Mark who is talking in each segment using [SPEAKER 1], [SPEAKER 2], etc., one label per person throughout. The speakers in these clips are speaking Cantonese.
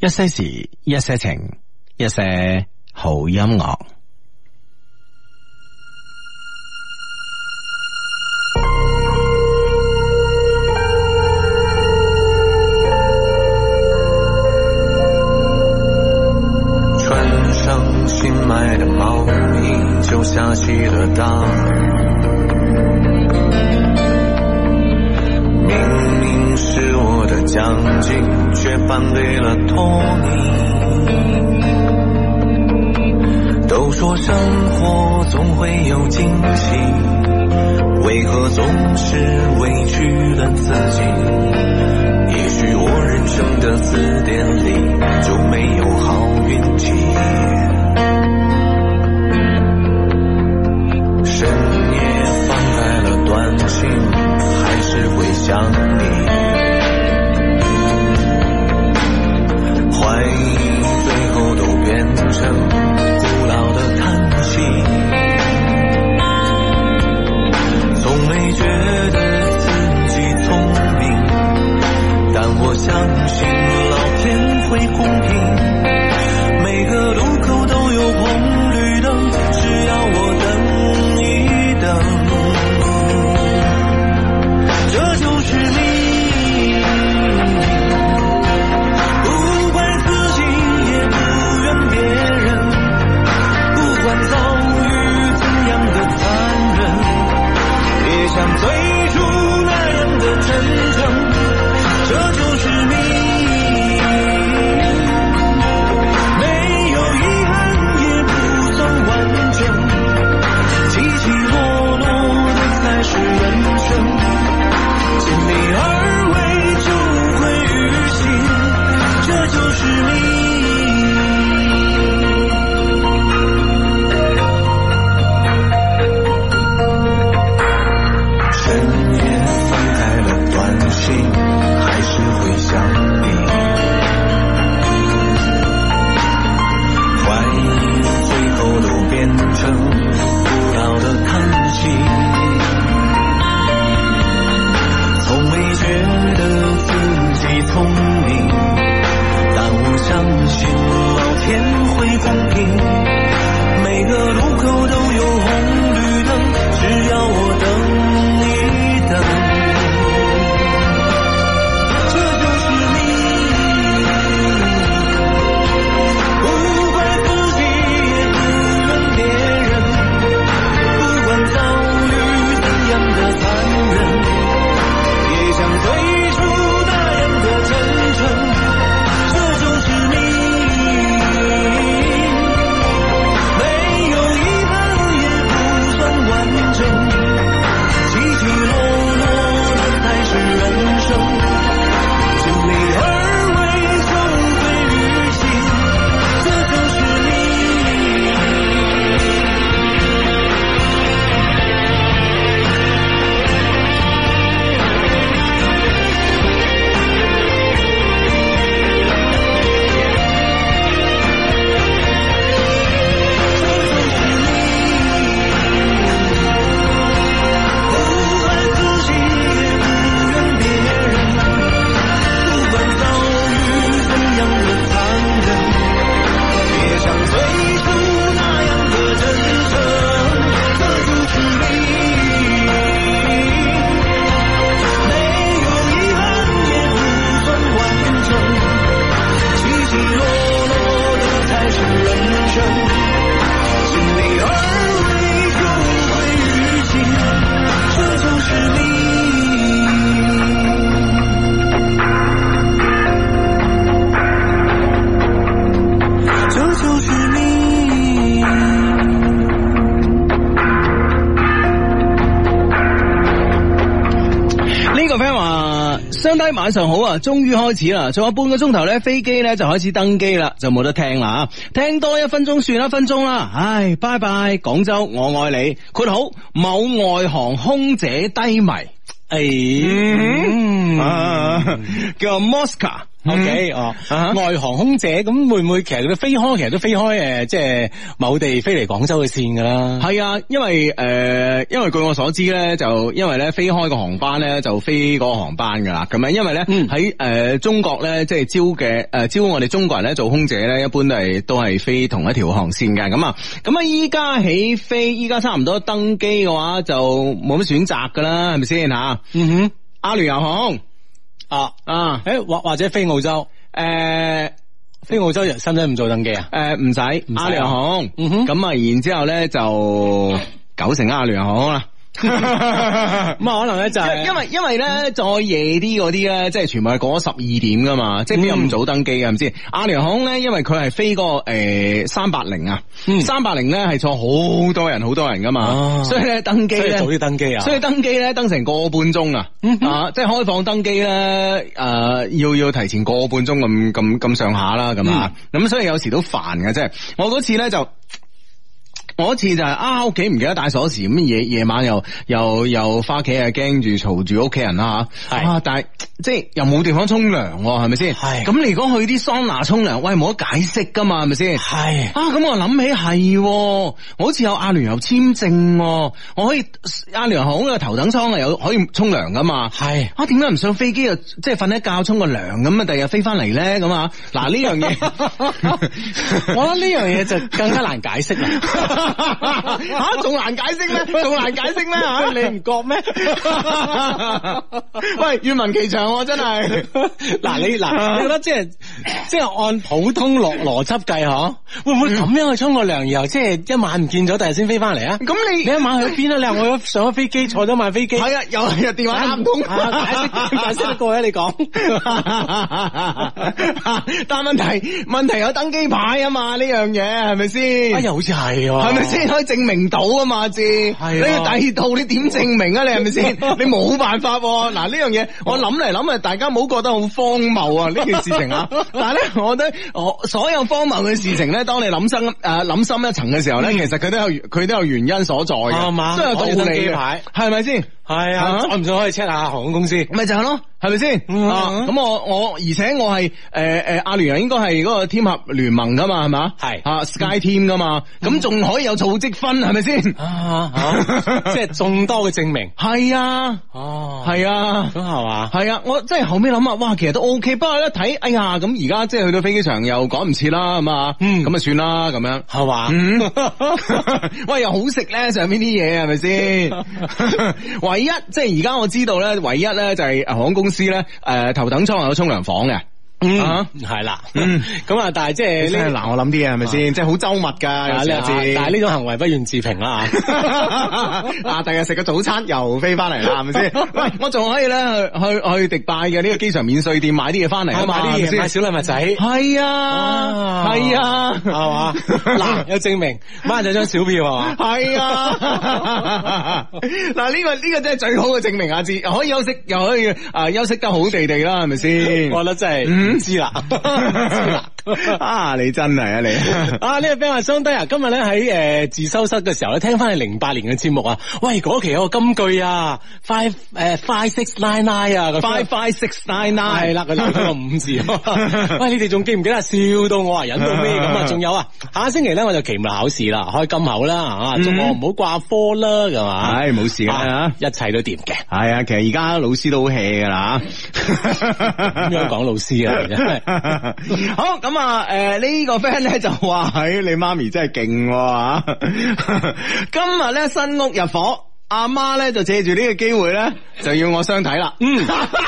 [SPEAKER 1] 一些事，一些情，一些好音樂。
[SPEAKER 2] 穿上新买的毛衣，就下起了大雨。明明是我的奖金，却颁给了托尼。都说生活总会有惊喜，为何总是委屈了自己？也许我人生的字典里就没有好运气。深夜翻开了短信，还是会想你。怀疑最后都变成古老的叹息，从没觉得自己聪明，但我相信老天会公平，每个路口都有红绿灯，只要我等一等。这就是命。不怪自己，也不怨别人，不管遭遇怎样的残忍，也想追逐那样的真诚。这就是命。没有遗憾，也不算完整，起起落落的才是人生。尽力而为就会于心，这就是命。深夜翻开了短信，还是会想你。怀疑最后都变成古老的叹息。从没觉得自己聪明，但我相信老天会公平。每个路口都有红绿灯，只要我等一等，这就是命。不怪自己，也不怨别人，不管遭遇怎样的残忍。也想追逐那样的真诚，这就是命。没有遗憾也不算完整，起起落落那才是人生。尽力而为就会于心，这就是命。不怪自己，也不怨别人，不管遭遇怎样的残忍，也想追逐那样的真诚，这就是命。没有遗憾，也不算完整，起起落落的才是人生，尽力而为就会于心。这就是你。这就是你。
[SPEAKER 1] 呢個 friend 話：相低晚上好啊，終於開始啦，仲有半個鐘頭咧，飛機咧就開始登機啦，就冇得聽啦，聽多一分鐘算一分鐘啦，唉，拜拜，廣州，我愛你，括號某外航空嗯 姐低迷，誒、哎，啊，叫 Mosca。嗯
[SPEAKER 2] OK，哦
[SPEAKER 1] 啊哈，
[SPEAKER 2] 外航空姐咁會唔會其實佢哋飛開，其實都飛開誒，即係某地飛嚟廣州嘅線㗎啦。
[SPEAKER 1] 系啊，因为诶、呃因为据我所知咧，就因为咧飞开个航班咧，就飞嗰个航班噶啦。咁样，因为咧
[SPEAKER 2] 嗯
[SPEAKER 1] 喺诶中国咧，即系招嘅诶、呃招我哋中国人咧做空姐咧，一般都系都系飞同一条航线嘅。咁啊，咁啊，依家起飞，依家差唔多登机嘅话，就冇乜选择噶啦，系咪先吓？
[SPEAKER 2] 嗯
[SPEAKER 1] 阿联酋航
[SPEAKER 2] 哼，啊，
[SPEAKER 1] 啊，
[SPEAKER 2] 誒或或者飛澳洲，
[SPEAKER 1] 诶、
[SPEAKER 2] 飛澳洲人使唔使唔做登記啊？
[SPEAKER 1] 诶，唔使
[SPEAKER 2] 使啊
[SPEAKER 1] 阿联航，
[SPEAKER 2] 嗯哼
[SPEAKER 1] 咁啊，然之后咧就九成阿联航 啦。
[SPEAKER 2] 咁啊，可能咧就係
[SPEAKER 1] 因因為因為咧再夜啲嗰啲咧，即係全部係過咗十二點噶嘛，即係邊有咁早登機啊？係
[SPEAKER 2] 嗯
[SPEAKER 1] 咪先？阿聯航空咧，因為佢係飛嗰個誒三八零啊，
[SPEAKER 2] 嗯
[SPEAKER 1] 三八零咧係坐好多人好多人噶嘛，
[SPEAKER 2] 哦
[SPEAKER 1] 所以咧登機
[SPEAKER 2] 所以
[SPEAKER 1] 咧
[SPEAKER 2] 早。啲登記啊。
[SPEAKER 1] 所以登機咧登成個半鐘啊，
[SPEAKER 2] 嗯
[SPEAKER 1] 啊，即係開放登機咧，诶、要要提前個半鐘咁咁咁上下啦，咁啊，
[SPEAKER 2] 嗯
[SPEAKER 1] 咁、所以有時都煩嘅，即係我嗰次咧就。我嗰次就係、啊屋企唔記得帶鎖匙，咁夜夜晚又又又翻屋企啊，驚住嘈住屋企人啦嚇。
[SPEAKER 2] 係
[SPEAKER 1] 啊，但係即係又冇地方沖涼喎，係咪先？
[SPEAKER 2] 係
[SPEAKER 1] 咁你如果去啲桑拿沖涼，喂冇得解釋噶嘛，係咪先？
[SPEAKER 2] 係
[SPEAKER 1] 啊，咁我諗起係喎，我好似有阿聯酋簽證喎，我可以阿聯酋好嘅頭等艙啊，有可以沖涼噶嘛。
[SPEAKER 2] 係。
[SPEAKER 1] 啊，點解唔上飛機啊？即係瞓一覺沖個涼咁啊，第日飛翻嚟咧咁啊？嗱呢樣嘢，
[SPEAKER 2] 我諗呢樣嘢就更加難解啊釋啦。
[SPEAKER 1] 吓仲難解釋咩？仲難解釋咩吓？
[SPEAKER 2] 你唔覺咩？
[SPEAKER 1] 喂，願聞其詳喎，真係。
[SPEAKER 2] 嗱，你嗱，你覺得即係即係按普通邏邏輯計嗬，會唔會咁樣去沖個涼，然後即係一晚唔見咗，第日先飛翻嚟啊？
[SPEAKER 1] 咁
[SPEAKER 2] 你一晚去邊啊？你話我上咗飛機，坐咗晚飛機，
[SPEAKER 1] 係啊，又又電話打唔通，
[SPEAKER 2] 啊解 釋解釋得過啊？你講
[SPEAKER 1] 但問題問題有登機牌啊嘛，呢樣嘢係咪
[SPEAKER 2] 啊，
[SPEAKER 1] 先？
[SPEAKER 2] 又好似係喎，
[SPEAKER 1] 係咪先？可以證明到啊嘛？字
[SPEAKER 2] 啊
[SPEAKER 1] 你去第二度你點證明啊？你係咪 先？你冇辦法喎。嗱呢樣嘢
[SPEAKER 2] 哦
[SPEAKER 1] 我諗嚟諗去，大家唔好覺得好荒謬啊呢件事情 啊。但係咧，我覺得我所有荒謬嘅事情咧，當你諗深誒諗深一層嘅時候咧，其實佢都有佢都有原因所在
[SPEAKER 2] 啱
[SPEAKER 1] 嘅，
[SPEAKER 2] 嗯哦嘛
[SPEAKER 1] 都有道
[SPEAKER 2] 可以登
[SPEAKER 1] 理
[SPEAKER 2] 機
[SPEAKER 1] 嘅
[SPEAKER 2] 牌，
[SPEAKER 1] 係咪先？
[SPEAKER 2] 係
[SPEAKER 1] 啊
[SPEAKER 2] 啊，我唔想可以 check 下航空公司。
[SPEAKER 1] 咪就係咯，係咪先？
[SPEAKER 2] 嗯
[SPEAKER 1] 啊，咁我我而且我係诶诶阿聯酋應該係嗰個天合聯盟噶嘛，係嘛？
[SPEAKER 2] 係嗯
[SPEAKER 1] 啊 Sky Team 噶嘛，咁仲可以有組織分係咪先？
[SPEAKER 2] 啊啊！ 即係眾多嘅證明。
[SPEAKER 1] 係啊，
[SPEAKER 2] 哦係
[SPEAKER 1] 係啊。
[SPEAKER 2] 咁係嘛？
[SPEAKER 1] 係啊，我即係後尾諗啊，哇，其實都 O K，不過一睇，哎呀，咁而家即係去到飛機場又趕唔切啦，咁啊，
[SPEAKER 2] 嗯
[SPEAKER 1] 咁啊算啦，咁 樣。
[SPEAKER 2] 係嘛？
[SPEAKER 1] 嗯，喂，又好食咧，上面啲嘢係咪先？ 唯一即係而家我知道咧，唯一咧就係呃航空公司咧，诶、頭等艙有沖涼房嘅。啊
[SPEAKER 2] 嗯，係啦。
[SPEAKER 1] 嗯
[SPEAKER 2] 咁啊，但係即
[SPEAKER 1] 你
[SPEAKER 2] 係
[SPEAKER 1] 真係啊
[SPEAKER 2] 呢，
[SPEAKER 1] 嗱，我諗啲嘢係咪先？即係好周密㗎，有
[SPEAKER 2] 但
[SPEAKER 1] 時有
[SPEAKER 2] 係啊
[SPEAKER 1] 時
[SPEAKER 2] 呢但係呢種行為不願自評啦。
[SPEAKER 1] 啊！第日食個早餐又飛翻嚟啦，係咪先？ 喂，我仲可以咧去去去迪拜嘅呢個機場免税店買啲嘢翻嚟啊
[SPEAKER 2] 買
[SPEAKER 1] 嘛，係咪
[SPEAKER 2] 啲嘢，
[SPEAKER 1] 先
[SPEAKER 2] 買小禮物仔。
[SPEAKER 1] 係啊，
[SPEAKER 2] 啊
[SPEAKER 1] 係啊，
[SPEAKER 2] 係嘛？ 嗱，有證明，買咗張小票啊嘛。
[SPEAKER 1] 系啊， 嗱呢個呢個真係最好嘅證明啊！志可以休息，又可以啊休息得好地地啦，係咪先？
[SPEAKER 2] 我覺得真係唔知啦，唔知啦。
[SPEAKER 1] 啊，你真係啊你！
[SPEAKER 2] 啊！呢、個個 friend 話相低啊，今日咧喺诶自修室嘅時候咧，聽翻你零八年嘅節目啊，喂，嗰期有個金句啊，five 诶 five six nine nine 啊
[SPEAKER 1] Five five six nine nine
[SPEAKER 2] 系啦，佢留咗個五 字。喂，你哋仲記唔記得啊？笑到我啊，忍到咩咁 啊？仲有啊，下星期咧我就期末考試啦，開金口啦，啊，祝我唔好掛科啦，係嘛？
[SPEAKER 1] 嗯唉冇事㗎
[SPEAKER 2] 啊一切都掂嘅。
[SPEAKER 1] 系啊，其實而家老師都好 hea 噶啦，啊
[SPEAKER 2] 咁
[SPEAKER 1] 咁
[SPEAKER 2] 樣講老 師啊，真係
[SPEAKER 1] 好咁啊！诶、呢、 個 friend 咧就話：，喺你媽咪真係勁 喎！今日咧新屋入伙。阿媽咧就借住呢個機會咧，就要我相睇啦。嗯，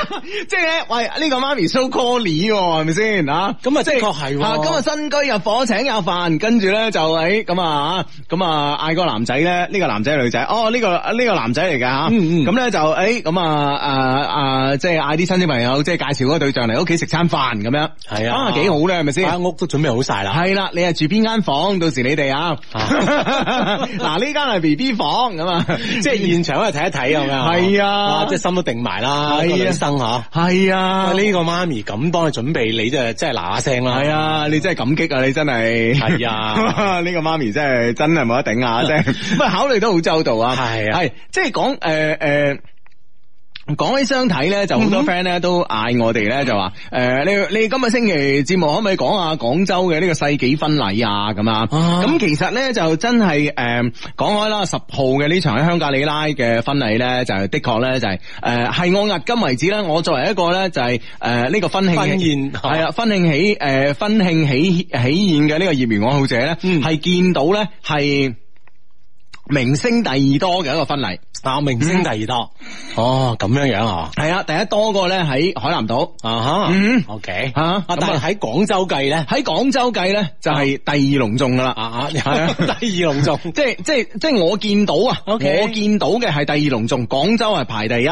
[SPEAKER 1] 即係咧，喂，呢、個媽咪 so call 你喎，係咪先啊？
[SPEAKER 2] 咁啊
[SPEAKER 1] 即係
[SPEAKER 2] 的確係喎
[SPEAKER 1] 啊今日新居入伙請有飯，跟住咧就喺咁啊，咁啊嗌個男仔咧，呢、個男仔係女仔，哦呢、個呢、個男仔嚟嘅吓，
[SPEAKER 2] 嗯嗯
[SPEAKER 1] 咁咧就誒咁啊啊啊，即係嗌啲親戚朋友，即係介紹嗰個對象嚟屋企食餐飯咁樣，
[SPEAKER 2] 係啊
[SPEAKER 1] 啊幾好咧，係咪先？
[SPEAKER 2] 間屋都準備好晒啦。
[SPEAKER 1] 係啦，你係住邊間房？到時你哋啊， 嗱呢間係 B B 房咁 啊，
[SPEAKER 2] 即係啊現場去睇一睇咁樣，
[SPEAKER 1] 係啊
[SPEAKER 2] 哇即係心都定埋啦，
[SPEAKER 1] 係啊
[SPEAKER 2] 個女生吓，
[SPEAKER 1] 係啊，
[SPEAKER 2] 喂呢個媽咪咁幫你準備，你就真係嗱嗱聲啦，
[SPEAKER 1] 係，啊，你真係感激啊！你真係
[SPEAKER 2] 係啊，
[SPEAKER 1] 呢個媽咪真係真係冇得 頂啊！真係，不過考慮得好周到啊！
[SPEAKER 2] 係啊
[SPEAKER 1] 係即係講誒誒。講起相睇咧，就好
[SPEAKER 2] 嗯
[SPEAKER 1] 多 friend 咧都嗌我哋咧就話，誒、你你今日星期節目可唔可以講下廣州嘅呢個世紀婚禮啊？咁啊，
[SPEAKER 2] 啊
[SPEAKER 1] 咁其實咧就真係誒、講開啦，十號嘅呢場喺香格里拉嘅婚禮咧，就的確咧就係誒係我迄今為止咧，我作為一個咧就係誒呢個婚慶
[SPEAKER 2] 婚宴
[SPEAKER 1] 係啊婚慶喜誒婚慶喜喜宴嘅呢個業餘愛好者咧，
[SPEAKER 2] 嗯
[SPEAKER 1] 係、見到咧係明星第二多嘅一個婚禮。
[SPEAKER 2] 啊，明星第二多，哦，咁樣樣啊，
[SPEAKER 1] 系啊，第一多個咧喺海南島
[SPEAKER 2] 啊哈
[SPEAKER 1] 嗯
[SPEAKER 2] ，OK，
[SPEAKER 1] 吓，啊
[SPEAKER 2] 啊，但係喺廣州計咧，
[SPEAKER 1] 喺廣州計咧就係第二隆重噶啦，
[SPEAKER 2] 啊啊，
[SPEAKER 1] 啊
[SPEAKER 2] 第二隆重，
[SPEAKER 1] 即係即係即係我見到啊
[SPEAKER 2] OK
[SPEAKER 1] 我見到嘅係第二隆重，廣州係排第一。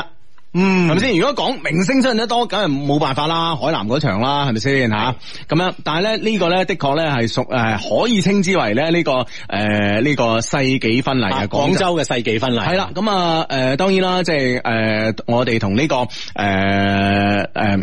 [SPEAKER 2] 嗯
[SPEAKER 1] 係咪先？如果講明星出現得多，梗係冇辦法啦，海南嗰場啦，係咪先吓？咁樣，但係咧呢個咧的確咧係屬誒可以稱之為咧呢個誒呢個世紀婚禮
[SPEAKER 2] 啊
[SPEAKER 1] 啊，
[SPEAKER 2] 廣州嘅世紀婚禮
[SPEAKER 1] 系啦，，咁啊，诶、呃，当然啦，即系诶，我哋同呢個诶诶。呃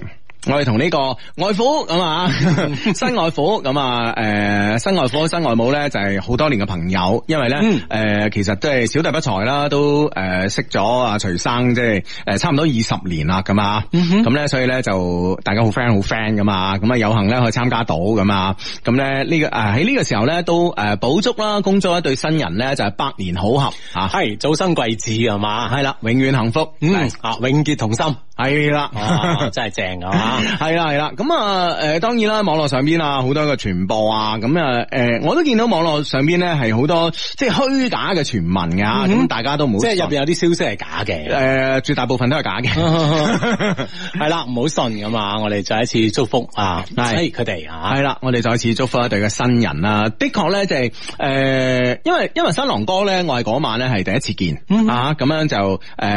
[SPEAKER 1] 我哋同呢個外父咁啊， 新外父咁啊，诶、新外父、新外母咧就係好多年嘅朋友，因為咧，
[SPEAKER 2] 嗯
[SPEAKER 1] 诶、其實都係小弟不才啦，都诶、呃、識咗阿徐生，即係诶差唔多二十年啦，咁啊，咁咧、所以咧就大家好 friend 好 friend 咁啊，咁啊有幸咧可以參加到咁啊，咁咧呢個诶喺呢個時候咧都诶補足啦，恭祝一對新人咧就係百年好合啊！
[SPEAKER 2] 係早生貴子係嘛，
[SPEAKER 1] 系啦，永遠幸福，
[SPEAKER 2] 嗯啊，永結同心，
[SPEAKER 1] 係啦。
[SPEAKER 2] 啊真係正啊，
[SPEAKER 1] 係啦係啦，咁啊诶，当然啦，網絡上邊啊，好多嘅傳播啊，咁啊诶，誒我都見到網絡上邊咧係好多即係虛假嘅傳聞㗎，咁、大家都唔好
[SPEAKER 2] 嗯即係入嗯
[SPEAKER 1] 边
[SPEAKER 2] 边有啲消息係假嘅。
[SPEAKER 1] 诶，絕大部分都係假 嘅。
[SPEAKER 2] 系啦，唔好信噶嘛，我哋再一次祝福啊，
[SPEAKER 1] 係
[SPEAKER 2] 係佢哋啊，
[SPEAKER 1] 係啦，我哋再次祝福一對嘅新人啦。的確咧，就係诶，因為因為新郎哥咧，我係嗰晚咧係第一次見、
[SPEAKER 2] 嗯
[SPEAKER 1] 啊，咁樣就诶、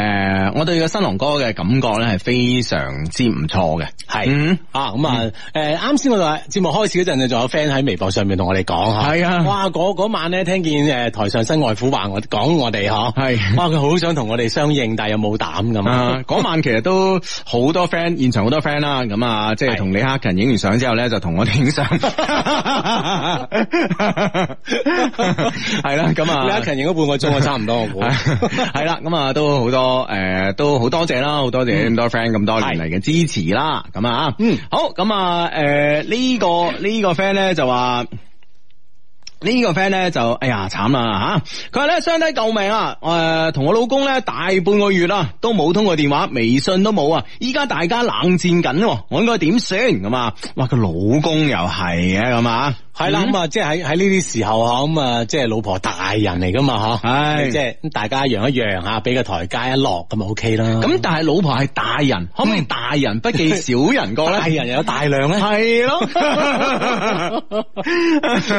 [SPEAKER 1] 誒我對個新郎哥嘅感覺咧係非常之唔錯嘅。
[SPEAKER 2] 係
[SPEAKER 1] 嗯
[SPEAKER 2] 啊，咁啊，诶，啱先我哋節目開始嗰陣，就仲有 friend 喺微博上面同我哋講吓，
[SPEAKER 1] 係啊
[SPEAKER 2] 哇，嗰嗰晚咧聽見诶台上新外父話我講我哋嗬，
[SPEAKER 1] 係
[SPEAKER 2] 哇，佢好想同我哋相應，但係又冇膽咁
[SPEAKER 1] 啊！嗰晚其實都好多 friend，現場好多 friend 啦，咁啊，即係
[SPEAKER 2] 係
[SPEAKER 1] 同李克勤影完相之後咧，就同我哋影 相，係啦，咁啊，
[SPEAKER 2] 李克勤影咗半個鐘啊，差唔 多我估，
[SPEAKER 1] 系啦，咁啊都好多诶、呃都好多謝啦，好多謝咁多 friend 咁多年嚟嘅支持啦，咁啊，
[SPEAKER 2] 嗯，
[SPEAKER 1] 好，咁啊，诶、呢、個呢、個 friend 咧就話。呢個 friend 咧就哎呀慘啦吓，佢話咧相低救命啊！誒、同我老公咧大半個月啦，都冇通過電話，微信都冇啊！依家大家冷戰緊喎，我應該點算咁啊？哇，個老公又係嘅咁啊，
[SPEAKER 2] 係啦，咁啊，即係喺喺呢啲時候嗬，咁啊，即係老婆大人嚟噶嘛嗬，
[SPEAKER 1] 係
[SPEAKER 2] 即係大家讓一讓吓，俾個台階一落咁咪 OK 啦，
[SPEAKER 1] 咁但係老婆係大人，可唔可以大人不記小人過咧？
[SPEAKER 2] 嗯 大人又有大量咧。
[SPEAKER 1] 系咯，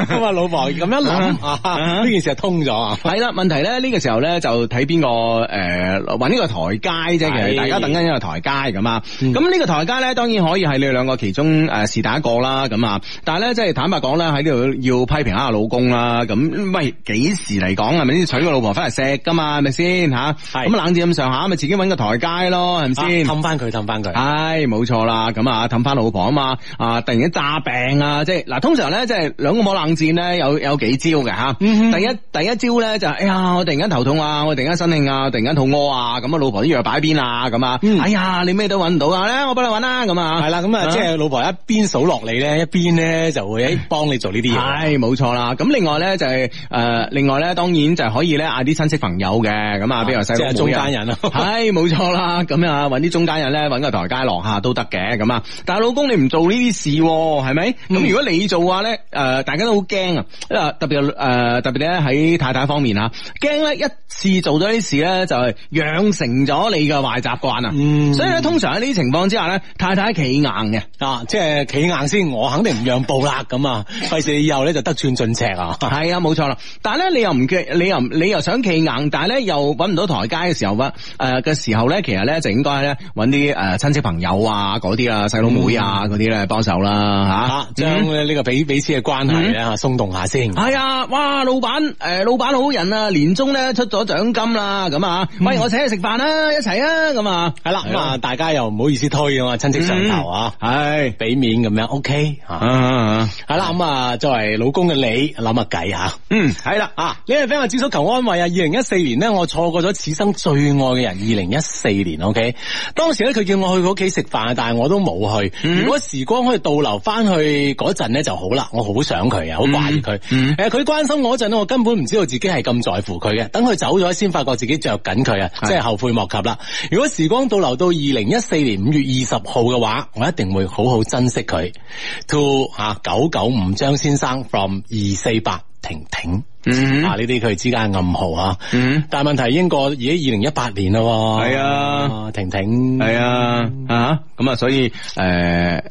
[SPEAKER 2] 咁啊，
[SPEAKER 1] 嗯
[SPEAKER 2] 老婆咁樣諗啊，呢件事就通咗啊。
[SPEAKER 1] 系嗯啦。問題咧呢個時候咧就睇邊個诶搵呢個台階啫，其實
[SPEAKER 2] 係
[SPEAKER 1] 大家等緊一個台階咁啊。
[SPEAKER 2] 嗯
[SPEAKER 1] 咁呢個台階咧當然可以係你哋兩個其中诶是但一個啦咁啊。但係咧即係坦白講咧喺呢度要批評下老公啦。咁喂幾時嚟講係啊咪先娶個老婆翻嚟錫噶嘛？係咪先吓？咁冷戰咁上下咪自己搵個台階咯，係咪
[SPEAKER 2] 啊
[SPEAKER 1] 先？
[SPEAKER 2] 氹翻佢，氹翻佢。
[SPEAKER 1] 唉，冇錯啦，咁啊氹翻老婆啊嘛，啊突然間炸病啊，即係嗱，通常咧即係兩個冇冷戰咧，有有幾招嘅吓。
[SPEAKER 2] 嗯哼
[SPEAKER 1] 第一第一招咧就係哎呀，我突然間頭痛啊，我突然間身慶啊，突然間肚屙啊，咁啊老婆啲藥擺邊啊，咁啊，
[SPEAKER 2] 嗯
[SPEAKER 1] 哎呀你咩都揾唔到啊，咧我幫你揾啦，咁啊，
[SPEAKER 2] 係啦，咁啊，即嗯係老婆一邊數落你咧，一邊咧就會誒幫你做呢啲嘢。
[SPEAKER 1] 系冇錯啦，咁另外咧就係呃另外咧當然就係可以咧嗌啲親戚朋友嘅，咁啊，比如話細佬
[SPEAKER 2] 即係中間人啊 咯
[SPEAKER 1] 系冇錯啦，咁啊揾啲中間人咧揾個台階落下都得嘅，咁啊，但係老公你唔做呢啲事喎，係咪？咁如果你做嘅啊話咧，诶、大家都好驚啊，因為特別诶、呃特別咧喺太太方面啊，驚咧一次做咗呢啲事咧就係養成咗你嘅壞習慣啊，
[SPEAKER 2] 嗯
[SPEAKER 1] 所以咧通常喺呢啲情況之下咧，太太企硬嘅。
[SPEAKER 2] 啊，即係企硬先，我肯定唔讓步啦，咁啊，費事以後咧就得寸進尺啊。
[SPEAKER 1] 系啊，冇錯啦。但係咧，你又唔企，你又唔你又想企硬，但係咧又揾唔到台階嘅時候，誒嘅時候咧，其實咧就應該咧揾啲誒親戚朋友啊，嗰啲啊細佬妹啊嗰啲咧幫手啦
[SPEAKER 2] 嗯啊，嗯
[SPEAKER 1] 嚇。
[SPEAKER 2] 將呢個彼彼此嘅關係咧鬆動下先。
[SPEAKER 1] 系啊，哇！老闆，诶、老闆好人啊，年終咧出咗獎金啦，咁啊，
[SPEAKER 2] 嗯
[SPEAKER 1] 喂，我請你食飯啦，一齊啊，咁啊，
[SPEAKER 2] 係啦，咁啊，大家又唔好意思推啊嘛，親戚上頭啊，
[SPEAKER 1] 係
[SPEAKER 2] 俾面咁樣，OK 吓。
[SPEAKER 1] 啊，
[SPEAKER 2] 系啦，咁啊，啊，作為老公嘅你諗下計吓。
[SPEAKER 1] 嗯，系啦，
[SPEAKER 2] 啊！呢位 friend 話：紫叔求安慰啊！二零一四年呢，我錯過咗此生最愛嘅人。二零一四年，OK，當時咧佢叫我去佢屋企食飯，但係我都冇去。
[SPEAKER 1] 嗯
[SPEAKER 2] 如果時光可以倒流翻去嗰陣咧就好啦，我好想佢啊，好掛住佢。誒、
[SPEAKER 1] 嗯
[SPEAKER 2] 佢關心我嗰陣咧，我根本唔知道自己係咁在乎佢嘅。等佢走咗，先發覺自己着緊佢啊，
[SPEAKER 1] 係
[SPEAKER 2] 真係後悔莫及啦。如果時光倒流到二零一四年五月二十號嘅話，我一定會好好珍惜佢。To 啊九九五張先生 from 二四八婷婷。
[SPEAKER 1] 嗯
[SPEAKER 2] 啊，呢啲佢之間嘅暗號啊。
[SPEAKER 1] 嗯，
[SPEAKER 2] 但系问题英國已經二零一八年啦喎，
[SPEAKER 1] 係啊，
[SPEAKER 2] 婷婷，
[SPEAKER 1] 系啊，啊，咁啊，所以诶，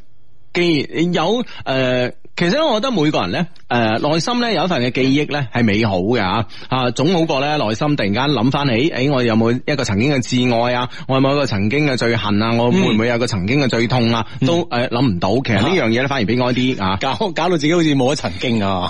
[SPEAKER 1] 既然有诶。其實咧，我覺得每個人咧，誒、內心咧有一份嘅記憶咧係美好嘅嚇，啊總好過咧內心突然間諗翻起，誒、我有冇一個曾經嘅摯愛啊，我有冇一個曾經嘅最恨啊，我會唔會有個曾經嘅最痛啊，都誒諗唔到。其實呢樣嘢咧反而悲哀啲啊
[SPEAKER 2] 搞搞到自己好似冇咗曾經啊，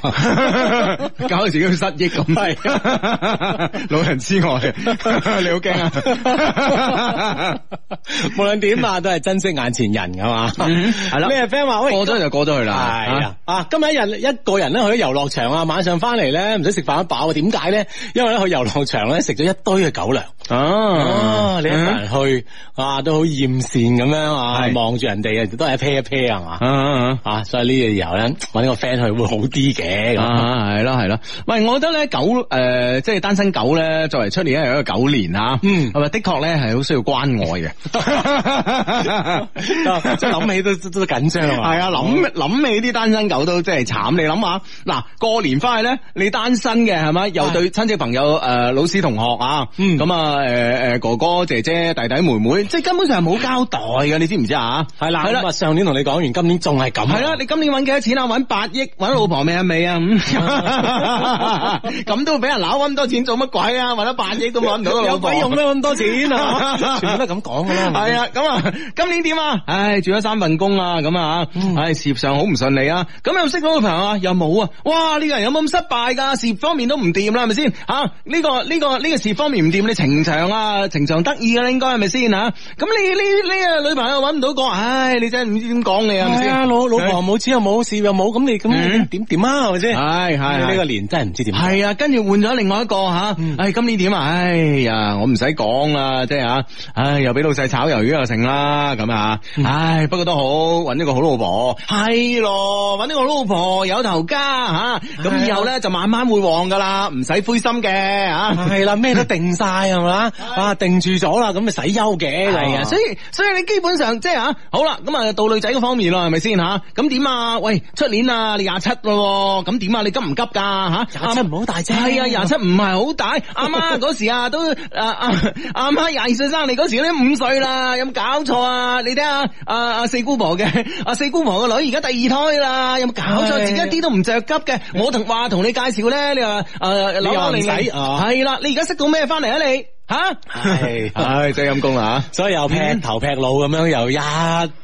[SPEAKER 1] 搞到自己好似失憶咁， 係老人痴呆， 你好驚 啊！
[SPEAKER 2] 無論點啊，都係珍惜眼前人噶嘛，
[SPEAKER 1] 係啦
[SPEAKER 2] 咩 friend 話喂？
[SPEAKER 1] 過咗就過咗去
[SPEAKER 2] 係
[SPEAKER 1] 啦，
[SPEAKER 2] 啊，啊！今日一日一個人咧去咗遊樂場啊，晚上翻嚟咧唔使食飯都飽啊。點解咧？因為咧去遊樂場咧食咗一堆嘅狗糧。
[SPEAKER 1] 哦
[SPEAKER 2] 哦，你一個人去
[SPEAKER 1] 嗯
[SPEAKER 2] 啊，都好厭羨咁樣啊，
[SPEAKER 1] 係
[SPEAKER 2] 望住人哋啊，都係一 pair 一 pair 係嘛。
[SPEAKER 1] 啊
[SPEAKER 2] 啊，所以呢個時候咧，搵個 friend 去會好啲嘅。 咁
[SPEAKER 1] 啊，系咯系咯，喂，我覺得咧狗诶、呃即係單身狗咧，作為出年係一個狗年啊，
[SPEAKER 2] 嗯
[SPEAKER 1] 係咪的確咧係好需要關愛 嘅，
[SPEAKER 2] 啊即係諗起都都都緊張啊。
[SPEAKER 1] 係啊，諗諗起啲單身狗都真係慘，你諗下，嗱過年翻去咧，你單身嘅係咪？又對親戚朋友诶、呃老師同學啊，
[SPEAKER 2] 啊嗯
[SPEAKER 1] 咁啊诶诶哥哥姐姐弟弟妹妹，即係根本上係冇交代嘅，你知唔知啊？
[SPEAKER 2] 係啦，
[SPEAKER 1] 係啦
[SPEAKER 2] 咁啊，上年同你講完，今年仲係咁。
[SPEAKER 1] 系啦，你今年搵幾多錢啊？搵八億，搵老婆咩啊？未啊？ 咁咁都俾人鬧，搵咁多錢做乜鬼啊？搵咗八億都搵唔到個老
[SPEAKER 2] 有
[SPEAKER 1] 婆。
[SPEAKER 2] 鬼用咩咁多 錢啊？全
[SPEAKER 1] 全
[SPEAKER 2] 部
[SPEAKER 1] 部
[SPEAKER 2] 都咁講噶 啦。
[SPEAKER 1] 系啊，咁啊，今年點啊？唉，做咗三份工啊，咁啊，
[SPEAKER 2] 嗯
[SPEAKER 1] 唉，事業上好唔順利啊。咁又識到個朋友啊，又冇啊。哇，呢個人有冇咁失敗㗎？事業方面都唔掂啦，係咪先？吓，呢個呢個呢個事業方面唔掂，你情場啊，情場得意㗎啦，應該係咪先吓？啊咁你呢呢個女朋友搵唔到個，唉，你真係唔知點講你啊，係咪
[SPEAKER 2] 係
[SPEAKER 1] 先？
[SPEAKER 2] 啊，老老婆冇錢又冇事又冇，咁你咁你
[SPEAKER 1] 嗯
[SPEAKER 2] 點點啊？係咪先？
[SPEAKER 1] 係係
[SPEAKER 2] 呢
[SPEAKER 1] 係
[SPEAKER 2] 個年真係唔知點。
[SPEAKER 1] 系啊，跟住換咗另外一個吓，唉，今年點啊？唉呀，我唔使講啦，即係吓，唉，又俾老細炒魷魚又成啦，咁啊，唉，不過都好，揾咗個好老婆，係咯，揾咗個好老婆有頭家吓，咁以後咧就慢慢會旺噶啦，唔使灰心嘅啊吓。
[SPEAKER 2] 係啦，咩都定晒係嘛？啊，定住咗啦，咁咪使憂嘅。
[SPEAKER 1] 系啊，所以所以你基本上即系吓，好啦，咁啊到女仔嗰方面咯，系咪先吓？咁點啊？喂，出年啊，你廿七咯喎，咁點啊？你急唔急㗎吓？
[SPEAKER 2] 廿七唔 好大啫。
[SPEAKER 1] 系啊，廿七唔係好大，阿媽嗰時啊都啊啊阿媽廿二歲生你嗰時都五歲啦，有冇搞錯啊？你睇下阿阿四姑婆嘅 阿四姑婆個女而家第二胎啦，有冇搞錯？
[SPEAKER 2] 唉
[SPEAKER 1] 自己一啲都唔着急嘅，我同話同你介紹咧，你話诶
[SPEAKER 2] 你
[SPEAKER 1] 扭
[SPEAKER 2] 又
[SPEAKER 1] 扭
[SPEAKER 2] 唔
[SPEAKER 1] 零
[SPEAKER 2] 使
[SPEAKER 1] 零
[SPEAKER 2] 啊
[SPEAKER 1] 係啦，你而家識到咩翻嚟啊你？吓，
[SPEAKER 2] 係
[SPEAKER 1] 唉，真係陰公啦
[SPEAKER 2] 所以又劈頭劈腦咁樣，又一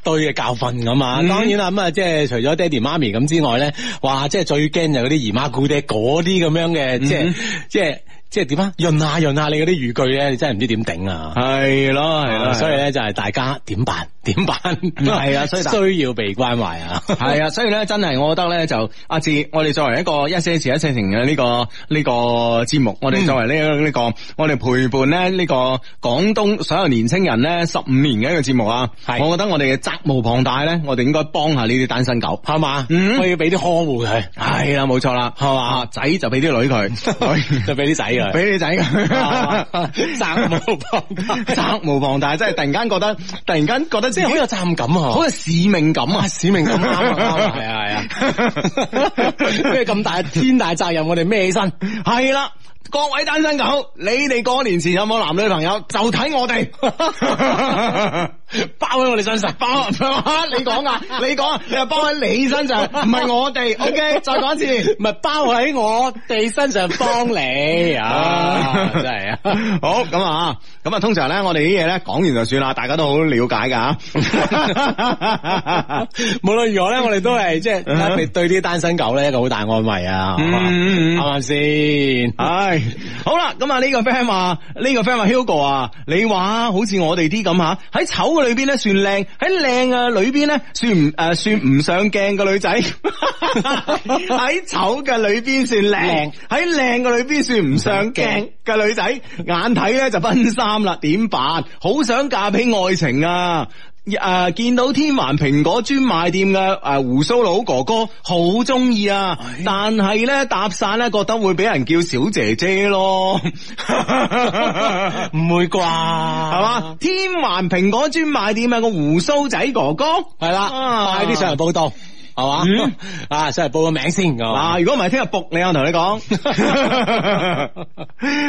[SPEAKER 2] 堆嘅教訓咁啊！
[SPEAKER 1] 嗯
[SPEAKER 2] 當然啦，咁啊，即係除咗爹哋媽咪咁之外咧，哇！即係最驚就嗰啲姨媽姑爹嗰啲咁樣嘅，即
[SPEAKER 1] 嗯
[SPEAKER 2] 係即係即係點啊？潤下潤下你嗰啲語句咧，你真係唔知點頂啊！
[SPEAKER 1] 係咯係
[SPEAKER 2] 啊
[SPEAKER 1] 咯，
[SPEAKER 2] 所以咧就係大家點辦？點辦？
[SPEAKER 1] 係啊所以大
[SPEAKER 2] 需要被關懷 啊！
[SPEAKER 1] 系啊，所以咧，真系我覺得咧，就阿志，我哋作為一個一些事一些情嘅呢、個呢、個節目，我哋作為呢、呢、個我哋陪伴咧呢個廣東所有年青人咧十五年嘅一個節目啊，
[SPEAKER 2] 係
[SPEAKER 1] 我覺得我哋嘅責無旁貸咧，我哋應該幫下呢啲單身狗。
[SPEAKER 2] 係嘛？
[SPEAKER 1] 嗯
[SPEAKER 2] 我要俾啲呵護佢，
[SPEAKER 1] 係 啦，冇錯啦，係嘛，啊仔就俾啲女佢，
[SPEAKER 2] 就俾啲仔
[SPEAKER 1] 女
[SPEAKER 2] 佢。
[SPEAKER 1] 俾啲 仔佢
[SPEAKER 2] 啊，責無旁貸
[SPEAKER 1] 責無旁貸，真係突然間覺得，突然間覺得自
[SPEAKER 2] 即係好
[SPEAKER 1] 己
[SPEAKER 2] 有責任感啊！
[SPEAKER 1] 好有使命感啊！
[SPEAKER 2] 使命感 啱啊，啱係啊係啊，咩咁大天大責任，我哋孭起身。
[SPEAKER 1] 系啦，各位單身狗，你哋過年前有冇男女朋友？就睇我 哋，包喺我哋身上，包 你講啊，你講啊，你話包喺你身上，唔係我哋。OK，再講一次。
[SPEAKER 2] 唔係包喺我哋身上幫你啊！真係啊，
[SPEAKER 1] 好咁啊，咁啊，通常咧，我哋啲嘢咧講完就算啦，大家都好了解噶吓。
[SPEAKER 2] 無論如何咧，我哋都 係即係對對啲單身狗咧一個好大安慰啊，係嘛
[SPEAKER 1] 嗯嗯嗯
[SPEAKER 2] 啱唔啱先？
[SPEAKER 1] 唉，好啦，咁啊呢個 friend 話，呢、個 friend 話 Hugo 啊，你話好似我哋啲咁吓，喺醜嘅裏邊咧算靚，喺靚嘅裏邊咧算唔誒、呃算唔上鏡嘅女仔， 喺醜嘅裏邊算靚，喺靚嘅裏邊算唔上鏡嘅女仔，眼睇咧就奔三啦，點辦？好想嫁俾愛情啊！誒、見到天環蘋果專賣店嘅誒胡鬚佬哥哥，好中意啊！但係咧搭訕咧，覺得會俾人叫小姐姐咯， 係
[SPEAKER 2] 唔會啩？係
[SPEAKER 1] 嘛？天環蘋果專賣店有個胡鬚仔哥哥，
[SPEAKER 2] 係啦，
[SPEAKER 1] 啊嗯
[SPEAKER 2] 快啲上嚟報道，係嘛？ 啊，上嚟報個名先，係嘛
[SPEAKER 1] 嗱，如果唔係聽日仆你，我同你 講，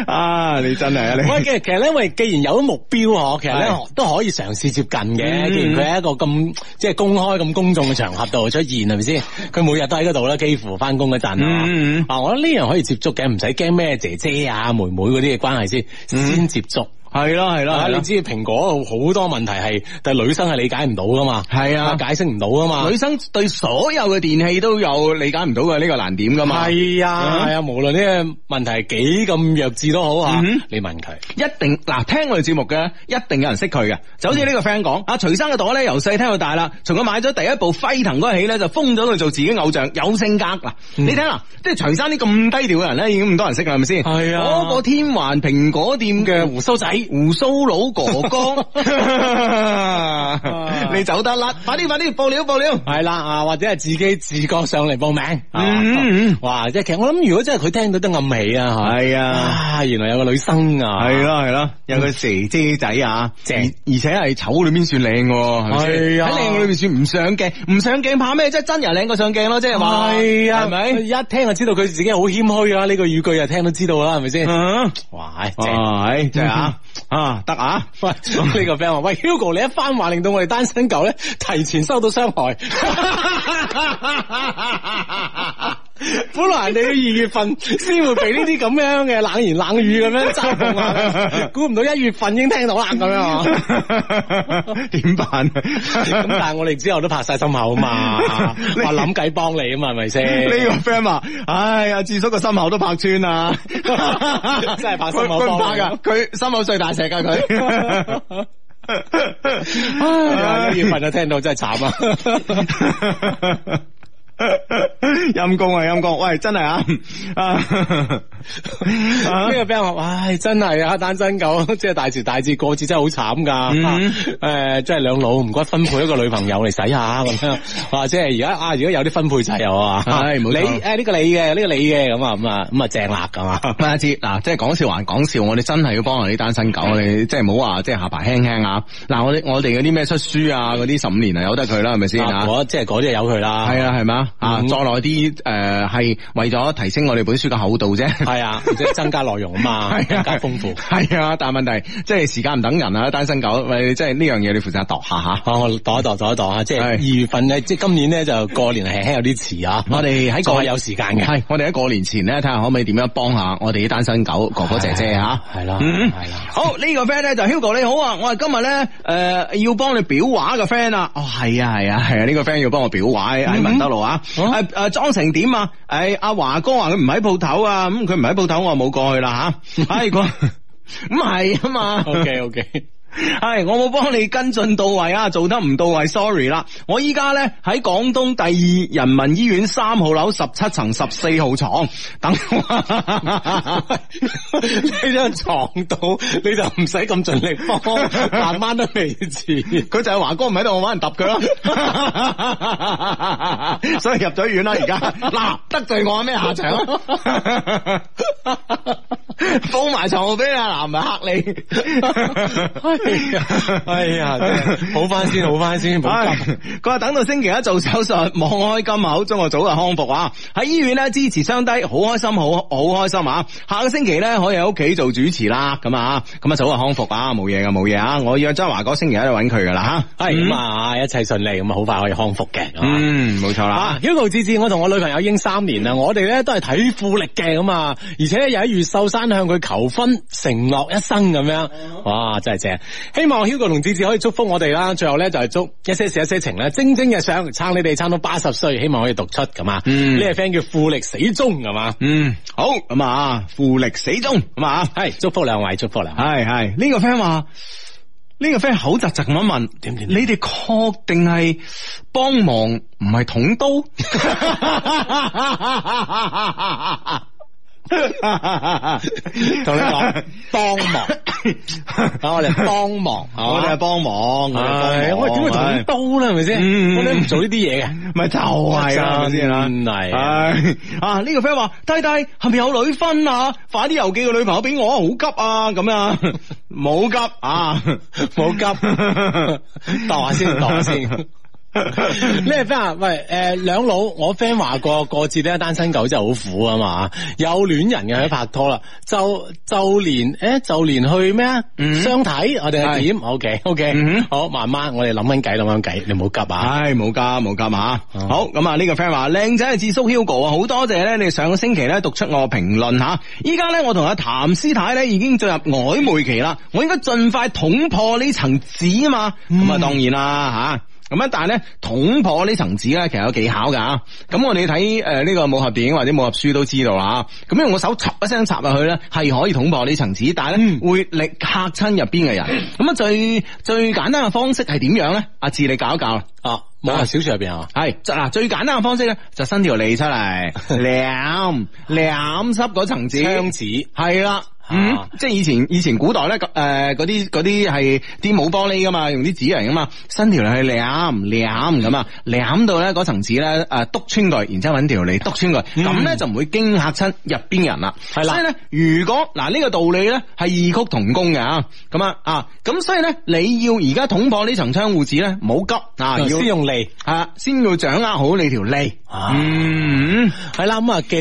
[SPEAKER 1] 啊，你真係啊你。
[SPEAKER 2] 喂，其實其實咧，喂，既然有咗目標嗬，其實咧
[SPEAKER 1] 係
[SPEAKER 2] 都可以嘗試接近
[SPEAKER 1] 嗯
[SPEAKER 2] 嘅。既然佢喺一個咁即係公開、咁公眾嘅場合度出現，係咪先？佢每日都喺嗰度啦，幾乎翻工嗰陣
[SPEAKER 1] 嗯嗯
[SPEAKER 2] 啊，我覺得呢樣可以接觸嘅，唔使驚咩姐姐啊、妹妹嗰啲嘅關係先，先接觸。
[SPEAKER 1] 係咯嗯係咯
[SPEAKER 2] 啊！
[SPEAKER 1] 係
[SPEAKER 2] 你
[SPEAKER 1] 咯，
[SPEAKER 2] 知蘋果好多問題係，但係女生係理解唔到噶嘛，
[SPEAKER 1] 係啊
[SPEAKER 2] 解釋唔到噶嘛，
[SPEAKER 1] 女生對所有嘅電器都有理解唔到嘅呢個難點噶嘛。
[SPEAKER 2] 係啊係啊，無論呢個問題幾咁弱智都好啊
[SPEAKER 1] 嗯哼，
[SPEAKER 2] 你問佢，
[SPEAKER 1] 一定嗱，聽我哋節目嘅一定有人識佢嘅，就好似呢個 friend
[SPEAKER 2] 嗯
[SPEAKER 1] 講，阿徐生嘅朵咧由細聽到大啦，從佢買咗第一部輝騰嗰日起咧就封咗佢做自己偶像，有性格嗱，
[SPEAKER 2] 嗯
[SPEAKER 1] 你睇啦，即係徐生啲咁低調嘅人咧已經咁多人識啦，係咪先？
[SPEAKER 2] 係啊
[SPEAKER 1] 嗰個天環蘋果店嘅
[SPEAKER 2] 胡鬚仔
[SPEAKER 1] 胡鬚佬哥 哥，你走得甩，快啲快啲報料報料，
[SPEAKER 2] 係啦啊，或者係自己自覺上嚟報名，
[SPEAKER 1] 嗯嗯
[SPEAKER 2] 啊哇！即係其實我諗，如果真係佢聽到都暗喜啊，嚇
[SPEAKER 1] 係啊。
[SPEAKER 2] 啊，原來有個女生啊，嗯
[SPEAKER 1] 係咯係咯，有個姐姐仔啊，
[SPEAKER 2] 正
[SPEAKER 1] 而而且係醜裏面算靚喎，係咪先
[SPEAKER 2] 係啊
[SPEAKER 1] 喺靚裏面算唔上鏡，唔上鏡怕咩啫？真人靚過上鏡咯，即係話
[SPEAKER 2] 係啊，
[SPEAKER 1] 係咪？
[SPEAKER 2] 一聽就知道佢自己好謙虛啊！呢個語句就聽都知道啦，係咪先？
[SPEAKER 1] 啊
[SPEAKER 2] 哇！嗯正
[SPEAKER 1] 哇，唉真係 啊啊得啊！
[SPEAKER 2] 喂，呢個 friend 話：喂，Hugo，你一番話令到我哋單身狗咧提前收到傷害。 本來人哋二月份先會俾呢啲咁樣嘅冷言冷語咁樣嘲諷下，估唔到一月份已經聽到啦咁樣啊。
[SPEAKER 1] 點辦？
[SPEAKER 2] 咁但係我哋之後都拍晒心口啊嘛，
[SPEAKER 1] 你
[SPEAKER 2] 話諗計幫你啊嘛，係咪先？
[SPEAKER 1] 呢個 friend 話：，唉，阿智叔個心口都拍穿 啦，真
[SPEAKER 2] 係拍心口
[SPEAKER 1] 佢唔
[SPEAKER 2] 幫
[SPEAKER 1] 拍
[SPEAKER 2] 啊
[SPEAKER 1] 噶，佢心口碎大石噶佢。
[SPEAKER 2] 哎唉，一月份就聽到真係慘啊！
[SPEAKER 1] 阴公啊阴公，喂真系啊啊！啊
[SPEAKER 2] 呢個 friend 話：，唉，真係啊，單身狗， 即係大時大節過節真係好慘㗎。
[SPEAKER 1] 嗯
[SPEAKER 2] 誒、即係兩老唔該分配一個女朋友嚟使下咁樣， 或者係而家啊，而家有啲分配制又啊，
[SPEAKER 1] 係冇錯
[SPEAKER 2] 你誒呢個你嘅，呢個你嘅咁啊，咁啊，咁啊正辣㗎嘛。
[SPEAKER 1] 喂阿哲，嗱，即係講笑還講笑，我哋真係要幫下啲單身狗，我哋即係唔好話即係下巴輕輕啊！嗱，我哋我哋嗰啲咩出書啊，嗰啲十五年啊，由得佢啦，係咪先啊？
[SPEAKER 2] 我即係嗰啲就由佢啦。
[SPEAKER 1] 係啊，係嘛啊，
[SPEAKER 2] 嗯
[SPEAKER 1] 再耐啲誒，係為咗提升我哋本書嘅厚度啫。
[SPEAKER 2] 係啊，即係增加內容啊嘛，更加豐富。
[SPEAKER 1] 係啊，但係問題即係時間唔等人啊，單身狗，喂，即係呢樣嘢你負責度下吓。
[SPEAKER 2] 啊！我度一度，度一度啊！即係
[SPEAKER 1] 係
[SPEAKER 2] 二月份咧，即係今年咧就過年係輕輕有啲遲啊！
[SPEAKER 1] 我哋喺過
[SPEAKER 2] 再有時間嘅
[SPEAKER 1] 係我哋喺過年前咧，睇下可唔可以點樣幫下我哋啲單身狗哥哥姐姐吓。
[SPEAKER 2] 係啦，
[SPEAKER 1] 嗯
[SPEAKER 2] 係啦。
[SPEAKER 1] 好呢、個 friend 咧就 Hugo 你好啊，我係今日咧诶要幫你裱畫嘅 friend 啊，哦係啊係啊係啊，呢、個 friend 要幫我裱畫喺文德路啊，誒誒裝成點啊？誒阿華哥話佢唔喺鋪頭啊，咁佢唔喺鋪頭，我冇過去啦吓，唉個咁係啊嘛。
[SPEAKER 2] O K O K，
[SPEAKER 1] 係，我冇幫你跟進到位啊，做得唔到位，sorry 啦。我依家咧喺廣東第二人民醫院三號樓十七層十四號床等 我。
[SPEAKER 2] 呢張床度你就唔使咁盡力幫，慢慢都未遲。
[SPEAKER 1] 佢就係華哥唔喺度，我揾人揼佢咯， 所以入咗院啦而家。 嗱，得罪我咩下場 啊？ 封埋床號俾你啊，嗱唔係嚇你。
[SPEAKER 2] 哎呀，真係好翻先，好翻先，冇
[SPEAKER 1] 唉
[SPEAKER 2] 急。
[SPEAKER 1] 佢話等到星期一做手術，望開金口，祝我早日康復啊！喺醫院咧支持雙低，好開心，好好開心啊！下個星期咧可以喺屋企做主持啦，咁啊，咁啊早日康復啊，冇嘢噶，冇嘢啊！我約咗華哥星期一去揾佢噶啦吓，
[SPEAKER 2] 係咁啊，一切順利，咁啊，好快可以康復嘅。咁啊
[SPEAKER 1] 嗯，冇錯啦
[SPEAKER 2] 啊。，Hugo 志志，我同我女朋友已經三年啦，我哋咧都係睇富力嘅咁啊，而且又喺越秀山向佢求婚，承諾一生咁樣，哇，真係正！希望 Hugo 同志志可以祝福我哋啦，最後咧就係祝一些事一些情咧蒸蒸日上，撐你哋撐到八十歲，希望可以讀出咁啊！
[SPEAKER 1] 嗯
[SPEAKER 2] 呢個 friend 叫富力死忠啊係嘛？
[SPEAKER 1] 嗯，好咁啊，富力死忠咁啊，
[SPEAKER 2] 係祝福兩位，祝福兩位。
[SPEAKER 1] 係係呢個 friend 話。呢個 friend 口窒窒咁樣問，
[SPEAKER 2] 點點點
[SPEAKER 1] 你哋確定係幫忙唔係捅 刀？
[SPEAKER 2] 同你 講幫忙，啊我哋係幫忙，
[SPEAKER 1] 我哋係幫忙，我哋
[SPEAKER 2] 唉
[SPEAKER 1] 係幫忙
[SPEAKER 2] 我哋點會
[SPEAKER 1] 唉
[SPEAKER 2] 捅刀咧？係咪先？
[SPEAKER 1] 嗯
[SPEAKER 2] 我哋唔做呢啲嘢嘅。
[SPEAKER 1] 咪就係啊啦，係咪先啦？
[SPEAKER 2] 真係啊
[SPEAKER 1] 唉啊！呢、個 friend 話：弟弟係咪有女分啊？快啲郵寄個女朋友俾我，好急啊！咁啊， 冇急啊，
[SPEAKER 2] 冇 急，度下先，度下先。 呢個 friend 啊，喂，誒兩老，我 friend 話過過節咧單身狗真係好苦啊嘛，有戀人嘅喺拍拖啦，就就連誒就連去咩啊相睇，我哋係點？OK OK，
[SPEAKER 1] 嗯
[SPEAKER 2] 好，慢慢我哋諗緊計諗緊計，你唔好急啊。
[SPEAKER 1] 唉，冇加冇加嘛。
[SPEAKER 2] 嗯
[SPEAKER 1] 好咁啊，呢個 friend 話靚仔係智叔 Hugo 啊，好多謝咧，你上個星期咧讀出我嘅評論吓。依家咧我同阿譚師太咧已經進入曖昧期啦，我應該盡快捅破呢層紙啊嘛。咁啊，當然啦吓。咁啊，但係咧捅破呢層紙咧，其實有技巧噶吓。咁我哋睇誒呢個武俠電影或者武俠書都知道啦啊吓。咁用個手插一聲插入去咧，係可以捅破呢層紙，但係咧會力嚇親入邊嘅人。咁啊，最最簡單嘅方式係點樣咧？阿志，你搞一搞啦。
[SPEAKER 2] 啊，武俠小說入邊啊，
[SPEAKER 1] 系嗱，最簡單嘅方式咧，就伸條脷出 嚟，舐舐濕嗰層
[SPEAKER 2] 槍
[SPEAKER 1] 紙，
[SPEAKER 2] 子
[SPEAKER 1] 係啦。嗯
[SPEAKER 2] 啊，
[SPEAKER 1] 即係以前以前古代咧，誒嗰啲嗰啲係啲冇玻璃噶嘛，用啲紙嚟噶嘛，伸條脷去舐舐咁啊，舐到咧嗰層紙咧誒篤啊穿佢，然之後揾條脷篤穿佢，咁咧就唔會驚嚇親入邊人啦。
[SPEAKER 2] 係嗯啦
[SPEAKER 1] 所以咧，如果嗱呢個道理咧係異曲同工嘅啊，咁啊啊，咁所以咧你要而家捅破呢層窗戶紙咧，唔好急啊，要
[SPEAKER 2] 先用利。
[SPEAKER 1] 啊，先要掌握好你條脷。
[SPEAKER 2] 啊
[SPEAKER 1] 嗯，
[SPEAKER 2] 系啦，咁啊，既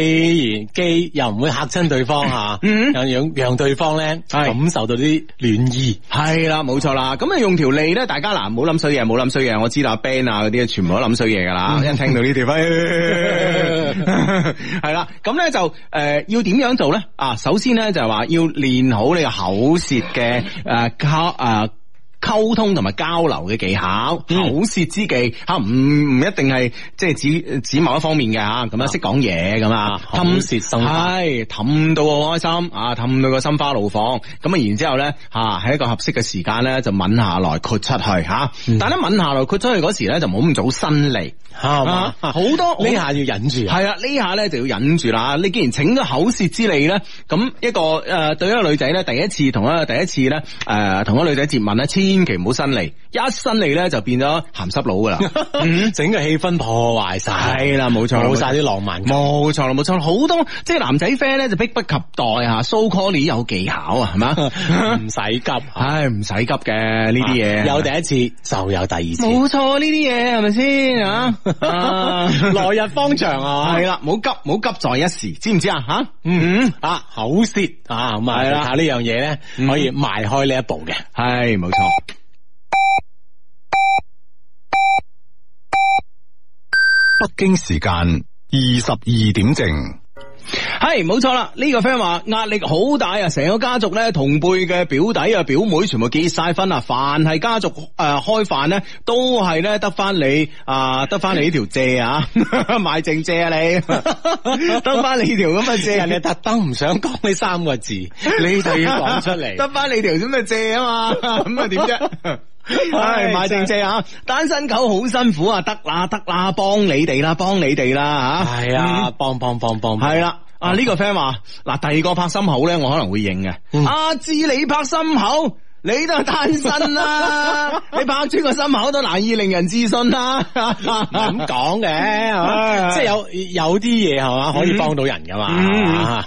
[SPEAKER 2] 然既又唔會嚇親對方吓，
[SPEAKER 1] 嗯
[SPEAKER 2] 又讓讓對方咧
[SPEAKER 1] 係
[SPEAKER 2] 感受到啲暖意，
[SPEAKER 1] 係啦，冇錯啦。咁啊，用條脷咧，大家嗱，冇諗衰嘢，冇諗衰嘢。我知啦，band 啊嗰啲，全部都諗衰嘢噶啦。一聽到呢條， 係啦。咁咧就诶，要點樣做咧？啊，首先咧就係話要練好你個口舌嘅诶交诶。溝通同埋交流嘅技巧，口舌之技吓，唔唔一定係即係指指某一方面嘅吓，咁啊識講嘢咁啊，
[SPEAKER 2] 口舌心
[SPEAKER 1] 氹
[SPEAKER 2] 花
[SPEAKER 1] 係氹到我開心啊，氹到個心花怒放。咁啊，然之後咧嚇喺一個合適嘅時間咧就吻下來豁出去嚇。但係咧吻下來豁出去嗰時咧就唔好咁早伸脷
[SPEAKER 2] 係嘛
[SPEAKER 1] 啊，？好多
[SPEAKER 2] 呢下要忍住啊，
[SPEAKER 1] 係啊，呢下咧就要忍住啦。你既然請咗口舌之利咧，咁一個诶、呃、对一個女仔咧，第一次同一個第一次咧诶、呃同一個女仔接吻咧，千祈唔好伸脷，一伸脷咧就變咗鹹濕佬噶啦。嗯
[SPEAKER 2] 整個氣氛破壞晒，
[SPEAKER 1] 係啦，冇錯啦，
[SPEAKER 2] 冇
[SPEAKER 1] 冇錯
[SPEAKER 2] 晒啲浪漫感。
[SPEAKER 1] 冇錯啦，冇錯啦，好多即係男仔 friend 咧就迫不及待吓，so call 你有技巧啊，係 嘛？
[SPEAKER 2] 唔使急啊
[SPEAKER 1] 唉，唔使急嘅呢啲嘢，
[SPEAKER 2] 有第一次就有第二次，
[SPEAKER 1] 冇錯呢啲嘢係咪先啊？
[SPEAKER 2] 嗯
[SPEAKER 1] 啊
[SPEAKER 2] 來日方長啊，
[SPEAKER 1] 係啦，唔好急，唔好急在一時，知唔知啊？吓，
[SPEAKER 2] 嗯啊，口舌啊，咁啊，
[SPEAKER 1] 係啦
[SPEAKER 2] 靠呢樣嘢咧
[SPEAKER 1] 嗯
[SPEAKER 2] 可以邁開呢一步嘅。
[SPEAKER 1] 係冇錯。
[SPEAKER 3] 北京時間二十二點正。
[SPEAKER 1] 係冇錯啦，呢、個 friend 話壓力好大啊，成個家族咧同輩嘅表弟啊表妹全部結晒婚啦，凡係家族誒、呃、開飯咧，都係咧得翻你啊，得翻你呢條借啊， 買正借啊你， 得翻你條咁嘅借，
[SPEAKER 2] 人哋特登唔想講呢三 個字，你就要講出
[SPEAKER 1] 得
[SPEAKER 2] 嚟。
[SPEAKER 1] 翻你條咁嘅借啊嘛， 咁啊點啫？唉，
[SPEAKER 2] 唉
[SPEAKER 1] 買正借啊！單身狗好辛苦啊，得啦得啦，幫你哋啦，幫你哋啦吓。
[SPEAKER 2] 係啊，幫幫幫幫，
[SPEAKER 1] 系啦。啊！呢、個 friend 話：嗱，第二個拍心口咧，我可能會認嘅。
[SPEAKER 2] 嗯
[SPEAKER 1] 阿志、你拍心口，你都係單身啦、 你拍穿個心口都難以令人置信啦、
[SPEAKER 2] 唔係 咁講嘅，係嘛
[SPEAKER 1] 唉
[SPEAKER 2] 即係有有啲嘢係嘛可以幫到人噶
[SPEAKER 1] 嗯
[SPEAKER 2] 嘛，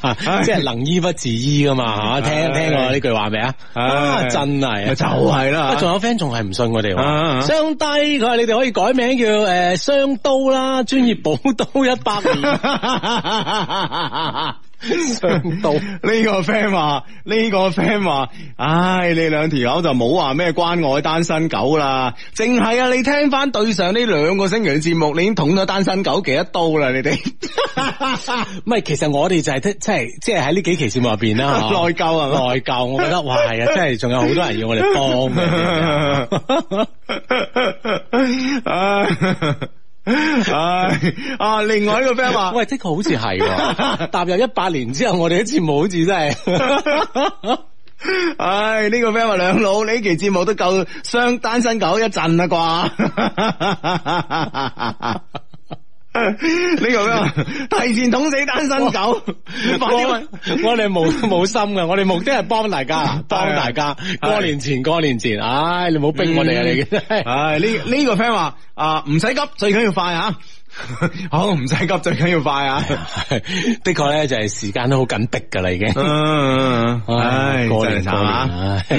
[SPEAKER 2] 啊即係能醫不自醫噶嘛，係嘛？啊聽聽過呢句話未啊？啊，真係啊
[SPEAKER 1] 就係啦
[SPEAKER 2] 啊仲有 friend 仲係唔信我哋
[SPEAKER 1] 啊啊
[SPEAKER 2] 喎，雙低佢話你哋可以改名叫誒雙刀啦，專業寶刀一百 年。
[SPEAKER 1] 上到呢個 friend 話，呢、個 friend 話，唉，你兩條友就冇話咩關愛單身狗啦，淨係啊！你聽翻對上呢兩個星期嘅節目，你已經捅咗單身狗幾多刀啦？你哋
[SPEAKER 2] 唔係，其實我哋就係即係即係喺呢幾期節目入邊 啦，係嘛
[SPEAKER 1] 內疚啊！
[SPEAKER 2] 內疚，我覺得哇係 啊，真係仲有好多人要我哋幫嘅。
[SPEAKER 1] 唉唉啊！另外一個 friend 話，
[SPEAKER 2] 喂， 的確好似係喎，踏入一八年之後，我哋啲節目好似真係
[SPEAKER 1] 唉，呢、個 friend 話兩老，呢期節目都夠雙單身狗一陣啊啦啩。 呢個 friend 話提前捅死單身狗，你 快啲啊搵
[SPEAKER 2] 我我哋冇冇心噶，我哋目的係幫 大家，
[SPEAKER 1] 啊
[SPEAKER 2] 幫大家。過年前，過年前，唉，你唔好逼我哋啊！你真係
[SPEAKER 1] 嗯唉，呢呢個 friend 話啊，唔使急，最緊要快啊！ 好，唔使急，最緊要快 啊！
[SPEAKER 2] 的確咧， 就係時間都好緊迫噶啦，已經。
[SPEAKER 1] 嗯，唉，
[SPEAKER 2] 過
[SPEAKER 1] 真
[SPEAKER 2] 年
[SPEAKER 1] 係慘啊！
[SPEAKER 2] 唉
[SPEAKER 1] 嗯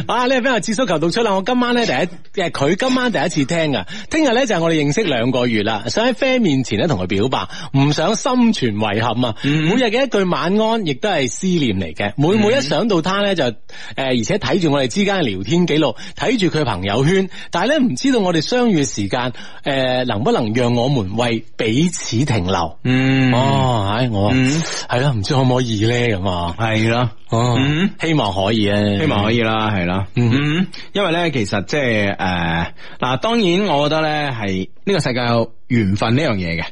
[SPEAKER 1] 嗯
[SPEAKER 2] 啊！呢位 friend 話智叔求讀出啦，我今晚咧第一，誒佢今晚第一次聽噶，聽日咧就係我哋認識兩個月啦，想喺 friend 面前咧同佢表白，唔想心存遺憾啊！
[SPEAKER 1] 嗯
[SPEAKER 2] 每日嘅一句晚安，亦都係思念嚟嘅。每每一想到他咧就誒、而且睇住我哋之間嘅聊天記錄，睇住佢朋友圈，但係咧唔知道我哋相遇嘅時間，誒、能不能讓我們為彼此停留？
[SPEAKER 1] 嗯
[SPEAKER 2] 哦，唉，我係啦，唔知可唔可以咧咁啊？
[SPEAKER 1] 係啦，
[SPEAKER 2] 哦
[SPEAKER 1] 嗯，
[SPEAKER 2] 希望可以啊，
[SPEAKER 1] 希望可以啦，係啦，
[SPEAKER 2] 嗯
[SPEAKER 1] 嗯，因為咧，其實即係誒，嗱，當然我覺得咧係呢個世界有緣分呢樣嘢嘅，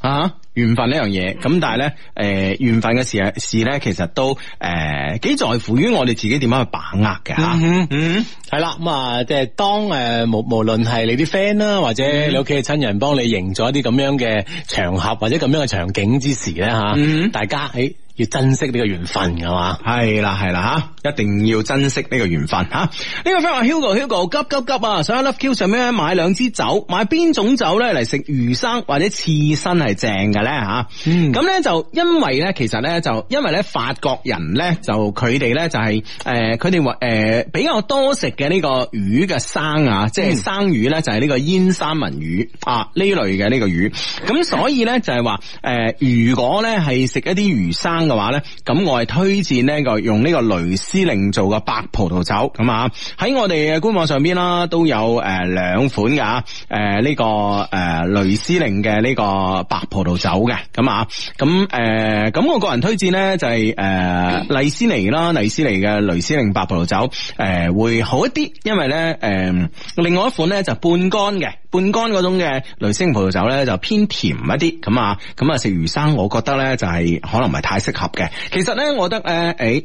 [SPEAKER 1] 啊，緣分呢樣嘢，咁但係咧，誒、緣分嘅事事咧，其實都誒幾、在乎於我哋自己點樣去把握嘅吓，
[SPEAKER 2] 嗯
[SPEAKER 1] 嗯
[SPEAKER 2] 系呃啦，咁啊，即係當诶無無論係你啲 friend 啦，或者
[SPEAKER 1] 嗯
[SPEAKER 2] 你屋企嘅親人幫你營咗一啲咁樣嘅場合或者咁樣嘅場景之時咧吓，
[SPEAKER 1] 嗯
[SPEAKER 2] 大家喺要珍惜呢個緣分噶嘛。
[SPEAKER 1] 係啊啦係啦吓，一定要珍惜呢個緣分吓。呢、個 friend 話 Hugo Hugo 急急急啊！想喺 Love Q 上面咧買兩支酒，買邊種酒咧嚟食魚生或者刺身係正嘅咧吓。
[SPEAKER 2] 嗯
[SPEAKER 1] 咁咧就因為咧，其實咧就因為咧法國人咧就佢哋咧就係、誒佢哋話誒比較多食嘅呢個魚嘅生啊，即係生魚咧就係呢個煙三文魚啊呢類嘅呢個魚。咁所以咧就係話誒，如果咧係食一啲魚生嘅話咧，咁我係推薦呢個用呢個雷司令做嘅白葡萄酒咁啊。喺我哋嘅官網上邊啦，都有誒兩款㗎啊誒呢個誒雷司令嘅呢個白葡萄酒嘅咁啊。咁誒咁我個人推薦咧就係誒麗斯尼啦，麗斯尼嘅雷司令白葡萄酒誒會呃好一啲，因為咧誒另外一款咧就半乾嘅。半乾嗰種嘅雷星葡萄酒咧就偏甜一啲，咁啊，咁啊食魚生，我覺得咧就係、可能唔係太適合嘅。其實咧，我覺得咧，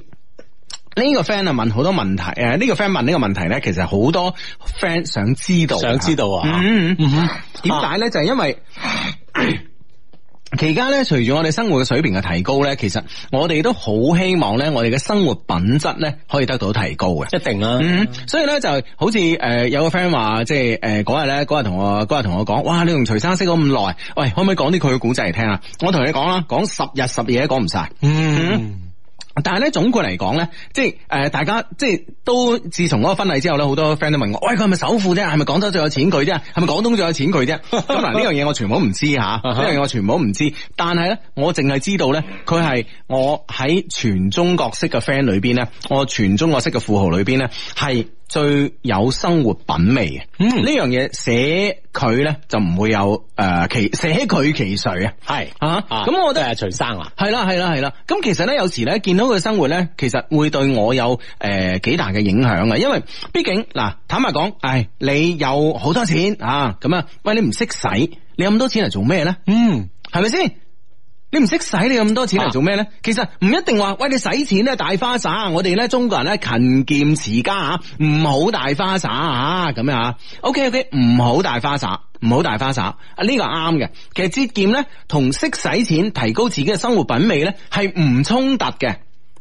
[SPEAKER 1] 誒、呢、個 friend 啊問好多問題，誒、呢、個 friend 問呢個問題咧，其實好多 friend 想知道，
[SPEAKER 2] 想知道啊
[SPEAKER 1] 嗯嗯嗯，點解咧？就係因 為。期間咧，隨住我哋生活嘅水平嘅提高咧，其實我哋都好希望咧，我哋嘅生活品質咧可以得到提高嘅。
[SPEAKER 2] 一定啊啦，
[SPEAKER 1] 嗯，所以咧就好似誒、呃有個 friend 話，即係誒嗰日咧，嗰日同我嗰日同我講，哇！你同徐生識咗咁耐，喂，可唔可以講啲佢嘅古仔嚟聽啊？我同你講啦，講十日十夜都講唔晒。
[SPEAKER 2] 嗯，
[SPEAKER 1] 但係咧，總括嚟講咧，即係誒、呃大家即係都自從嗰個婚禮之後咧，好多 friend 都問我，喂，佢係咪首富啫？係咪廣州最有錢佢啫？係咪廣東最有錢佢啫？咁嗱，呢樣嘢我全部都唔知吓，呢樣嘢我全部都唔知。但係咧，我淨係知道咧，佢係我喺全中國式嘅 friend 裏邊咧，我全中國式嘅富豪裏邊咧，係最有生活品味嘅。
[SPEAKER 2] 嗯
[SPEAKER 1] 呢樣嘢寫佢咧就唔會有誒、呃其寫佢其誰啊。
[SPEAKER 2] 係
[SPEAKER 1] 啊咁我覺得
[SPEAKER 2] 得徐生啊啦，
[SPEAKER 1] 係啦，係啦，係啦。咁其實咧，有時咧見到佢生活咧，其實會對我有誒幾、大嘅影響啊。因為畢竟嗱，坦白講，唉，你有好多錢啊，咁啊，喂，你唔識使，你有咁多錢嚟做咩咧？
[SPEAKER 2] 嗯，
[SPEAKER 1] 係咪先？你唔識使，你有咁多錢嚟做咩咧？其實唔一定話，喂，你使錢咧大花灑，我哋咧中國人咧勤儉持家啊，唔好大花灑啊，咁樣啊。OK OK，唔好大花灑，唔好大花灑，啊呢個啱嘅。其實節儉咧同識使錢、提高自己嘅生活品味咧係唔衝突嘅。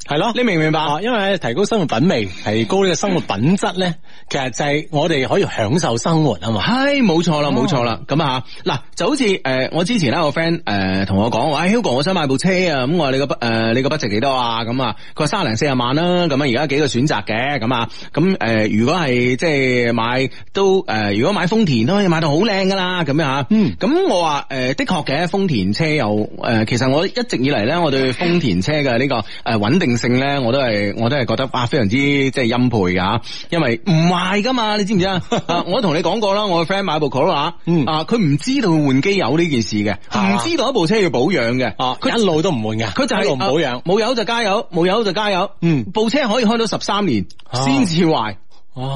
[SPEAKER 2] 係咯，
[SPEAKER 1] 你明唔明白？
[SPEAKER 2] 啊，因為提高生活品味，提高呢個生活品質咧，其實就係我哋可以享受生活啊嘛。
[SPEAKER 1] 係哦冇錯啦，冇錯啦，咁啊，嗱就好似誒、呃我之前咧，我 friend 誒同我講，我話哎 Hugo，我想買部車啊，咁我話你個誒、呃你個 budget 幾多啊？咁啊，佢話三零四十萬啦，咁啊而家幾個選擇嘅，咁啊，咁誒、呃如果係即係買都誒、呃如果買豐田都可以買到好靚噶啦，咁樣啊嚇，
[SPEAKER 2] 嗯
[SPEAKER 1] 咁我話誒、呃的確嘅，豐田車又誒、呃其實我一直以嚟咧，我對豐田車嘅呢個誒穩定性咧，我都係我都係覺得啊，非常之即係欽佩㗎嚇，因為唔壞噶嘛，你知唔知啊？啊我同你講過啦，我個 friend 買部 Corolla，、
[SPEAKER 2] 嗯
[SPEAKER 1] 啊，佢唔知道換機油呢件事嘅，唔、
[SPEAKER 2] 啊
[SPEAKER 1] 知道一部車要保養嘅，
[SPEAKER 2] 啊，佢一路都唔換嘅，
[SPEAKER 1] 佢就係
[SPEAKER 2] 一路唔保
[SPEAKER 1] 啊
[SPEAKER 2] 養。
[SPEAKER 1] 冇油就加油，冇油就加油，
[SPEAKER 2] 嗯
[SPEAKER 1] 部車可以開到十三年
[SPEAKER 2] 啊
[SPEAKER 1] 先至壞。
[SPEAKER 2] 哇！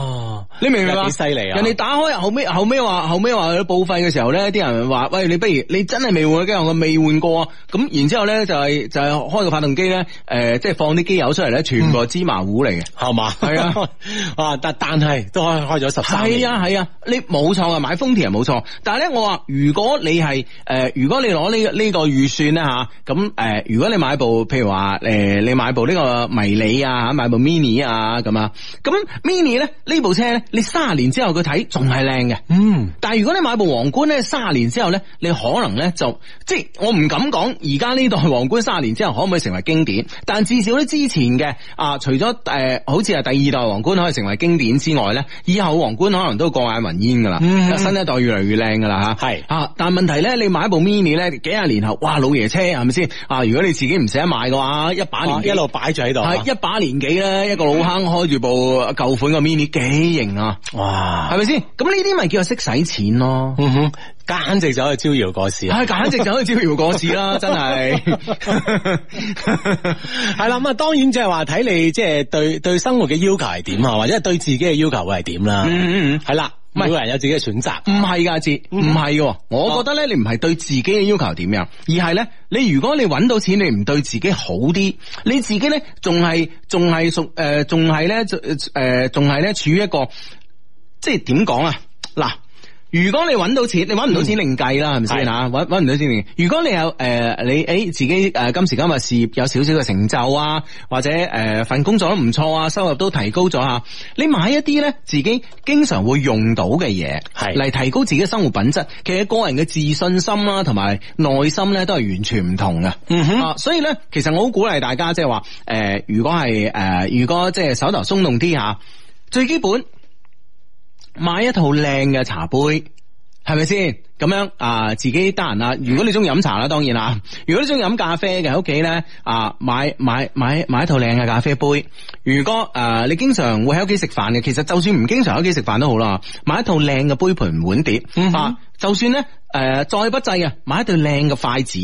[SPEAKER 1] 你明唔明啊？
[SPEAKER 2] 幾犀利啊
[SPEAKER 1] 人哋打開後尾後尾話後尾話佢報廢嘅時候咧，啲人話：喂，你不如你真係未換嘅，我未換過啊！咁然之後咧就係、就係、開個發動機咧，誒、即係放啲機油出嚟咧，全部係芝麻糊嚟嘅。
[SPEAKER 2] 係嘛？
[SPEAKER 1] 係啊，
[SPEAKER 2] 啊，但但係都開開咗十三
[SPEAKER 1] 係
[SPEAKER 2] 年，
[SPEAKER 1] 啊係啊，你冇錯啊，買豐田係冇錯。但係咧，我話如果你係誒、呃如果你攞呢呢個預算咧吓，咁、誒，如果你買部譬如話誒、呃你買部呢個迷你啊，買部 mini 啊咁啊，咁 mini 咧呢部車咧，你卅年之後佢睇仲係靚嘅。
[SPEAKER 2] 嗯，
[SPEAKER 1] 但係如果你買部皇冠咧，卅年之後咧，你可能咧就即係我唔敢講而家呢代皇冠卅年之後可唔可以成為經典，但至少咧之前嘅啊，除咗誒、呃好似係第二代皇冠可以成為經典之外咧，以後皇冠可能都過眼雲煙噶啦，啊
[SPEAKER 2] 嗯
[SPEAKER 1] 新一代越嚟越靚噶啦吓，
[SPEAKER 2] 係
[SPEAKER 1] 啊，但問題咧，你買部 mini 咧，幾廿年後，哇，老爺車係咪先啊？如果你自己唔捨得買嘅話，一把年
[SPEAKER 2] 啊
[SPEAKER 1] 紀
[SPEAKER 2] 一路擺住喺度，啊
[SPEAKER 1] 係一把年紀咧，一個老坑開住部舊款嘅 mini 幾型啊！
[SPEAKER 2] 哇
[SPEAKER 1] 係！咪先？咁呢啲咪叫做識使錢咯。
[SPEAKER 2] 嗯哼，簡直就可以招搖過市啊！
[SPEAKER 1] 唉，簡直就可以招搖過市啦，真係。
[SPEAKER 2] 系啦，咁啊，當然即 係話睇你即係對對生活嘅要求係點啊，或者係對自己嘅要求會係點啦。
[SPEAKER 1] 嗯嗯
[SPEAKER 2] 係啦，
[SPEAKER 1] 唔係
[SPEAKER 2] 每個人有自己嘅選擇。
[SPEAKER 1] 嗯，唔係噶，志，唔係
[SPEAKER 2] 哦
[SPEAKER 1] 嘅。我覺得咧，你唔係對自己嘅要求點樣，而係咧，你如果你揾到錢，你唔對自己好啲，你自己咧仲係仲係屬誒，仲係咧誒，仲係咧處於一個即係點講啊？嗱。如果你揾到錢，你揾唔到錢另計啦，係咪先
[SPEAKER 2] 嗯係
[SPEAKER 1] 嚇？揾揾唔到錢另計。如果你有誒、呃你誒、欸自己誒、呃今時今日事業有少少嘅成就啊，或者誒、呃份工作都唔錯啊，收入都提高咗啊，你買一啲咧自己經常會用到嘅嘢，
[SPEAKER 2] 係
[SPEAKER 1] 嚟提高自己嘅生活品質。其實個人嘅自信心啦、同埋內心咧都係完全唔同嘅。
[SPEAKER 2] 嗯哼
[SPEAKER 1] 啊，所以咧，其實我好鼓勵大家，即係話誒，如果係誒、呃如果即係手頭鬆動啲嚇，最基本。買一套靚嘅茶杯，係咪先？咁樣啊，自己得閒啦。如果你中意飲茶啦，當然啦。如果你中意飲咖啡嘅，喺屋企咧啊，買買買買一套靚嘅咖啡杯。如果诶、啊你經常會喺屋企食飯嘅，其實就算唔經常喺屋企食飯都好啦，買一套靚嘅杯盤碗碟、
[SPEAKER 2] 嗯哼
[SPEAKER 1] 啊。就算咧诶、呃再不濟啊，買一對靚嘅筷子。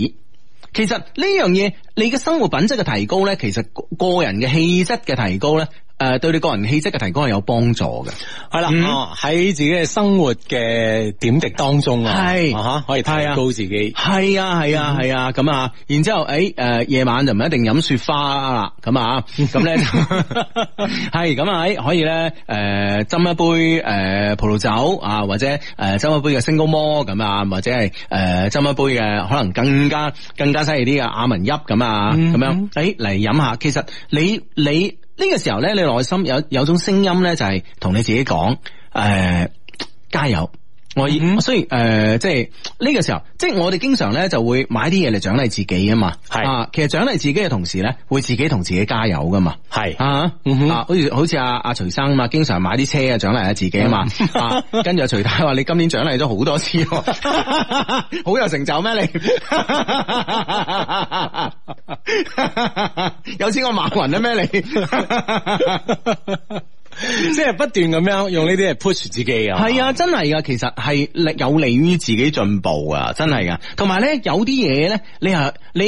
[SPEAKER 1] 其實呢樣嘢，你嘅生活品質嘅提高咧，其實個個人嘅氣質嘅提高咧，诶、對你個人氣質嘅提高係有幫助嘅。
[SPEAKER 2] 係啦，
[SPEAKER 1] 嗯
[SPEAKER 2] 啊喺自己嘅生活嘅點滴當中啊，
[SPEAKER 1] 係
[SPEAKER 2] 啊哈可以提高自己。
[SPEAKER 1] 系啊系啊系啊咁啊，然之后诶诶夜晚就唔一定飲雪花啦，咁啊咁咧 係咁啊，誒可以咧诶斟一杯诶葡萄酒啊，或者诶斟一杯嘅星高摩咁啊，或者係诶斟一杯嘅可能更加更加犀利啲嘅亞文邑咁啊，咁樣诶嚟飲下。其實你你呢個時候咧，你內心有有種聲音咧，就係同你自己講诶加油。我以、
[SPEAKER 2] 嗯
[SPEAKER 1] 所以誒、呃即係呢個時候，即係我哋經常咧就會買啲嘢嚟獎勵自己啊嘛。
[SPEAKER 2] 係
[SPEAKER 1] 啊，其實獎勵自己嘅同時咧，會自己同自己加油噶嘛。
[SPEAKER 2] 係
[SPEAKER 1] 啊，
[SPEAKER 2] 嗯哼
[SPEAKER 1] 啊，好似好似阿阿徐生啊嘛，經常買啲車啊獎勵下自己啊 嘛。啊，跟住阿徐太話：你今年獎勵咗好多次 喎，好有成就咩你？有錢我馬雲啦咩你？
[SPEAKER 2] 即係不斷咁樣用呢啲嚟 push 自己啊。
[SPEAKER 1] 系啊，真系噶，其實係利有利於自己進步啊，真係噶。同埋咧，有啲嘢咧，你係你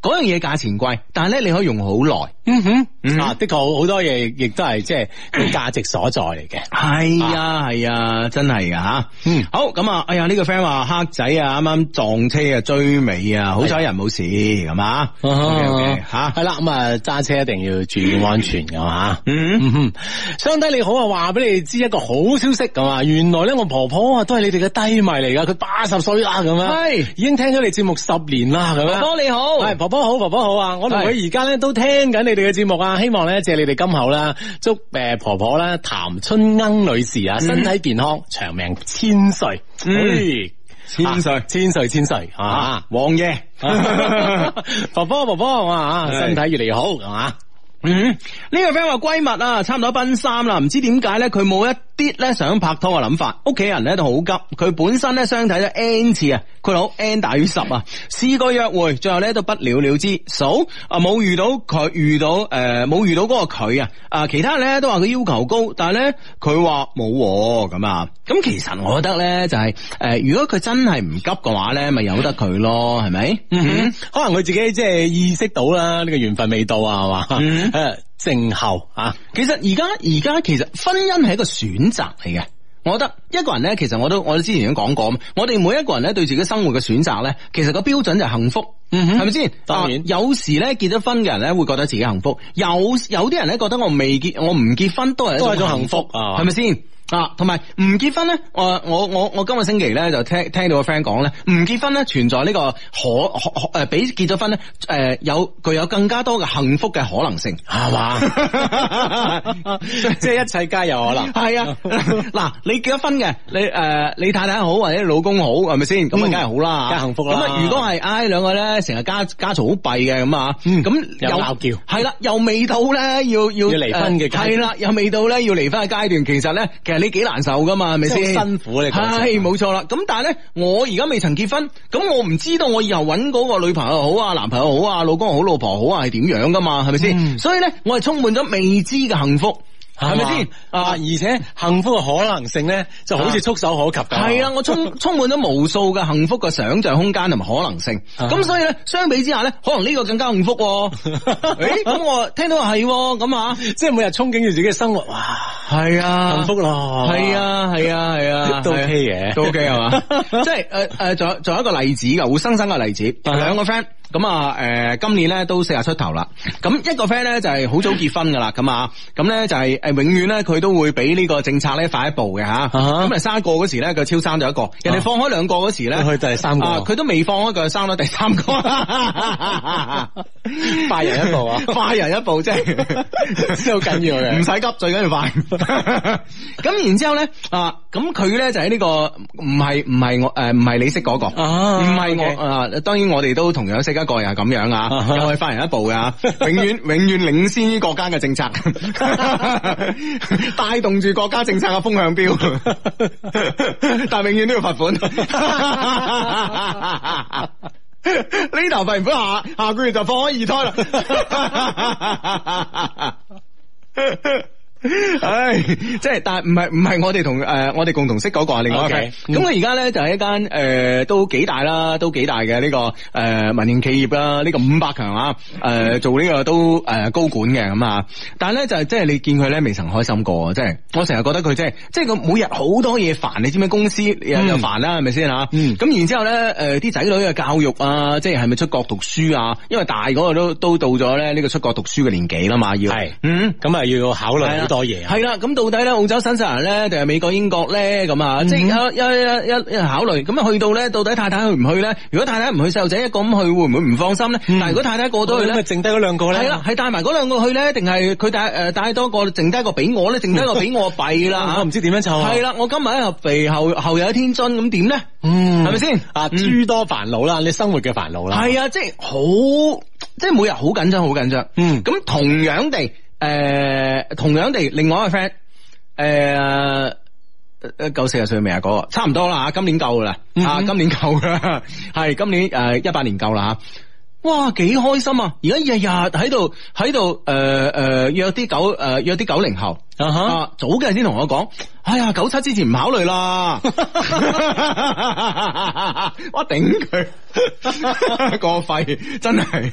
[SPEAKER 1] 嗰樣嘢價錢貴，但係咧你可以用好耐。
[SPEAKER 2] 嗯哼，
[SPEAKER 1] 嗯
[SPEAKER 2] 啊，的確好多嘢亦都係即 係佢價值所在嚟嘅。
[SPEAKER 1] 係啊，係啊，真係噶吓。
[SPEAKER 2] 嗯
[SPEAKER 1] 好咁啊，哎呀，呢、個 friend 話黑仔啊，啱啱撞車啊，追尾啊，好彩人冇事咁啊。OK，OK，吓，
[SPEAKER 2] 係啦，咁啊揸車一定要注意安全噶嘛。
[SPEAKER 1] 嗯，
[SPEAKER 2] 嗯哼，相低你好啊，話俾你知一個好消息咁啊！原來咧我婆婆啊都係你哋嘅低迷嚟噶，佢八十歲啦咁樣，
[SPEAKER 1] 係哦
[SPEAKER 2] 已經聽咗你節目十年啦咁樣。
[SPEAKER 1] 哥你好，
[SPEAKER 2] 係婆哎婆好，婆婆好啊！我同佢而家咧都聽緊你哋嘅節目啊，希望咧借你哋今後啦，祝誒婆婆啦譚春鶯女士啊身體健康，長命千歲，
[SPEAKER 1] 嗯千歲
[SPEAKER 2] 啊千歲千歲啊
[SPEAKER 1] 啊，！王爺。 啊
[SPEAKER 2] 婆婆婆婆啊，身體越嚟越好係嘛？
[SPEAKER 1] 嗯，呢、個 friend 話閨蜜啊，差唔多奔三啦，唔知點解咧，佢冇一啲咧想拍拖嘅諗法，屋企人咧都好急，佢本身咧相睇咗 N 次啊，佢老 N 大於十啊，試過約會，最後咧都不了了之，數啊冇遇到佢遇到诶冇、遇到嗰個佢啊，啊其他人咧都話佢要求高，但係咧佢話冇喎咁啊，咁其實我覺得咧就係呃如果佢真係唔急嘅話咧，咪由得佢咯，係咪？
[SPEAKER 2] 嗯 嗯哼，可能佢自己即係意識到啦，呢、個緣分未到啊，係嘛？誒、
[SPEAKER 1] 嗯
[SPEAKER 2] 靜候啊！
[SPEAKER 1] 其實而家而家其實婚姻係一個選擇嚟嘅。我覺得一個人咧，其實我都我哋之前都講過，我哋每一個人咧對自己生活嘅選擇咧，其實個標準就係幸福，係咪先？
[SPEAKER 2] 當嗯然
[SPEAKER 1] 啊有時咧結咗婚嘅人咧會覺得自己幸福，有有啲人咧覺得我未結，我唔結婚都係
[SPEAKER 2] 都係一
[SPEAKER 1] 一種
[SPEAKER 2] 種
[SPEAKER 1] 幸
[SPEAKER 2] 幸
[SPEAKER 1] 福
[SPEAKER 2] 福啊
[SPEAKER 1] 係咪先？啊，同埋唔結婚咧，我我我我今個星期咧就聽聽到個 friend 講咧，唔結婚咧存在呢個可可可誒，比結咗婚咧誒有具有更加多嘅幸福嘅可能性。
[SPEAKER 2] 係嘛？ 即係一切皆有可能。
[SPEAKER 1] 系 啊，嗱，你結咗婚嘅，你诶、呃你太太好或者你老公好，係咪先？咁啊，梗
[SPEAKER 2] 嗯
[SPEAKER 1] 係好啦，
[SPEAKER 2] 梗係幸福啦
[SPEAKER 1] 咁啊，如果係唉兩個咧成日家家嘈好閉嘅咁啊，咁
[SPEAKER 2] 有拗撬
[SPEAKER 1] 係啦，又未到咧要要要呃
[SPEAKER 2] 要離婚嘅階段
[SPEAKER 1] 係啦，又未到咧要離婚嘅階段，其實咧其實你幾難受噶嘛，係咪
[SPEAKER 2] 即
[SPEAKER 1] 先？
[SPEAKER 2] 係好辛苦啊你講真
[SPEAKER 1] 係冇錯啦。咁但係咧，我而家未曾結婚，咁我唔知道我以後揾嗰個女朋友好啊、男朋友好啊、老公好、老婆好啊係點樣噶嘛，係咪先？所以咧，我係充滿咗未知嘅幸福。嗯係哦咪先？啊
[SPEAKER 2] 啊，而且幸福嘅可能性咧，就好似觸手可及咁。
[SPEAKER 1] 系啊，我充 充滿咗無數嘅幸福嘅想像空間同埋可能性。
[SPEAKER 2] 啊
[SPEAKER 1] 咁所以咧，相比之下咧，可能呢個更加幸福 喎。诶，咁我聽到話係喎咁啊，
[SPEAKER 2] 即係每日憧憬住自己嘅生活，哇，
[SPEAKER 1] 係啊
[SPEAKER 2] 幸福咯。
[SPEAKER 1] 係，啊，係啊，係啊，
[SPEAKER 2] 都
[SPEAKER 1] 係啊
[SPEAKER 2] OK 嘅
[SPEAKER 1] 都 OK 係嘛？ 即係诶诶，仲有仲有一個例子嘅，活生生嘅例子，
[SPEAKER 2] 啊
[SPEAKER 1] 兩個 friend。咁啊，诶、今年咧都四十出頭啦。咁一個 friend 咧就係好早結婚噶啦，咁啊，咁咧就係誒永遠咧佢都會比呢個政策咧快一步嘅吓。
[SPEAKER 2] 哈
[SPEAKER 1] 咁啊，生一個嗰時咧佢超生咗一個，人哋放開兩個嗰時咧，
[SPEAKER 2] 去第三個
[SPEAKER 1] 啊佢都未放開佢就生咗第三個，快
[SPEAKER 2] 人一步 啊
[SPEAKER 1] 快人一步啫，
[SPEAKER 2] 真係好緊要嘅
[SPEAKER 1] 唔使急，最緊要快。 咁然之後咧啊，咁佢咧就喺呢個唔係唔係我誒唔係你識嗰個，
[SPEAKER 2] 啊
[SPEAKER 1] 唔係我
[SPEAKER 2] OK
[SPEAKER 1] 啊，當然我哋都同樣識一個人係咁樣
[SPEAKER 2] 啊
[SPEAKER 1] 啊，
[SPEAKER 2] 哈
[SPEAKER 1] 又係快人一步 噶，永遠永遠領先於國家嘅政策，帶動住國家政策嘅風向 標，但永遠都要罰款。呢頭罰完款，下下個月就放開二胎 啦。唉，即係但係唔係唔係我哋同诶我哋共同識嗰個啊，另外一個
[SPEAKER 2] OK，
[SPEAKER 1] 咁佢而家咧就係一間诶、呃都幾大啦，都幾大嘅呢、個呃民營企業啦，呢、個五百強啊，诶、
[SPEAKER 2] 嗯
[SPEAKER 1] 做呢個都诶、呃高管嘅咁啊，但係咧就係即係你見佢咧未曾開心過啊，即係我成日覺得佢即係即係佢每日好多嘢煩，你知唔知公司又又煩啦，係咪先啊？
[SPEAKER 2] 嗯
[SPEAKER 1] 咁然之後咧，誒、啲仔女嘅教育啊，即係係咪出國讀書啊？因為大嗰個都都到咗咧呢個出國讀書嘅年紀啦嘛，要
[SPEAKER 2] 係
[SPEAKER 1] 嗯。
[SPEAKER 2] 咁啊要考
[SPEAKER 1] 係
[SPEAKER 2] 慮
[SPEAKER 1] 啦
[SPEAKER 2] 好多嘢啊。
[SPEAKER 1] 係啦，咁到底咧澳洲、新西蘭咧，定係美國、英國咧咁啊？即係有有有有有考慮。咁啊，去到咧，到底太太去唔去咧？如果太太唔去，細路仔一個咁去，會唔會唔放心咧？但係如果太太過到去
[SPEAKER 2] 咁
[SPEAKER 1] 咧
[SPEAKER 2] 啊，，剩低嗰兩個咧，
[SPEAKER 1] 係啦，係帶埋嗰兩個去咧，定係佢帶誒帶多個，剩低一個俾我咧，剩低一個俾我弊 啦
[SPEAKER 2] 我唔知點樣湊啊。
[SPEAKER 1] 係啦，我今日喺合肥，後後日喺天津，咁點咧？
[SPEAKER 2] 嗯，
[SPEAKER 1] 係咪先
[SPEAKER 2] 啊，
[SPEAKER 1] 嗯
[SPEAKER 2] 諸多煩惱啦，你生活嘅煩惱啦。
[SPEAKER 1] 系啊，即係好，即係每日好緊張，好緊張。
[SPEAKER 2] 嗯
[SPEAKER 1] 咁同樣地，诶、同樣地，另外一個 friend，诶、呃，够四十歲未啊？嗰、個差唔多啦，今年夠啦，
[SPEAKER 2] 嗯
[SPEAKER 1] 啊，今年夠啦， 係今年诶一八年夠啦吓。哇，幾開心啊！而家日日喺度喺度诶诶約啲九诶、呃、約啲九零後。
[SPEAKER 2] 啊哈
[SPEAKER 1] 啊，早嘅人先同我講，哎呀，九七之前唔考慮 啦，我頂佢 個肺，真係。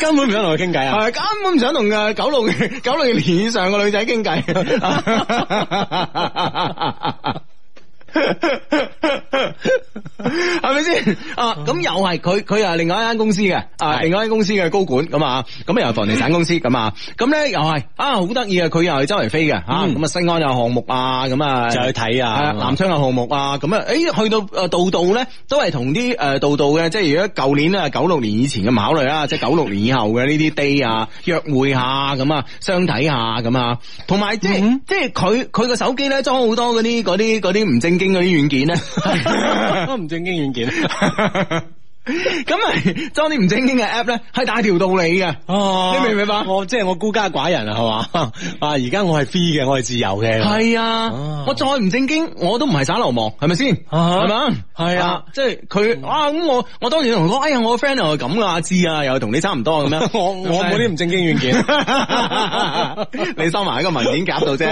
[SPEAKER 2] 根本唔想同佢傾偈啊。
[SPEAKER 1] 系根本唔想同嘅九六嘅 九六年以上嘅女仔傾偈。 係咪先啊？咁又係佢，佢又係另外一間公司嘅，啊，
[SPEAKER 2] 係
[SPEAKER 1] 另外一間公司嘅高管咁啊，咁又係房地產公司咁啊，咁咧又係啊，好得意啊！佢又係周圍飛嘅啊，
[SPEAKER 2] 嗯
[SPEAKER 1] 咁啊，西安有項目啊，咁啊，
[SPEAKER 2] 就去睇啊
[SPEAKER 1] 係
[SPEAKER 2] 咁啊
[SPEAKER 1] 南昌有項目啊，咁啊，诶，去到诶度度咧，都係同啲诶度度嘅，即係如果舊年啊九六年以前嘅唔考慮啊啦，即係九六年以後嘅呢啲 day 啊，約會下咁啊，相睇下咁啊，同埋
[SPEAKER 2] 嗯
[SPEAKER 1] 即係即係佢佢個手機咧裝好多嗰啲嗰啲嗰啲唔正經嗰啲軟件 咧。
[SPEAKER 2] 唔正經軟件。
[SPEAKER 1] 咁咪裝啲唔正經嘅 app 咧，係大條道理嘅。
[SPEAKER 2] 哦
[SPEAKER 1] 你明唔明白
[SPEAKER 2] 我即係我孤家寡人啊，係嘛？ 啊，而家我係 free 嘅，我係自由嘅。
[SPEAKER 1] 係啊
[SPEAKER 2] 哦，
[SPEAKER 1] 我再唔正經，我都唔係耍流氓，係咪先？
[SPEAKER 2] 啊
[SPEAKER 1] 係咪？
[SPEAKER 2] 係啊，
[SPEAKER 1] 即係佢啊咁，我我當然同佢講，哎呀，我個 friend 又係咁噶，知啊，又係同你差唔多咁樣。
[SPEAKER 2] 我我冇啲唔正經軟件。
[SPEAKER 1] 你收埋喺個 文件夾度啫，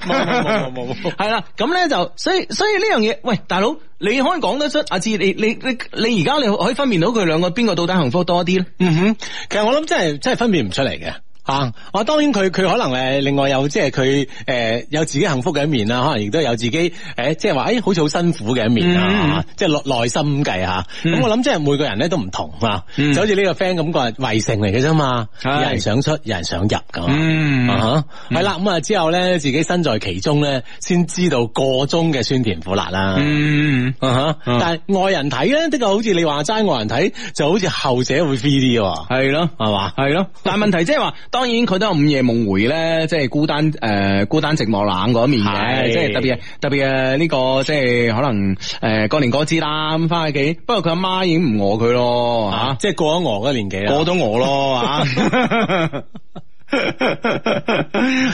[SPEAKER 2] 冇冇冇冇冇
[SPEAKER 1] 係啦，咁咧就所以所以呢樣嘢，喂，大佬，你可以講得出阿志，你你你你而家你可以分辨到佢兩個邊個到底幸福多啲咧？
[SPEAKER 2] 嗯哼，其實我諗真係真係分辨唔出嚟嘅。啊！我當然佢佢可能誒，另外有即係佢誒有自己幸福嘅一面啦，可能亦都有自己誒、即係話誒，好似好辛苦嘅一面
[SPEAKER 1] 嗯
[SPEAKER 2] 啦、啊即係內內心咁計嚇。咁、我諗即係每個人咧都唔同啊，
[SPEAKER 1] 嗯
[SPEAKER 2] 就好似呢個 friend 咁個係圍城嚟嘅啫嘛，有人想出，有人想入咁。
[SPEAKER 1] 嗯
[SPEAKER 2] 啊哈，係啦，咁啊之後咧，自己身在其中咧，先知道個中嘅酸甜苦辣啦。
[SPEAKER 1] 嗯，
[SPEAKER 2] 啊哈，
[SPEAKER 1] 嗯
[SPEAKER 2] 但係外人睇咧，的確好似你話齋，外人睇就好似後者會 free 啲喎，
[SPEAKER 1] 係咯。
[SPEAKER 2] 係嘛？
[SPEAKER 1] 係咯，但係問題即係話，當然佢都有午夜夢回咧，即係孤單誒、呃孤單寂寞冷嗰一面嘅，
[SPEAKER 2] 係
[SPEAKER 1] 即係特別特別嘅呢個即係可能誒、呃、過年過節啦咁翻屋企，不過佢阿媽已經唔餓佢咯吓。
[SPEAKER 2] 啊，即係過咗我嘅年紀啦。
[SPEAKER 1] 過咗我咯啊！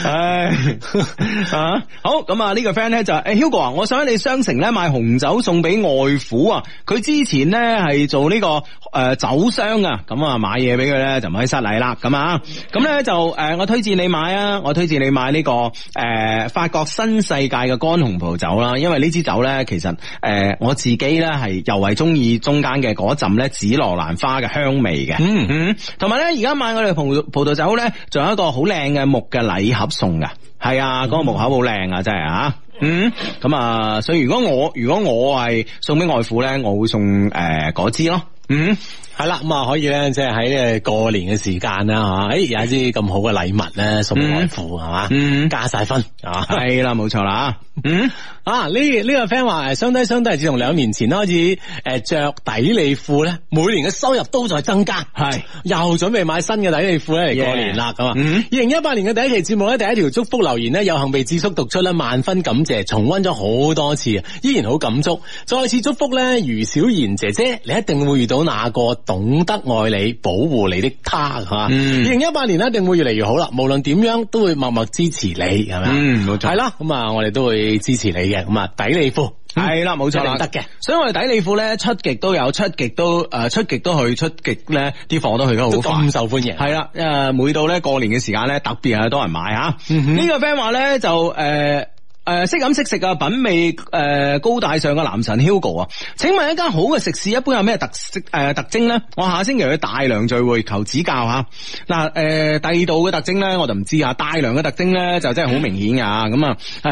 [SPEAKER 1] 唉，啊好咁啊！呢個 friend 咧就誒、欸 Hugo 啊，我想喺你商城咧買紅酒送俾外父啊。佢之前咧係做呢、個誒、呃酒商啊，咁啊買嘢俾佢咧就唔可以失禮啦。咁啊，咁咧就誒、呃我推薦你買啊，我推薦你買呢、個誒、呃法國新世界嘅乾紅葡酒啊啦，因為呢支酒咧其實誒、呃我自己咧係尤為中意中間嘅嗰陣咧紫羅蘭花嘅香味嘅。
[SPEAKER 2] 嗯
[SPEAKER 1] 嗯，同埋咧，而家買我哋葡葡萄酒咧，仲有一個好靚嘅木嘅禮盒送噶，係
[SPEAKER 2] 嗯
[SPEAKER 1] 啊，嗰、個木盒好靚啊，真係啊。嗯，咁啊，所以如果我如果我係送俾外父咧，我會送誒嗰支咯。嗯，
[SPEAKER 2] 係啦，咁啊可以咧，即係喺誒過年嘅時間啦吓，誒有一啲咁好嘅禮物咧送俾外父係嘛，
[SPEAKER 1] 嗯
[SPEAKER 2] 加晒分啊。
[SPEAKER 1] 係啦，冇錯啦。嗯，
[SPEAKER 2] 啊！呢呢個 friend 話誒，相低相低，自從兩年前開始誒着底裏褲咧，每年嘅收入都在增加，
[SPEAKER 1] 係
[SPEAKER 2] 又準備買新嘅底裏褲咧嚟過
[SPEAKER 1] Yeah
[SPEAKER 2] 年啦咁啊！
[SPEAKER 1] 嗯
[SPEAKER 2] 二零一八年嘅第一期節目咧，第一條祝福留言咧，有幸被智叔讀出咧，萬分感謝，重温咗好多次啊，依然好感觸。再次祝福咧，余小賢姐姐，你一定會遇到那個懂得愛你、保護你的他，係嘛？
[SPEAKER 1] 嗯
[SPEAKER 2] 二零一八年咧，一定會越嚟越好啦，無論點樣都會默默支持你，係咪啊？
[SPEAKER 1] 嗯冇錯
[SPEAKER 2] 係啦，咁啊，我哋都會支持你嘅，咁啊，抵你褲，
[SPEAKER 1] 係啦，冇錯啦，
[SPEAKER 2] 一定得嘅。
[SPEAKER 1] 所以我哋底裏褲咧出極都有，出極都誒、呃出極都去，出極咧啲貨都去得好
[SPEAKER 2] 都
[SPEAKER 1] 快
[SPEAKER 2] 咁。受歡迎，
[SPEAKER 1] 係啦，誒，每到咧過年嘅時間咧，特別係多人買吓。呢、個 friend 話咧就呃誒。誒，識飲識食啊，品味誒、高大上嘅男神 Hugo 啊，請問一間好嘅食肆一般有咩特色誒、呃特徵咧？我下星期去大量聚會，求指教吓。嗱、誒、呃第二度嘅特徵咧，我就唔知啊。大量嘅特徵咧，就真係好明顯噶。咁啊，誒、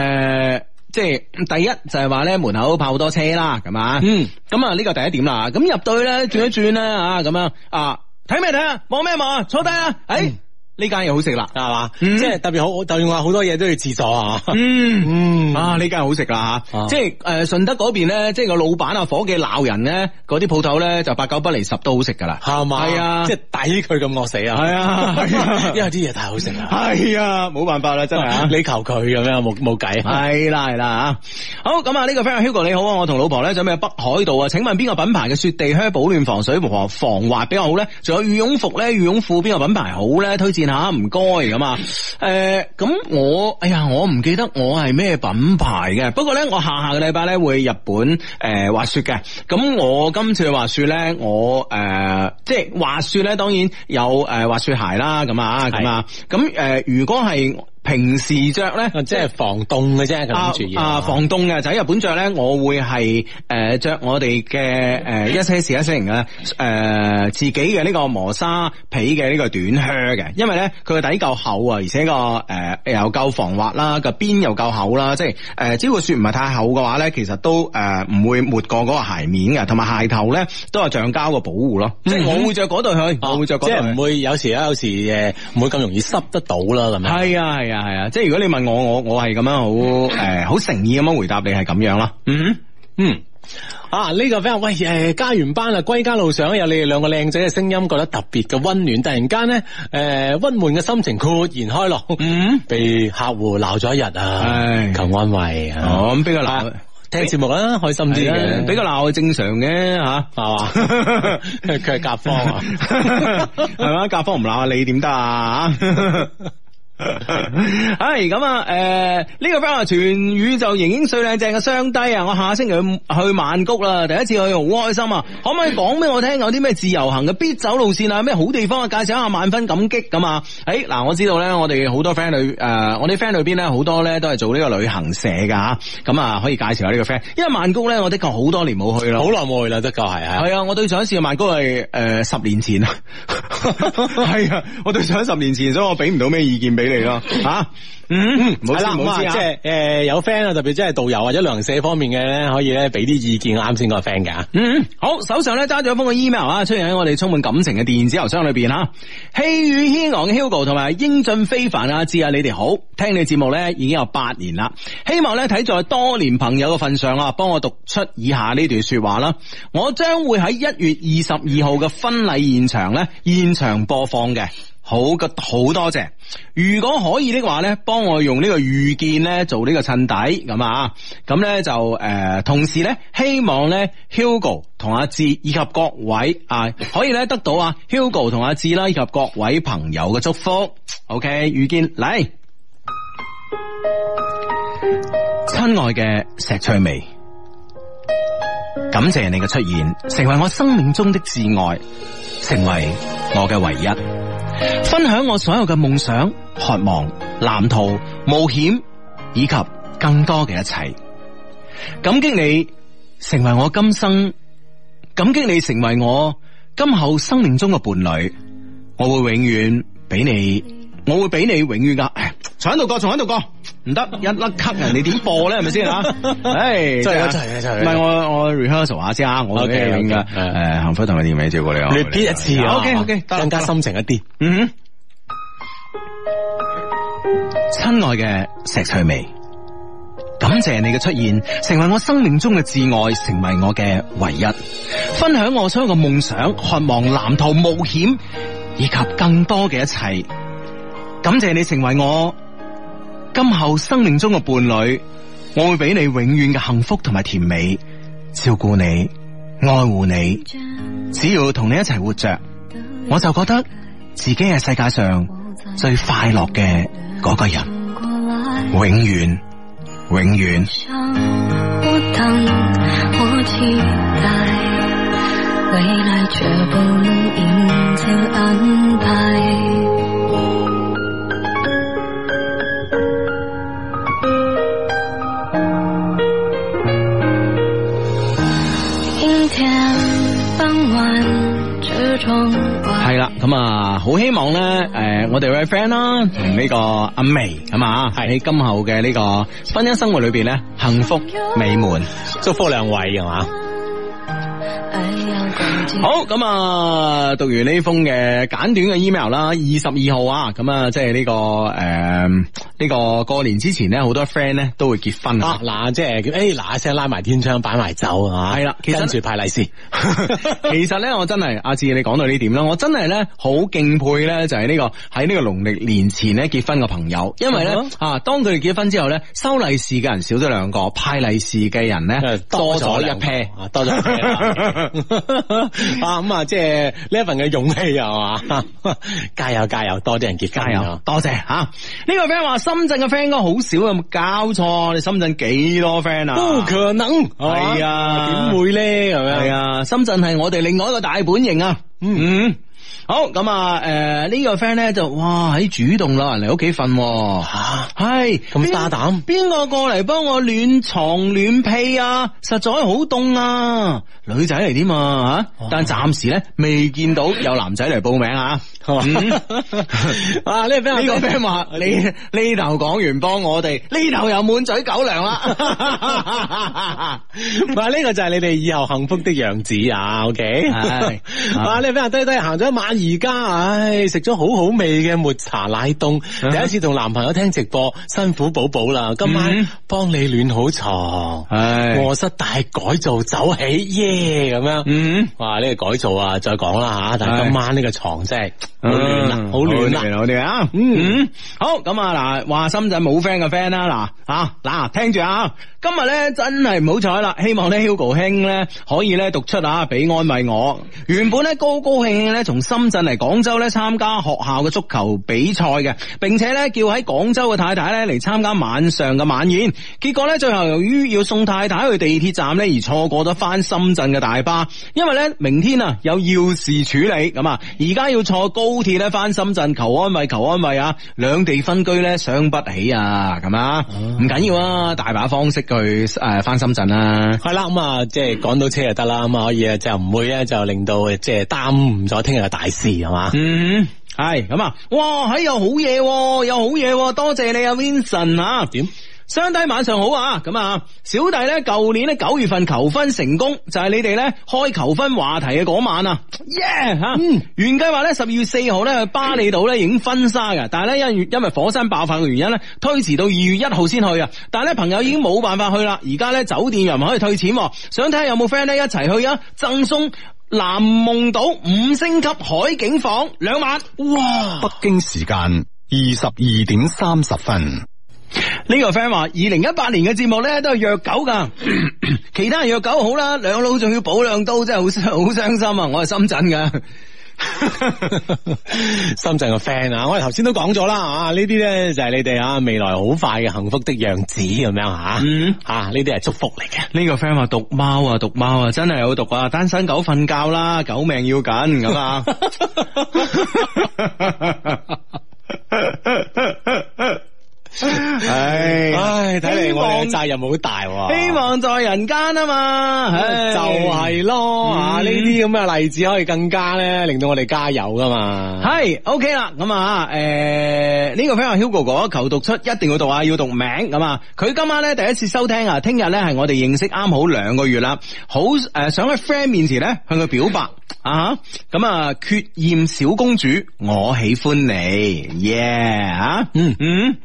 [SPEAKER 1] 即係第一就係話咧門口泊好多車啦，咁啊，
[SPEAKER 2] 嗯，
[SPEAKER 1] 咁啊呢個第一點啦，咁入到去咧轉一轉啦啊，咁樣啊，睇咩睇啊，望咩望啊，坐低啊，誒呢間嘢好食啦，
[SPEAKER 2] 係嘛？
[SPEAKER 1] 嗯
[SPEAKER 2] 即係特別好，就算話好多嘢都要自助啊。
[SPEAKER 1] 嗯。
[SPEAKER 2] 嗯
[SPEAKER 1] 啊！呢間好食啦吓，
[SPEAKER 2] 啊
[SPEAKER 1] 即係誒順德嗰邊咧，即係個老闆啊、伙計鬧人咧，嗰啲鋪頭咧就八九不離十都好食噶啦，
[SPEAKER 2] 係嘛？
[SPEAKER 1] 係啊
[SPEAKER 2] 即係抵佢咁惡死啊！
[SPEAKER 1] 係啊係啊
[SPEAKER 2] 因為啲嘢太好食啦。
[SPEAKER 1] 係啊，冇辦法啦，真係啊！
[SPEAKER 2] 你求佢咁樣冇冇計。
[SPEAKER 1] 系啊啦系啦吓，好咁啊！呢個 friend Hugo 你好啊，我同老婆咧準備去北海道啊，請問邊個品牌嘅雪地靴保暖防水防防滑比較好咧？仲有羽絨服咧、羽絨褲邊個品牌好咧？推薦下，唔該咁啊！誒、咁我哎呀，我唔記得我係咩品牌嘅，不過咧我下下個禮拜咧會去日本誒、呃滑雪嘅，咁我今次去滑雪咧，我誒、呃即係滑雪咧，當然有誒、滑雪鞋啦，咁啊咁啊，咁誒、如果係平時着咧。
[SPEAKER 2] 啊即係防凍嘅啫，
[SPEAKER 1] 啊
[SPEAKER 2] 咁注意
[SPEAKER 1] 啊！防凍嘅就喺日本着咧，我會係誒着我哋嘅誒一些事一些情嘅誒自己嘅呢個磨砂皮嘅呢個短靴嘅，因為咧佢個底夠厚啊，而且個誒、呃又夠防滑啦，個邊又夠厚啦，即係誒、呃只要個雪唔係太厚嘅話咧，其實都誒呃唔、會抹過嗰個鞋面嘅，同埋鞋頭咧都有橡膠嘅保護咯。即係我會着嗰對去，我會着嗰
[SPEAKER 2] 嗯即
[SPEAKER 1] 對
[SPEAKER 2] 係
[SPEAKER 1] 去
[SPEAKER 2] 唔。會有時有時誒唔會咁容易濕得到啦咁樣。
[SPEAKER 1] 係啊係啊係啊！即係如果你問我，我我係咁樣好誒好誠意咁樣回答你係咁樣啦。嗯。
[SPEAKER 2] 嗯。啊！呢、個 friend 喂，誒，加完班啦，歸家路上啊有你哋兩個靚仔嘅聲音，覺得特別嘅温暖。突然間咧，誒、鬱悶嘅心情豁然開朗，
[SPEAKER 1] 嗯，
[SPEAKER 2] 被客戶鬧咗一日啊
[SPEAKER 1] 唉，
[SPEAKER 2] 求安慰啊。
[SPEAKER 1] 哦，咁俾個鬧，
[SPEAKER 2] 聽節目啦，開心啲嘅，
[SPEAKER 1] 俾個鬧係啊正常嘅吓，
[SPEAKER 2] 係嘛？ 佢係甲方啊，
[SPEAKER 1] 係嘛？甲方唔鬧你點得啊？系啊咁啊！诶，呢個 friend 啊話全宇宙型英最靚正嘅雙低啊！我下星期去去曼谷啦，第一次去好開心啊！可唔可以講俾我聽有啲咩自由行嘅必走路線啊？咩好地方啊？介紹一下萬分感激咁啊！诶，嗱，我知道咧，我哋好多 friend 裏诶，我啲 friend 裏邊咧好多咧都係做呢個旅行社噶吓，咁啊可以介紹下呢個 friend，因為曼谷咧啊我的確好多年冇去啦，
[SPEAKER 2] 好耐冇去啦，得夠係啊。
[SPEAKER 1] 系啊，我對上一次去曼谷係诶十年前 啊，係啊，我對上十年前，所以我俾唔到咩意見俾你 咯，吓、嗯，唔好
[SPEAKER 2] 係
[SPEAKER 1] 知
[SPEAKER 2] 啦，
[SPEAKER 1] 唔
[SPEAKER 2] 咁
[SPEAKER 1] 好
[SPEAKER 2] 啊，
[SPEAKER 1] 知
[SPEAKER 2] 即
[SPEAKER 1] 啊。
[SPEAKER 2] 係诶有 friend 啊，特別即係導遊或者旅行社方面嘅咧，可以咧俾啲意見啊啱先嗰個 friend 㗎。
[SPEAKER 1] 嗯，好，手上咧揸住一封嘅 email 啊，出現喺我哋充滿感情嘅電子郵箱裏邊吓。氣宇軒昂嘅 Hugo 同埋英俊非凡啊，知啊，你哋好，聽你節目咧已經有八年啦，希望咧睇在多年朋友嘅份上啊，幫我讀出以下呢段说話啦。我將會喺一月二十二號嘅婚禮現場咧現場播放嘅。好嘅，好多謝。如果可以的話咧，幫我用呢個預見咧做呢個襯底咁啊，咁咧就誒、呃同時咧希望咧 Hugo 同阿志以及各位啊，可以咧得到啊 Hugo 同阿志啦，以及各位朋友嘅祝福。OK，預見嚟，親愛嘅石翠薇。感謝你嘅出現，成為我生命中的摯愛，成為我嘅唯一。分享我所有嘅夢想、渴望、藍圖、冒險以及更多嘅一切。感激你成為我今生，感激你成為我今後生命中嘅伴侶。我會永遠俾你，我會俾你永 哎遠噶。唉坐喺度過，坐喺度過，唔得一粒咳人哋點播咧？係咪先 吓？唉，
[SPEAKER 2] 真係啊
[SPEAKER 1] 真
[SPEAKER 2] 真係啊真係啊
[SPEAKER 1] 唔係我我 rehearsal 下先啊，我
[SPEAKER 2] OK，OK，
[SPEAKER 1] 俾你嘅
[SPEAKER 2] 係
[SPEAKER 1] 誒幸福同埋甜美照顧你啊，
[SPEAKER 2] 你 B 一次啊
[SPEAKER 1] OK OK，得啦
[SPEAKER 2] 更加深情一啲。
[SPEAKER 1] 嗯哼，亲愛嘅石翠薇，感謝你嘅出現，成為我生命中嘅摯愛，成為我嘅唯一，分享我所有嘅夢想、渴望、藍圖、冒險，以及更多嘅一切。感謝你成為我今後生命中嘅伴侶，我會俾你永遠嘅幸福同埋甜美，照顧你，愛護你，只要同你一齊活着。我就覺得自己係世界上最快樂嘅嗰個人，永遠，永遠。
[SPEAKER 4] 我等，我期待未来，却不能迎接安排。阴天傍晚，车窗外。
[SPEAKER 1] 係啦，咁啊，好希望咧，诶、我哋位 friend 啦，同呢個阿薇咁啊，喺今後嘅呢個婚姻生活裏边咧，幸福美滿。
[SPEAKER 2] 祝福兩位係嘛？
[SPEAKER 4] 好，
[SPEAKER 1] 好，咁啊，讀完呢封嘅簡短嘅 email 啦，二十二號啊，咁啊，即係呢、個个诶呢、個過年之前咧，好多 friend 咧都會結婚
[SPEAKER 2] 啊
[SPEAKER 1] 啊。
[SPEAKER 2] 嗱，即係誒嗱一聲拉埋天窗，擺埋酒啊，
[SPEAKER 1] 係啦其實
[SPEAKER 2] 跟住派利是。
[SPEAKER 1] 其實咧，我真係阿志，你講到呢點啦，我真係咧好敬佩咧，就係呢、個喺呢個農曆年前咧結婚嘅朋友，因為咧、
[SPEAKER 2] 嗯
[SPEAKER 1] 啊，當佢哋結婚之後咧，收利是嘅人少咗兩個，派利是嘅人咧 多咗一 pair。
[SPEAKER 2] 啊，呃多咗一 pair 啦 啊咁啊，即係呢一份嘅勇氣啊係嘛， 加油加油，多啲人結
[SPEAKER 1] 加
[SPEAKER 2] 婚
[SPEAKER 1] 油
[SPEAKER 2] 啊！，
[SPEAKER 1] 多謝吓！呢、個 friend 話深圳嘅 friend 應該好少，啊有冇搞錯？你深圳幾多 friend
[SPEAKER 2] 不
[SPEAKER 1] 啊？
[SPEAKER 2] 可能
[SPEAKER 1] 係啊
[SPEAKER 2] 點會咧咁樣？
[SPEAKER 1] 係啊，深圳係我哋另外一個大本營啊！嗯。好咁啊！诶、呢、個 friend 咧就哇喺主動啦，人嚟屋企瞓喎，
[SPEAKER 2] 啊
[SPEAKER 1] 系
[SPEAKER 2] 咁大 膽
[SPEAKER 1] 边個過嚟幫我暖床暖被啊？實在好凍啊！女仔嚟添啊，吓！但暫時咧未見到有男仔嚟報名啊。 呢個
[SPEAKER 2] 啊呢個 friend 話
[SPEAKER 1] friend 哎話：你呢頭講完幫我哋，呢頭又滿嘴狗糧啦。
[SPEAKER 2] 哇！呢個就係你哋以後幸福的樣子啊，OK？
[SPEAKER 1] 係啊
[SPEAKER 2] 哇！呢俾人低低行咗一晚，而家唉食咗好好味嘅抹茶奶凍，
[SPEAKER 1] 嗯
[SPEAKER 2] 第一次同男朋友聽直播，辛苦寶寶啦！今
[SPEAKER 1] 嗯
[SPEAKER 2] 晚幫你暖好床，
[SPEAKER 1] 唉
[SPEAKER 2] 卧室大改造走起，耶咁樣。
[SPEAKER 1] 嗯，
[SPEAKER 2] 哇！呢個改造啊，再講啦吓，但
[SPEAKER 1] 係
[SPEAKER 2] 係今晚呢個床真係好
[SPEAKER 1] 嗯
[SPEAKER 2] 暖
[SPEAKER 5] 嗯
[SPEAKER 2] 啦，好嗯暖啦。
[SPEAKER 1] 我哋啊，嗯，好咁啊嗱，話深圳冇 friend 嘅 friend 啦，嗱啊嗱，聽住啊，今今日咧真係唔好彩啦，希望咧 Hugo 兄咧可以咧讀出啊，俾安慰我。原本咧高高興興咧從深圳嚟廣州咧參加學校嘅足球比賽嘅，並且咧叫喺廣州嘅太太咧嚟參加晚上嘅晚宴。結果咧最後由於要送太太去地鐵站咧而錯過咗翻深圳嘅大巴，因為咧明天啊有要事處理咁啊，而家要坐高鐵咧翻深圳求安慰求安慰啊，兩地分居咧傷不起啊咁啊，唔緊要啊，大把方式去誒翻深圳啦。
[SPEAKER 2] 系啦，咁啊，即係趕到車就得啦，咁啊可以啊，就唔會咧就令到即係耽誤咗聽日嘅大事，係嘛？
[SPEAKER 1] 嗯，系咁啊！哇，喺有好嘢喎，有好嘢喎，多謝你啊，Vincent 啊！
[SPEAKER 2] 點？
[SPEAKER 1] 相弟晚上好啊！咁啊，小弟咧舊年咧九月份求婚成功，就係你哋咧開求婚話題嘅嗰晚啊，yeah 吓、原計劃咧十二月四號咧去巴厘島咧影婚紗嘅，但係咧因為因為火山爆發嘅原因咧推遲到二月一號先去啊，但係咧朋友已經冇辦法去啦，而家咧酒店又唔可以退錢喎，想睇下有冇 friend 咧一齊去啊，贈送南夢島五星級海景房兩晚。
[SPEAKER 5] 北京時間二十二點三十分。
[SPEAKER 1] 呢個 friend 話：二零一八年嘅節目咧都係虐狗 噶，其他人虐狗好啦，兩老仲要補兩刀，真係好傷好傷心啊！我係深圳噶。
[SPEAKER 2] 深圳嘅 friend 啊，我哋頭先都講咗啦，啊呢啲咧就係你哋啊未來好快嘅幸福的樣子咁樣吓，
[SPEAKER 1] 嗯
[SPEAKER 2] 啊呢啲係祝福嚟嘅。
[SPEAKER 1] 呢個 friend 話毒貓啊，毒貓啊，真係有毒啊！單身狗瞓覺啦，狗命要緊咁啊！唉
[SPEAKER 2] 唉，睇嚟我
[SPEAKER 1] 希望
[SPEAKER 2] 哋嘅責任好大喎。
[SPEAKER 1] 希望在人間啊嘛，唉
[SPEAKER 2] 就係咯，
[SPEAKER 1] 嗯
[SPEAKER 2] 啊呢啲咁嘅例子可以更加咧令到我哋加油噶嘛。
[SPEAKER 1] 系 OK 啦，咁啊，诶、呢、個个 friend 話 Hugo 哥求讀出，一定要讀啊，要讀名咁啊。佢今晚咧第一次收聽啊，聽日咧係我哋認識啱好兩個月啦，好诶、呃想喺 friend 面前咧向佢表白啊，咁啊，缺艳小公主，我喜歡你，yeah 啊，嗯嗯。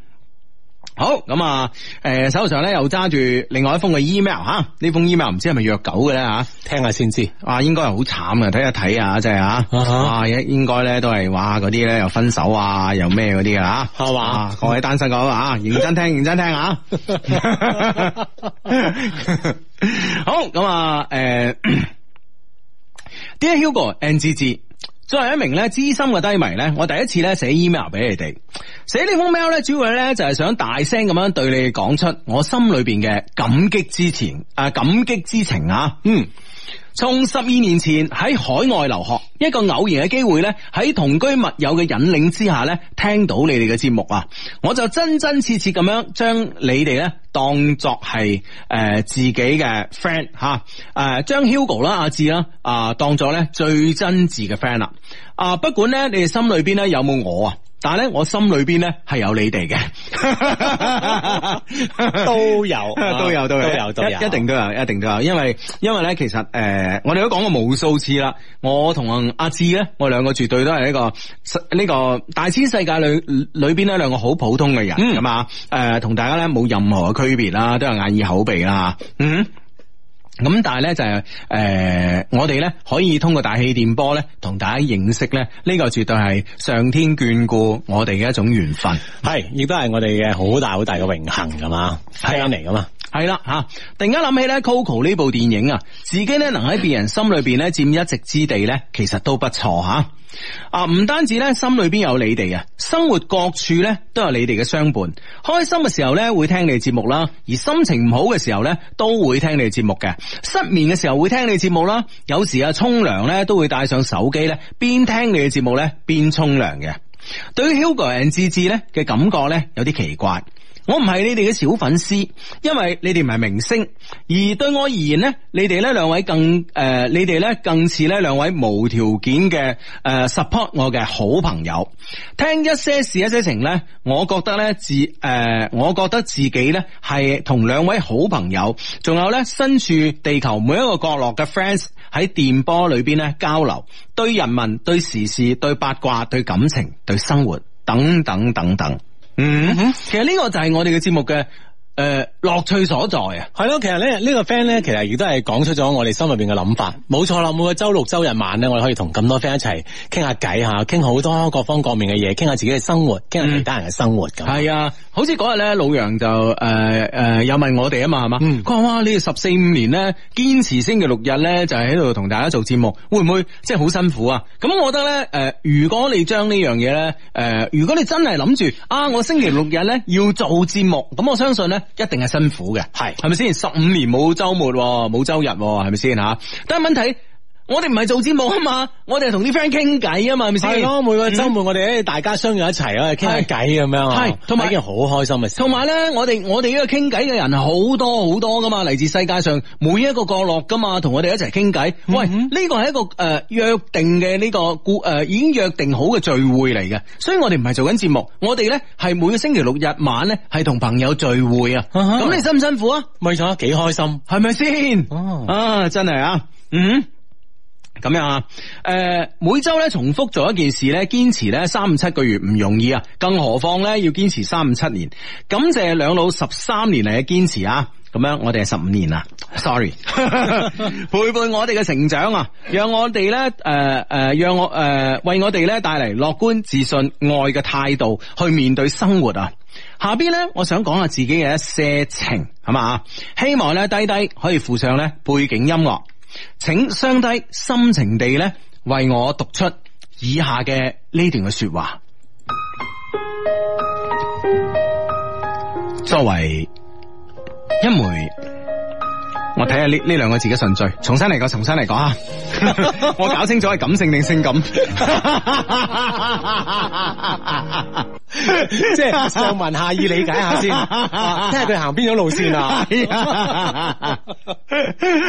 [SPEAKER 1] 好咁啊！诶、手上咧又揸住另外一封嘅 email 吓、呢封 email 唔知係咪虐狗嘅咧吓，
[SPEAKER 2] 聽下先知。
[SPEAKER 1] 啊，應該係好慘啊！睇一睇啊，真係啊，
[SPEAKER 2] 哈
[SPEAKER 1] 啊，應應該咧都係哇嗰啲咧又分手啊，又咩嗰啲噶啦，
[SPEAKER 2] 係嘛
[SPEAKER 1] 啊各位單身狗啊，認真聽，認真聽啊！ 好咁啊，诶、Dear Hugo and G G，作為一名咧資深嘅低迷咧，我第一次咧寫 email 俾你哋，寫呢封 mail 咧，主要咧就係想大聲咁樣對你哋講出我心裏邊嘅感激之情啊，感激之情啊，嗯。從十二年前喺海外留學，一個偶然嘅機會呢，喺同居密友嘅引領之下呢，聽到你哋嘅節目啊，我就真真切切咁樣將你哋呢當作係诶自己嘅 friend 吓，诶將 Hugo 啦、阿志啦啊當作呢最真摯嘅 friend 啦，啊不管呢，你哋心裏邊呢有冇我啊。但係咧，我心裏邊咧係有你 哋嘅，
[SPEAKER 2] 都有 啊
[SPEAKER 1] 都有都有
[SPEAKER 2] 都有都有
[SPEAKER 1] 一一定都有，一定都有，因為因為咧，其實誒、呃我哋都講過無數次啦，我同阿志咧，我兩個絕對都係呢、個呢、個大千世界裏裏邊咧兩個好普通嘅人
[SPEAKER 2] 嗯
[SPEAKER 1] 咁啊，誒、同大家咧冇任何嘅區別啦，都係眼耳口鼻啦，嗯。咁但系咧就係呃我哋咧可以通過大氣電波咧，同大家認識咧，呢、個絕對係上天眷顧我哋嘅一種緣分。
[SPEAKER 2] 係，亦都係我哋嘅好大好大嘅榮幸㗎嘛，係啱嚟㗎嘛。
[SPEAKER 1] 係啦吓，突然間諗起咧《Coco》呢部電影啊，自己咧能喺別人心裏邊咧佔一席之地咧，其實都不錯吓。啊，唔單止咧心裏邊有你哋啊，生活各處咧都有你哋嘅相伴。開心嘅時候咧會聽你哋節目啦，而心情唔好嘅時候咧都會聽你哋節目嘅。失眠嘅時候會聽你哋節目啦，有時啊沖涼咧都會帶上手機咧，邊聽你哋節目咧邊沖涼嘅。對於 Hugo and 志志咧嘅感覺咧有啲奇怪。我唔係你哋嘅小粉絲，因為你哋唔係明星，而對我而言呢，你哋呢兩位更诶、呃你哋呢更似呢兩位無條件嘅诶、呃 support 我嘅好朋友。聽一些事一些情呢，我覺得呢自诶、我覺得自己呢係同兩位好朋友，仲有呢身處地球每一個角落嘅 friends 喺電波裏邊呢交流，對人民、對時事、對八卦、對感情、對生活等等等等。嗯，其實呢個就係我哋嘅節目嘅诶樂趣所在啊。
[SPEAKER 2] 係咯，其實咧呢個 friend 咧，其實亦都係講出咗我哋心入邊嘅諗法。冇錯啦，每個周六周日晚咧，我哋可以同咁多 friend 一齊傾下偈吓，傾好多各方各面嘅嘢，傾下自己嘅生活，傾下其他人嘅生活咁。
[SPEAKER 1] 系啊，好似嗰日咧，老楊就呃诶诶有問我哋啊嘛，係嘛？
[SPEAKER 2] 嗯
[SPEAKER 1] 佢話哇，你哋十四五年咧，堅持星期六日咧，就係喺度同大家做節目，會唔會即係好辛苦啊？咁我覺得咧，诶，如果你將呢樣嘢咧，诶，如果你真係諗住啊，我星期六日咧要做節目，咁我相信咧一定係辛苦嘅，
[SPEAKER 2] 係
[SPEAKER 1] 係咪先？十五年冇周末喎，冇周日喎，係咪先吓？但係問題。我哋唔係做節目啊嘛，我哋係同啲 friend 傾偈啊嘛，係咪先？
[SPEAKER 2] 系咯，每個周末我哋咧大家相約一齊啊，傾下
[SPEAKER 1] 係
[SPEAKER 2] 偈咁樣啊，
[SPEAKER 1] 係同埋
[SPEAKER 2] 係一件好開心嘅事。
[SPEAKER 1] 同埋咧，我哋我哋呢個傾偈嘅人係好多好多噶嘛，嚟自世界上每一個角落噶嘛，同我哋一齊傾偈。喂，呢個係一個诶、呃、约定嘅呢、個固诶、已經約定好嘅聚會嚟嘅，所以我哋唔係做緊節目，我哋咧係每個星期六日晚咧係同朋友聚會啊。
[SPEAKER 2] 啊哈
[SPEAKER 1] 咁你辛唔辛苦啊？
[SPEAKER 2] 咪咗幾開心，
[SPEAKER 1] 係咪先？
[SPEAKER 2] 哦
[SPEAKER 1] 啊，真係啊，嗯。咁樣啊，诶、每周咧重複做一件事咧，堅持咧三五七個月唔容易啊，更何況咧要堅持三五七年。感謝兩老十三年嚟嘅堅持啊！咁樣我哋係十五年啦，sorry，陪伴我哋嘅成長啊，讓我哋咧诶诶，让我诶、呃為我哋咧帶嚟樂觀、自信、愛嘅態度去面對生活啊！下邊咧，我想講下自己嘅一些情，係嘛？希望咧低低可以附上咧背景音樂。请相低深情地咧为我读出以下嘅呢段嘅说话。作为一枚，我睇下呢呢两个字嘅顺序，重新嚟过，重新嚟讲啊！ 我搞清楚系感性定性感。
[SPEAKER 2] 即係上文下意理解 下先，啊睇下佢行邊種路線啊。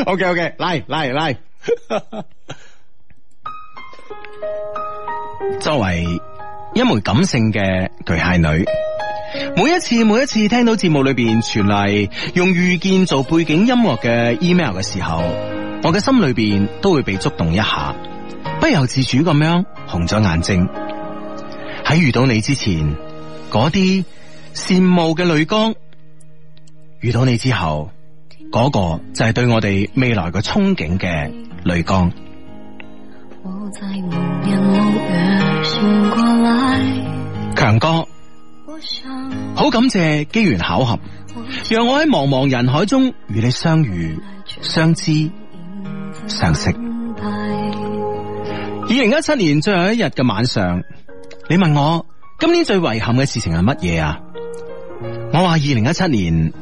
[SPEAKER 1] O K O K，嚟嚟嚟。作為一枚感性嘅巨蟹女，每一次每一次聽到節目裏邊傳嚟用遇見做背景音樂嘅 email 嘅時候，我嘅心裏邊都會被觸動一下，不由自主咁樣紅咗眼睛。喺遇到你之前，嗰啲羨慕嘅淚光；遇到你之後，嗰、個就係對我哋未來嘅憧憬嘅淚光。
[SPEAKER 4] 我在无言无语醒过来，
[SPEAKER 1] 強哥，
[SPEAKER 4] 我想
[SPEAKER 1] 好感謝機緣巧合，
[SPEAKER 4] 我
[SPEAKER 1] 讓我喺茫茫人海中與你相遇、相知。常識二零一七年最後一日嘅晚上，你問我今年最遺憾嘅事情係乜嘢啊？我話二零一七年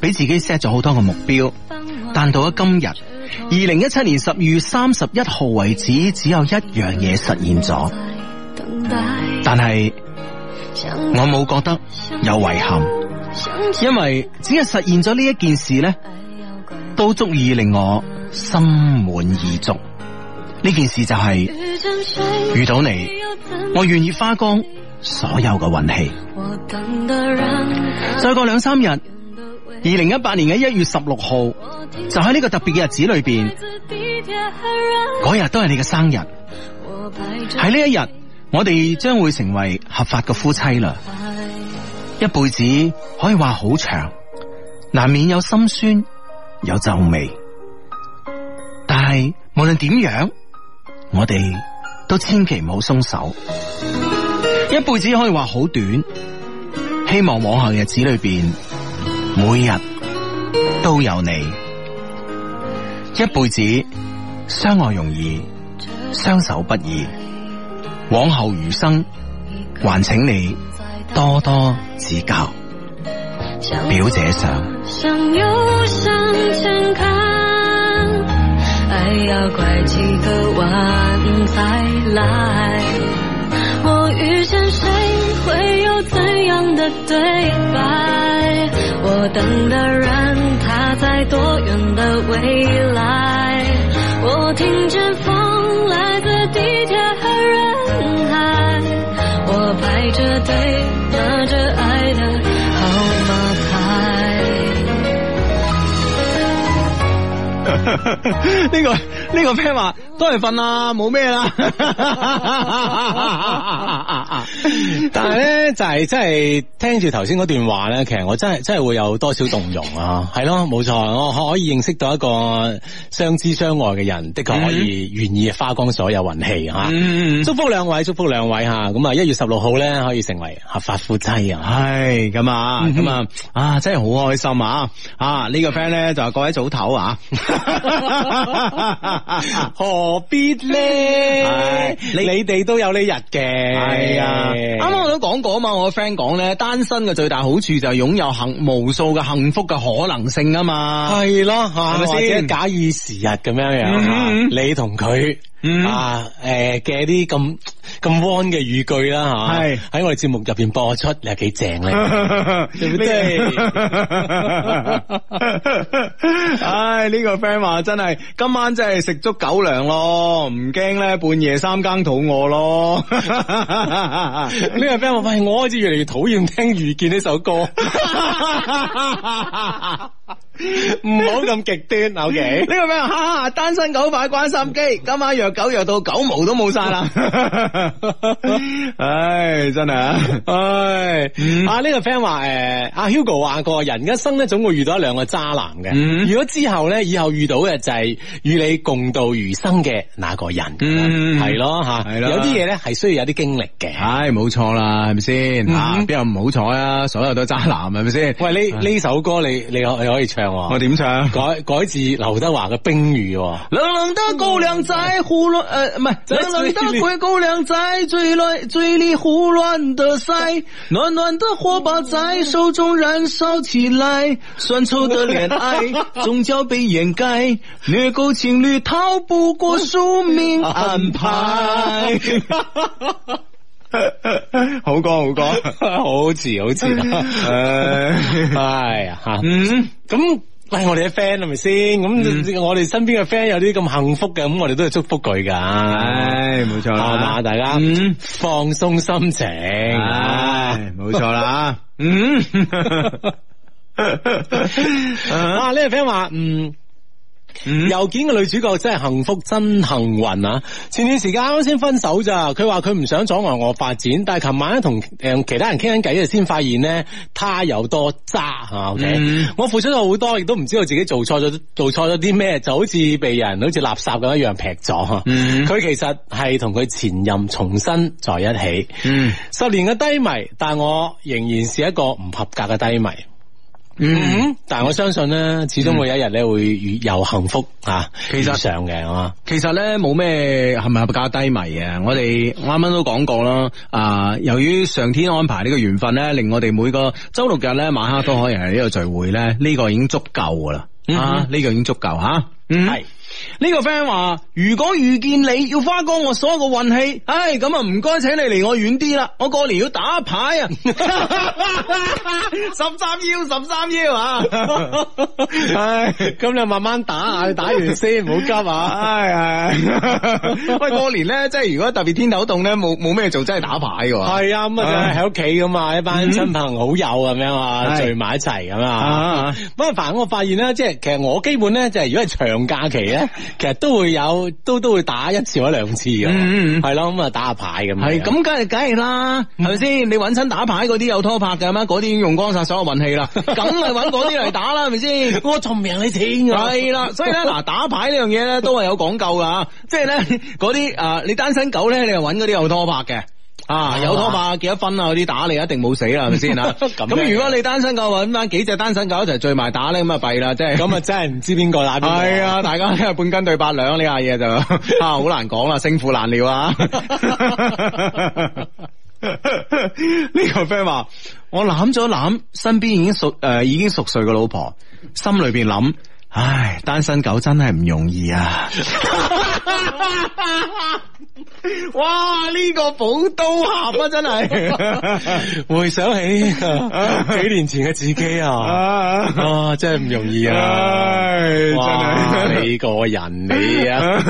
[SPEAKER 1] 俾自己 set 咗好多個目標，但到咗今日，二零一七年十二月三十一號為止，只有一樣嘢實現咗，
[SPEAKER 4] 等待，
[SPEAKER 1] 但係
[SPEAKER 4] 想
[SPEAKER 1] 我冇覺得有遺憾，
[SPEAKER 4] 想起
[SPEAKER 1] 因為只係實現咗呢一件事呢。
[SPEAKER 4] 还要怪
[SPEAKER 1] 都足以令我心滿意足。呢件事就係
[SPEAKER 4] 遇见谁，
[SPEAKER 1] 遇到你，
[SPEAKER 4] 又怎
[SPEAKER 1] 我願意花光所有嘅運氣。
[SPEAKER 4] 我等的人，
[SPEAKER 1] 再過兩三日，二
[SPEAKER 4] 远的未
[SPEAKER 1] 零一八年嘅一月十六號，
[SPEAKER 4] 我听
[SPEAKER 1] 就喺呢個特別嘅日子裏
[SPEAKER 4] 来
[SPEAKER 1] 邊，
[SPEAKER 4] 自地铁和人，
[SPEAKER 1] 嗰日都係你嘅生日。
[SPEAKER 4] 我排着
[SPEAKER 1] 喺呢一日，我哋將會成為合法嘅夫妻啦。
[SPEAKER 4] 排，
[SPEAKER 1] 一輩子可以話好長，難免有心酸，有皺眉。但係無論點樣，我哋都千祈唔好鬆手。一輩子可以話好短，希望往後日子裏邊，每日都有你。一輩子相愛容易，相守不易。往後餘生，還請你多多指教。
[SPEAKER 4] 想
[SPEAKER 1] 表姐上。
[SPEAKER 4] 向右向前看，爱要拐几个弯才来。我遇见谁会有怎样的对白？我等的人他在多远的未来？我听见风来自地铁和人海，我排着队拿着爱的号码牌。
[SPEAKER 1] 呢、個呢、個 friend 話都係瞓啦，冇咩啦。
[SPEAKER 2] 但系咧就係真係聽住頭先嗰段話咧，其實我真係真係會有多少動容啊！係咯，冇錯，我可以認識到一個相知相愛嘅人，的確可以願意花光所有運氣啊吓。
[SPEAKER 1] 嗯，
[SPEAKER 2] 祝福兩位，祝福兩位吓，咁啊一月十六號咧可以成為合法夫妻啊！嗯
[SPEAKER 1] 唉，咁啊，咁啊，啊，真係好開心啊！啊，呢個 friend 咧就話各位早唞 啊，
[SPEAKER 2] 何必咧
[SPEAKER 1] 唉？
[SPEAKER 2] 你你哋都有呢日嘅，
[SPEAKER 1] 係啊，啱啱我都講過啊嘛，我個 friend 講咧，單身嘅最大好處就係擁有幸無數嘅幸福嘅可能性啊嘛。
[SPEAKER 2] 系咯，吓
[SPEAKER 1] 係咪
[SPEAKER 2] 或者
[SPEAKER 1] 先
[SPEAKER 2] 假以時日咁樣樣，
[SPEAKER 1] 嗯嗯
[SPEAKER 2] 嚇你同佢。
[SPEAKER 1] 嗯
[SPEAKER 2] 啊，诶嘅啲咁咁 warm 嘅語句啦吓，
[SPEAKER 1] 係
[SPEAKER 2] 喺我哋節目入边播出，你又幾正 咧？
[SPEAKER 1] 对
[SPEAKER 2] 唔對
[SPEAKER 1] 唉，呢、個 friend 話真係今晚真係食足狗糧咯，唔驚咧半夜三更肚餓 咯。
[SPEAKER 2] 呢個 friend 話：喂，我開始越嚟越討厭聽《遇見》呢首歌，唔好 咁極端，OK？
[SPEAKER 1] 呢個咩啊？哈哈，單身狗快關心機，今晚約狗約到狗毛都冇晒啦！唉，真係啊！
[SPEAKER 2] 唉，
[SPEAKER 1] 嗯
[SPEAKER 2] 啊呢、個 friend 話诶，阿、Hugo 話過，人一生咧總會遇到一兩個渣男嘅。
[SPEAKER 1] 嗯
[SPEAKER 2] 如果之後咧，以後遇到嘅就係與你共度餘生嘅那個人，
[SPEAKER 1] 嗯啊
[SPEAKER 2] 係咯吓，
[SPEAKER 1] 係啦
[SPEAKER 2] 有啲嘢咧係需要有啲經歷嘅。
[SPEAKER 1] 唉，冇錯啦，係咪先？
[SPEAKER 2] 嗯
[SPEAKER 1] 吓，邊有唔好彩啊？所有都係渣男，係咪先？
[SPEAKER 2] 喂，呢呢首歌你你可你可以唱喎、
[SPEAKER 1] 啊我點唱？
[SPEAKER 2] 改改自劉德華嘅《冰雨》 喎。
[SPEAKER 1] 冷冷的狗粮在胡乱，呃，唔系，冷冷的灰姑娘在嘴乱嘴里胡乱的 塞，暖暖的火把在手中燃烧起来，酸臭的恋爱 终将被掩盖，虐狗情侣逃不过宿 命安排。 好歌好歌，
[SPEAKER 2] 好似好似，
[SPEAKER 1] 诶，
[SPEAKER 2] 哎呀吓，
[SPEAKER 1] 嗯，
[SPEAKER 2] 咁喂我哋嘅 friend 係咪先？咁我哋身邊嘅 friend 有啲咁幸福嘅，咁我哋都要祝福佢㗎。
[SPEAKER 1] 唉，冇错
[SPEAKER 2] 係嘛？
[SPEAKER 1] 啦，
[SPEAKER 2] 大家
[SPEAKER 1] 嗯
[SPEAKER 2] 放鬆心情，
[SPEAKER 1] 唉，冇錯啦， 嗯。
[SPEAKER 2] 啊！呢個 friend 話，嗯。
[SPEAKER 1] 嗯
[SPEAKER 2] 郵件嘅女主角真係幸福，真幸運啊！前段時間啱啱先分手咋，佢話佢唔想阻礙我發展，但係琴晚咧同誒其他人傾緊偈，先發現咧他有多渣啊！OK，、
[SPEAKER 1] 嗯
[SPEAKER 2] 我付出咗好多，亦都唔知道自己做錯咗做錯咗啲咩，就好似被人好似垃圾咁一樣劈咗啊
[SPEAKER 1] 嗯
[SPEAKER 2] 佢其實係同佢前任重新在一起，
[SPEAKER 1] 嗯
[SPEAKER 2] 十年嘅低迷，但我仍然是一個唔合格嘅低迷。嗯，但係我相信咧，始終會有一日咧會遇有幸福啊，
[SPEAKER 1] 其實
[SPEAKER 2] 遇上嘅啊，
[SPEAKER 1] 其實咧冇咩係咪較低迷啊？我哋啱啱都講過啦，啊、由於上天安排呢個緣分咧，令我哋每個周六日咧晚黑都可以嚟呢度聚會咧，呢、個已經足夠噶啦，啊，呢、個已經足夠吓。嗯
[SPEAKER 2] 係
[SPEAKER 1] 呢個 friend 話：如果遇見你要花光我所有嘅運氣，唉，咁啊唔該請你離我遠啲啦，我過年要打牌啊， 十三幺十三幺 啊，唉，
[SPEAKER 2] 咁你慢慢打啊下，打完先，唔好急啊。
[SPEAKER 1] 唉係， 喂過年咧，即係如果特別天頭凍咧，冇冇咩做，真係打牌㗎喎。
[SPEAKER 2] 係啊，咁啊就係喺屋企咁啊，一班
[SPEAKER 1] 嗯
[SPEAKER 2] 親朋好友咁樣啊，
[SPEAKER 1] 係
[SPEAKER 2] 聚埋一齊咁啊。
[SPEAKER 1] 啊，
[SPEAKER 2] 不過凡我發現咧，即係其實我基本咧，就係如果係長假期 咧，其實都會有都都會打一次或者兩次嘅，
[SPEAKER 1] 嗯嗯嗯
[SPEAKER 2] 係咯，咁啊打下牌咁樣。
[SPEAKER 1] 係咁，梗係梗係啦，係咪先？你揾親打牌嗰啲有拖拍㗎嘛？嗰啲已經用光晒所有運氣啦，梗係揾嗰啲嚟打啦，係咪先？
[SPEAKER 2] 我仲唔贏你錢㗎。
[SPEAKER 1] 系啦，所以咧嗱，打牌呢樣嘢咧都係有講究噶，即係咧 嗰啲啊，你單身狗咧，你又揾嗰啲有拖拍嘅。啊，有拖拍幾多分啊？嗰啲打你一定冇死啦，係咪先啊？
[SPEAKER 2] 咁樣
[SPEAKER 1] 咁如果你單身狗揾翻幾隻單身狗一齊聚埋打咧，咁啊弊啦，即係
[SPEAKER 2] 咁啊真係唔知邊個打邊個。
[SPEAKER 1] 係啊，大家咧半斤對八兩呢下 嘢就啊好難講啦，勝負難料啊！ 呢個 friend 話：我攬咗攬身邊已經熟誒、呃已經熟睡嘅老婆，心裏邊諗：唉，單身狗真係唔容易啊！ 哇！呢、個寶刀俠啊，真係
[SPEAKER 2] 回想起 幾年前嘅自己啊，啊，真係唔容易啊！
[SPEAKER 1] 唉，真
[SPEAKER 2] 哇
[SPEAKER 1] 係
[SPEAKER 2] 啊你個人你啊，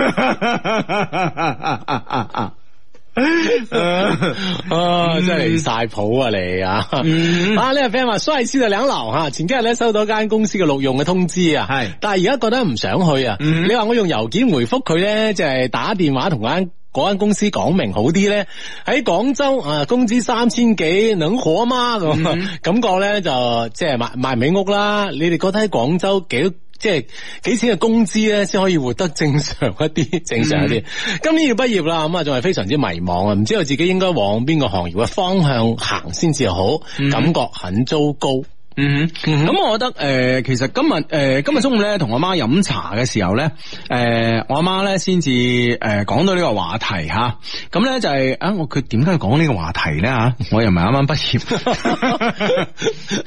[SPEAKER 2] 啊，真系离晒谱啊你啊！啊呢個 friend 話衰師就兩樓吓，前幾日咧收到間公司嘅錄用嘅通知啊，
[SPEAKER 1] 係
[SPEAKER 2] 但係而家覺得唔想去啊。你話我用郵件回覆佢咧，就係打電話同間。嗰間公司講明好啲咧，喺廣州啊，工資三千幾，能火嗎咁？啊感覺咧就即係買買唔起屋啦。你哋覺得喺廣州幾即係幾錢嘅工資咧，先可以活得正常一啲，正常一啲。今年要畢業啦，咁啊，仲係非常之迷茫啊，唔知道自己應該往邊個行業嘅方向行先至好，感覺很糟糕。
[SPEAKER 1] 嗯哼，咁、我覺得诶、呃其實今日诶、呃今日中午咧，同我媽飲茶嘅時候咧，诶、我阿媽咧先至诶講到呢個話題吓，咁咧就係啊，我佢點解要講呢個話題咧吓？我又唔係啱啱畢業，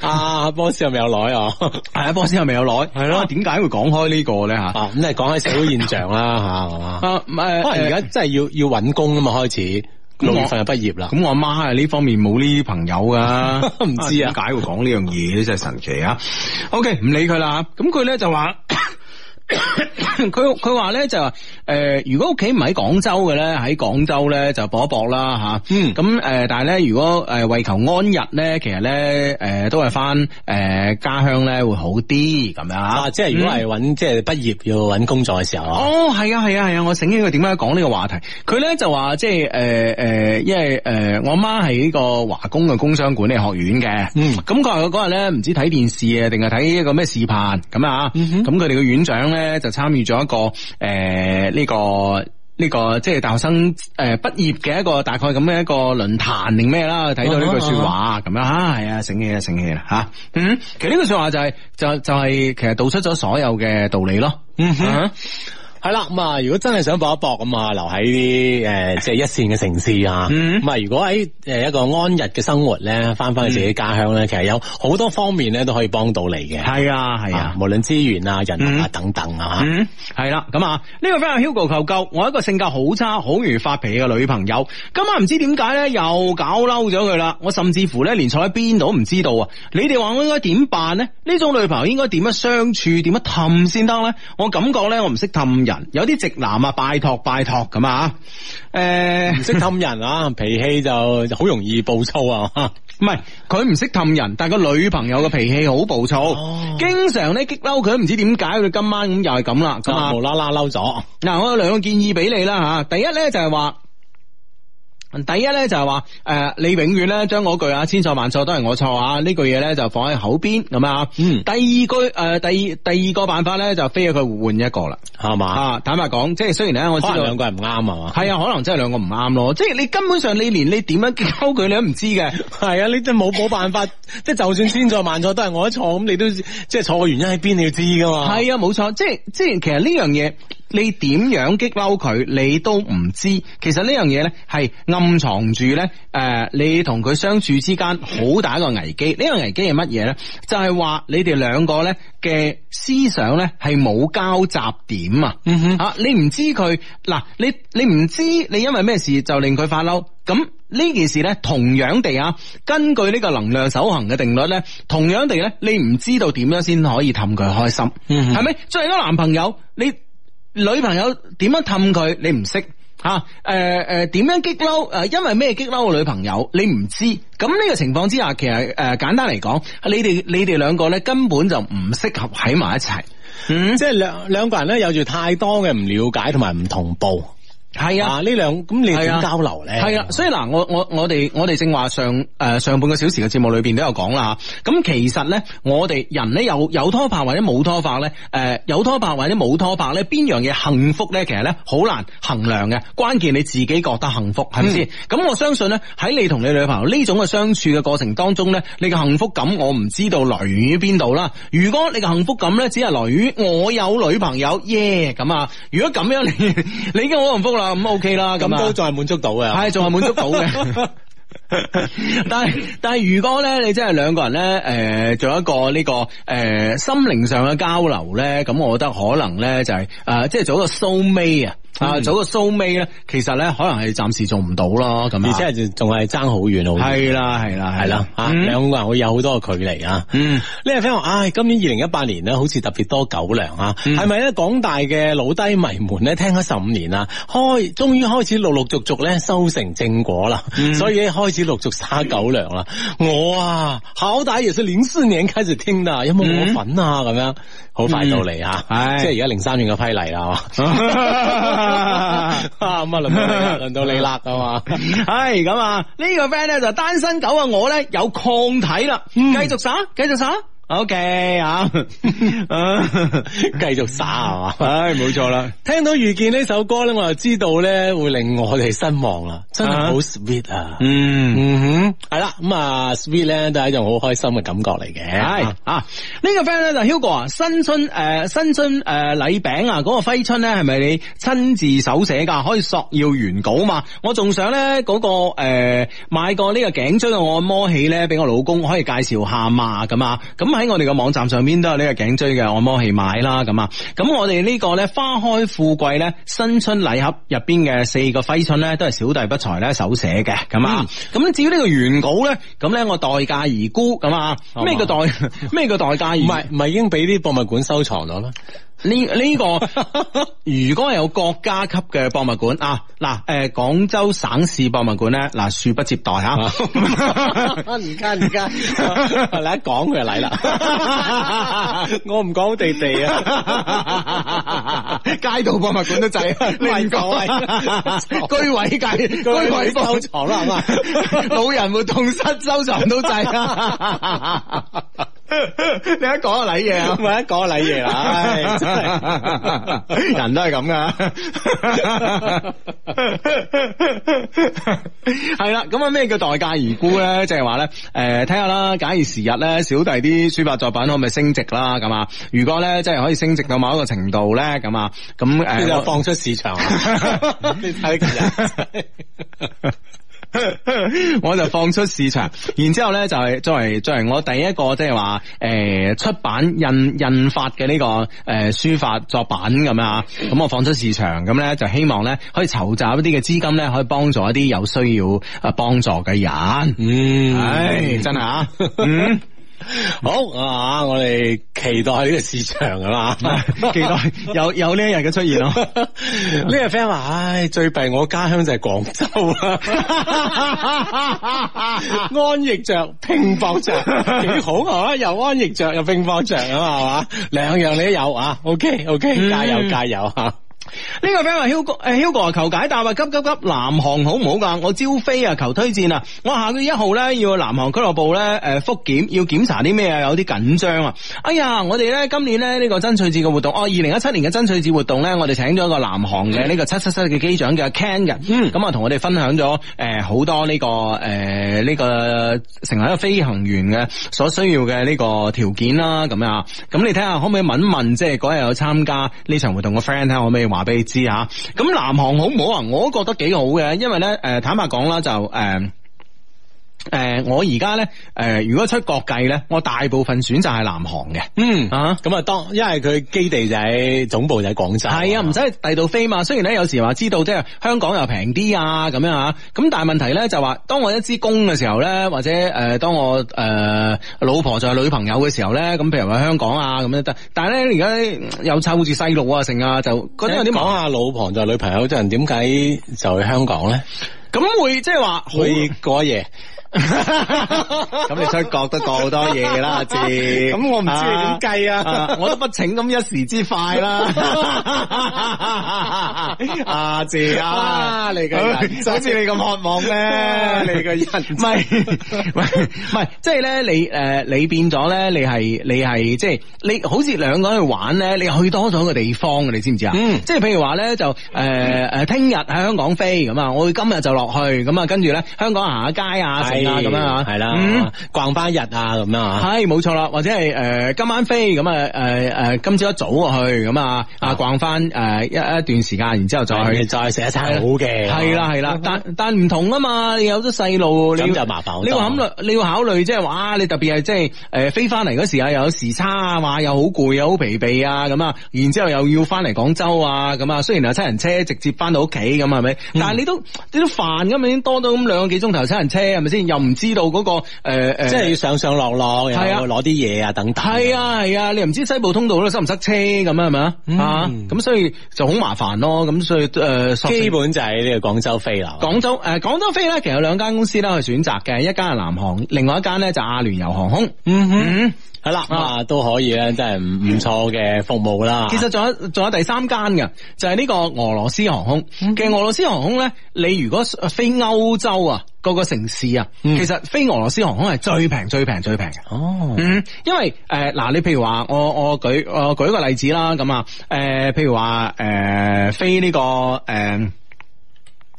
[SPEAKER 2] 啊，波斯係咪有耐 啊？
[SPEAKER 1] 係啊，波先又未有耐，係咯，點解會講開呢個咧吓？
[SPEAKER 2] 啊，咁係講喺社會現象啦， 吓係嘛？
[SPEAKER 1] 啊，诶，
[SPEAKER 2] 可能而家真係要要揾工啊嘛，開始六
[SPEAKER 1] 我
[SPEAKER 2] 月份就畢業啦。
[SPEAKER 1] 咁我阿媽係呢方面冇呢啲朋友噶，
[SPEAKER 2] 唔知啊
[SPEAKER 1] 點解會講呢樣嘢真係神奇啊！OK，唔理佢啦，咁佢咧就話。 佢佢話咧就話誒、呃如果屋企唔喺廣州嘅咧，喺廣州咧就搏一搏啦吓。
[SPEAKER 2] 嗯
[SPEAKER 1] 咁誒、呃但係咧，如果誒、為求安逸咧，其實咧誒、都係翻誒家鄉咧會好啲咁樣
[SPEAKER 2] 啊，
[SPEAKER 1] 啊。
[SPEAKER 2] 即係如果係揾即係畢業要揾工作嘅時候啊，
[SPEAKER 1] 哦，係啊，係啊，係啊！我醒起佢點解講呢個話題。佢咧就話即係誒誒，因為誒、呃我媽係呢個華工嘅工商管理學院嘅。
[SPEAKER 2] 嗯
[SPEAKER 1] 咁佢話佢嗰日咧唔知睇電視啊，定係睇一個咩視頻咁啊。咁佢哋嘅院長咧就參與咗一個誒呢、個。呢、個即係大學生誒畢、業嘅一個大概咁嘅一個論壇定咩啦，睇到呢句説話咁樣啊，係啊，醒起啦，醒起啦嚇，嗯，其實呢句説話就係、就就係、其實道出咗所有嘅道理咯，嗯哼。
[SPEAKER 2] 係啦，咁啊，如果真係想搏一搏咁啊，留喺啲诶即係一線嘅城市啊，
[SPEAKER 1] 嗯
[SPEAKER 2] 咁啊，如果喺诶一個安逸嘅生活咧，翻返去自己家鄉咧，其實有好多方面咧都可以幫到你嘅。
[SPEAKER 1] 系啊，系
[SPEAKER 2] 嗯啊
[SPEAKER 1] 啊，。
[SPEAKER 2] 无论资源啊、人脈啊等等啊，
[SPEAKER 1] 嗯，系啦，咁啊，呢個 friend 係 Hugo 求救，我一個性格好差、好容易發脾氣嘅女朋友，今晚唔知點解咧又搞嬲咗佢啦，我甚至乎咧連坐喺邊度都唔知道啊！你哋話我應該點辦呢？呢種女朋友應該點樣相處、點樣氹先得呢？我感覺咧我唔識氹人，有啲直男啊，拜託拜託咁啊，诶、
[SPEAKER 2] 唔識氹人啊， 脾氣就就好容易暴躁啊，
[SPEAKER 1] 唔係，佢唔識氹人，但係個女朋友嘅脾氣好暴躁，經常咧激嬲佢，唔知點解佢今晚咁又係咁啦，咁
[SPEAKER 2] 咁啊
[SPEAKER 1] 啊
[SPEAKER 2] 無啦啦嬲咗，
[SPEAKER 1] 嗱，我有兩個建議俾你啦吓，第一咧就係話。第一咧就係話，诶、你永遠咧將嗰句啊，千錯萬錯都係我錯啊，呢句嘢咧就放喺口邊咁啊。
[SPEAKER 2] 嗯
[SPEAKER 1] 第二句诶、呃第二第二個辦法咧就飛咗佢換一個啦。
[SPEAKER 2] 係嘛？
[SPEAKER 1] 啊，坦白講，即係雖然咧我知
[SPEAKER 2] 可
[SPEAKER 1] 道
[SPEAKER 2] 能兩個人唔啱啊嘛，
[SPEAKER 1] 係啊，可能真係兩個唔啱咯。即係你根本上你連你點樣激嬲佢你都唔知嘅。
[SPEAKER 2] 係啊，你都冇冇辦法，即係就算千錯萬錯都係我嘅錯，咁你都即係錯嘅原因喺邊你要知噶嘛，
[SPEAKER 1] 係啊，冇錯，即係即係其實呢樣嘢，你點樣激嬲佢，你都唔知。其實呢樣嘢咧係暗藏住咧，诶、你同佢相處之間好大一個危機。呢、個危機係乜嘢咧？就係話你哋兩個咧嘅思想咧係冇交集點啊！啊，你唔知佢嗱，你你唔知你因為咩事就令佢發嬲，咁呢件事咧同樣地啊，根據呢個能量守恒嘅定律咧，同樣地咧，你唔知道點樣先可以氹佢開心，
[SPEAKER 2] 嗯
[SPEAKER 1] 係咪、作為一個男朋友，你女朋友點樣氹佢，你唔識。吓，诶诶，點樣激嬲？诶、因為咩激嬲個女朋友？你唔知。咁呢個情況之下，其實诶、呃、簡單嚟講，你哋你哋兩個咧根本就唔適合喺埋一齊。嗯，
[SPEAKER 2] 即係兩兩個人咧有住太多嘅唔了解同埋唔同步，
[SPEAKER 1] 係啊
[SPEAKER 2] 啊。呢兩咁你
[SPEAKER 1] 係啊
[SPEAKER 2] 點交流咧？
[SPEAKER 1] 系啊，所以嗱，我我我哋我哋正話上诶、呃上半個小時嘅節目裏边都有講啦吓。咁其實咧，我哋人咧有有拖拍或者冇拖拍咧，诶、有拖拍或者冇拖拍咧，邊樣嘢幸福咧？其實咧好難衡量嘅，關鍵你自己覺得幸福係咪
[SPEAKER 2] 嗯
[SPEAKER 1] 先？咁、我相信咧，喺你同你女朋友呢種嘅相處嘅過程當中咧，你嘅幸福感我唔知道來源於邊度啦。如果你嘅幸福感咧只係來源於我有女朋友耶咁啊，如果咁樣你 你已經好幸福啦，咁 OK 啦，咁
[SPEAKER 2] 咁
[SPEAKER 1] 啊
[SPEAKER 2] 都仲係滿足到 嘅，
[SPEAKER 1] 系仲係滿足到 嘅。但係但係，如果咧你真係兩個人咧，诶、做一個呢、個个呃心靈上嘅交流咧，咁我覺得可能咧就係呃即係做一個 soul mate 啊。啊，
[SPEAKER 2] 嗯
[SPEAKER 1] 做個 show 尾咧，其實咧可能係暫時做唔到咯，咁啊
[SPEAKER 2] 而且係仲係爭好遠好遠。
[SPEAKER 1] 係啦係啦
[SPEAKER 2] 系啦，吓
[SPEAKER 1] 嗯
[SPEAKER 2] 兩個人會有好多嘅距離啊！
[SPEAKER 1] 嗯，
[SPEAKER 2] 呢位 friend 話：，唉，啊今年二零一八年咧，好似特別多狗糧啊！
[SPEAKER 1] 嗯
[SPEAKER 2] 係咪咧？廣大嘅老低迷們咧，聽咗十五年啊啦，開終於開始陸陸續續咧收成正果啦，
[SPEAKER 1] 嗯
[SPEAKER 2] 所以咧開始陸續撒狗糧啦。我啊，好歹也是零四年開始聽的，有冇我份啊？咁樣好快到嚟啊！
[SPEAKER 1] 嗯唉
[SPEAKER 2] 即係而家零三年嘅批例啦，係嘛啊咁啊，輪到你啦，輪到你啦，啊 係嘛？
[SPEAKER 1] 係咁啊！呢、個 friend 咧就單身狗啊，我咧有抗體啦，繼、
[SPEAKER 2] 嗯
[SPEAKER 1] 續耍，繼續耍。O K 啊，
[SPEAKER 2] 繼續耍係嘛？
[SPEAKER 1] 唉，冇錯啦，
[SPEAKER 2] 聽到遇見呢首歌咧，我就知道咧會令我哋失望啦，真係好
[SPEAKER 1] 啊
[SPEAKER 2] sweet 啊！
[SPEAKER 1] 嗯。
[SPEAKER 2] 嗯哼，係啦，咁啊 sweet 咧都係一種好開心嘅感覺嚟嘅，
[SPEAKER 1] 系啊，呢、個 friend 咧就 Hugo 啊，新春诶、呃新春诶禮餅啊，嗰、個揮春咧係咪你親自手寫㗎？可以索要原稿嘛？我仲想咧嗰、個个诶、买个呢個頸椎嘅按摩器咧，俾我老公可以介紹下嘛咁啊。咁喺我哋嘅網站上邊都有呢個頸椎嘅按摩器買啦咁啊。咁我哋呢個咧花開富貴咧新春禮盒入邊嘅四個揮春咧都係小弟不才咧手寫嘅咁啊。咁、至於呢個原稿咧，咁咧我待價而沽咁啊。
[SPEAKER 2] 係嘛
[SPEAKER 1] 咩叫代 咩叫代價？
[SPEAKER 2] 唔係唔係已經俾啲博物館收藏咗啦？
[SPEAKER 1] 呢呢個 如果係有國家級嘅博物館啊，嗱誒廣州省市博物館咧，嗱恕不接待啊嚇。啊
[SPEAKER 2] 而家而家，你一講佢就 嚟啦， 我唔講地地啊，
[SPEAKER 1] 街道博物館都制，啊
[SPEAKER 2] 唔係
[SPEAKER 1] 講居委界居
[SPEAKER 2] 佢
[SPEAKER 1] 委
[SPEAKER 2] 位收
[SPEAKER 1] 博
[SPEAKER 2] 藏啦係嘛？
[SPEAKER 1] 老人活動室收藏都制啊！ 你一講就禮嘢啊
[SPEAKER 2] 唔！係一講禮嘢啦，唉真係。
[SPEAKER 1] 人都系咁噶，系啦。咁啊，咩叫代價而沽咧？即係話咧，诶、睇下啦。假如時日咧，小弟啲書法作品可唔可以升值啦？咁啊，如果咧，即係可以升值到某一個程度咧，咁啊，咁诶，
[SPEAKER 2] 你就
[SPEAKER 1] 我
[SPEAKER 2] 放出市場啊！ 你睇佢人，
[SPEAKER 1] 我就放出市場，然之后咧就係作為作為我第一個即係話诶出版印印發嘅呢、個个诶、呃、書法作品咁啊，咁我放出市場咁咧就希望咧可以籌集一啲嘅資金咧，可以幫助一啲有需要啊幫助嘅人。
[SPEAKER 2] 嗯
[SPEAKER 1] 唉，真係啊， 嗯，
[SPEAKER 2] 好啊！我哋期待呢個市場啊嘛。
[SPEAKER 1] 期待有有呢一日嘅出現咯。
[SPEAKER 2] 呢個 friend 話：，唉，最弊我家鄉就係廣州啊啦， 安逸着、拼搏着，幾好啊！又安逸着，又拼搏着啊嘛，係嘛？兩樣你都有啊，OK OK，加油加油啊嚇！
[SPEAKER 1] 呢個 friend 話 Hugo 誒 Hugo 啊求解答啊，急急急！南航好唔好㗎？我招飛啊，求推薦啊！我下個月一號咧要去南航俱樂部咧誒復檢，要檢查啲咩啊？有啲緊張啊！哎呀，我哋咧今年咧呢個爭取節嘅活動，哦，二零一七年嘅爭取節活動咧，我哋請咗一個南航嘅呢個七七七嘅機長嘅 Ken 嘅，嗯，咁啊同我哋分享咗誒好多呢、個呃誒呢、個成為一個飛行員嘅所需要嘅呢個條件啦，咁啊，咁你睇下可唔可以問一問，即係嗰日有參加呢場活動嘅 friend 睇下可唔可以話俾你知啊？咁南航好唔好啊？我覺得幾好嘅，因為咧誒、呃坦白講啦，就誒。呃誒、我而家咧，誒、如果出國計咧，我大部分選擇係南航嘅，
[SPEAKER 2] 嗯
[SPEAKER 1] 啊
[SPEAKER 2] 咁啊，當因為佢基地就喺總部就喺廣州，
[SPEAKER 1] 係啊，唔使第度飛嘛。雖然咧有時話知道即係香港又平啲啊咁樣啊，咁但係問題咧就話，當我一支公嘅時候咧，或者誒、呃、當我誒、呃老婆仲係女朋友嘅時候咧，咁譬如話香港啊咁樣得，但係咧而家又湊住細路啊成啊，就覺得有啲
[SPEAKER 2] 講
[SPEAKER 1] 忙。
[SPEAKER 2] 下老婆就係女朋友嗰陣，點解就去香港咧？
[SPEAKER 1] 咁會即係話好
[SPEAKER 2] 去過一 夜。
[SPEAKER 1] 咁你出國都過好多嘢啦，阿志。
[SPEAKER 2] 咁我唔知你點計啊
[SPEAKER 1] 啊我都不請咁一時之快 啦。阿志啊，
[SPEAKER 2] 啊你個人
[SPEAKER 1] 好似你咁渴望 咧，你個人唔係唔係唔係，即係咧你誒你變咗咧，你係你係即係你好似兩個人去玩咧，你去多咗一個地方嘅，你知唔知啊？
[SPEAKER 2] 嗯
[SPEAKER 1] 即係譬如話咧就誒誒，聽日喺香港飛咁啊，我今日就落去咁啊，跟住咧香港行下街啊，
[SPEAKER 2] 係定啊咁樣啊，
[SPEAKER 1] 係啦
[SPEAKER 2] 嗯逛翻日啊咁樣啊。
[SPEAKER 1] 系冇错啦，或者系诶、呃今晚飛咁啊诶诶今朝一早我去咁啊啊逛翻诶、呃一一段時間，然之後再去
[SPEAKER 2] 再再食一餐好嘅，
[SPEAKER 1] 係啦係啦，但但唔同啊嘛，你有咗細路，你
[SPEAKER 2] 咁
[SPEAKER 1] 要
[SPEAKER 2] 就麻煩好多
[SPEAKER 1] 你要考慮，你要考慮即係話，你特別係即係诶飛翻嚟嗰時啊，又有時差啊，話又好攰又好疲憊啊咁啊，然之後又要翻嚟廣州啊咁啊，雖然係七人車直接翻到屋企咁啊係咪？
[SPEAKER 2] 嗯
[SPEAKER 1] 但係你都你都煩咁，已經多咗咁兩個幾鐘頭七人車係咪先？又唔知道嗰、個呃誒誒
[SPEAKER 2] 即係要上上落落，又
[SPEAKER 1] 係啊
[SPEAKER 2] 攞啲嘢啊等等。
[SPEAKER 1] 系啊系啊，你又唔知西部通道咧塞唔塞車咁啊，係咪啊？
[SPEAKER 2] 嗯
[SPEAKER 1] 啊，咁所以就好麻煩咯。咁所以诶，索性
[SPEAKER 2] 基本就係呢個廣州飛啦。
[SPEAKER 1] 廣州诶，廣州飛咧，其實有兩間公司啦去選擇嘅，一間係南航，另外一間咧就亞聯酋航空。
[SPEAKER 2] 嗯哼，係啦，啊都可以咧，真係唔唔錯嘅服務啦。
[SPEAKER 1] 其實仲有仲有第三間嘅，就係呢個俄羅斯航空。其實俄羅斯航空咧，你如果飛歐洲啊，各個城市啊，其實飛俄羅斯航空係最平、最平、最平嘅。
[SPEAKER 2] 哦，
[SPEAKER 1] 嗯，因為诶嗱、你譬如話，我我舉我舉個例子啦，咁啊，诶、譬如話诶、誒飛呢、個诶。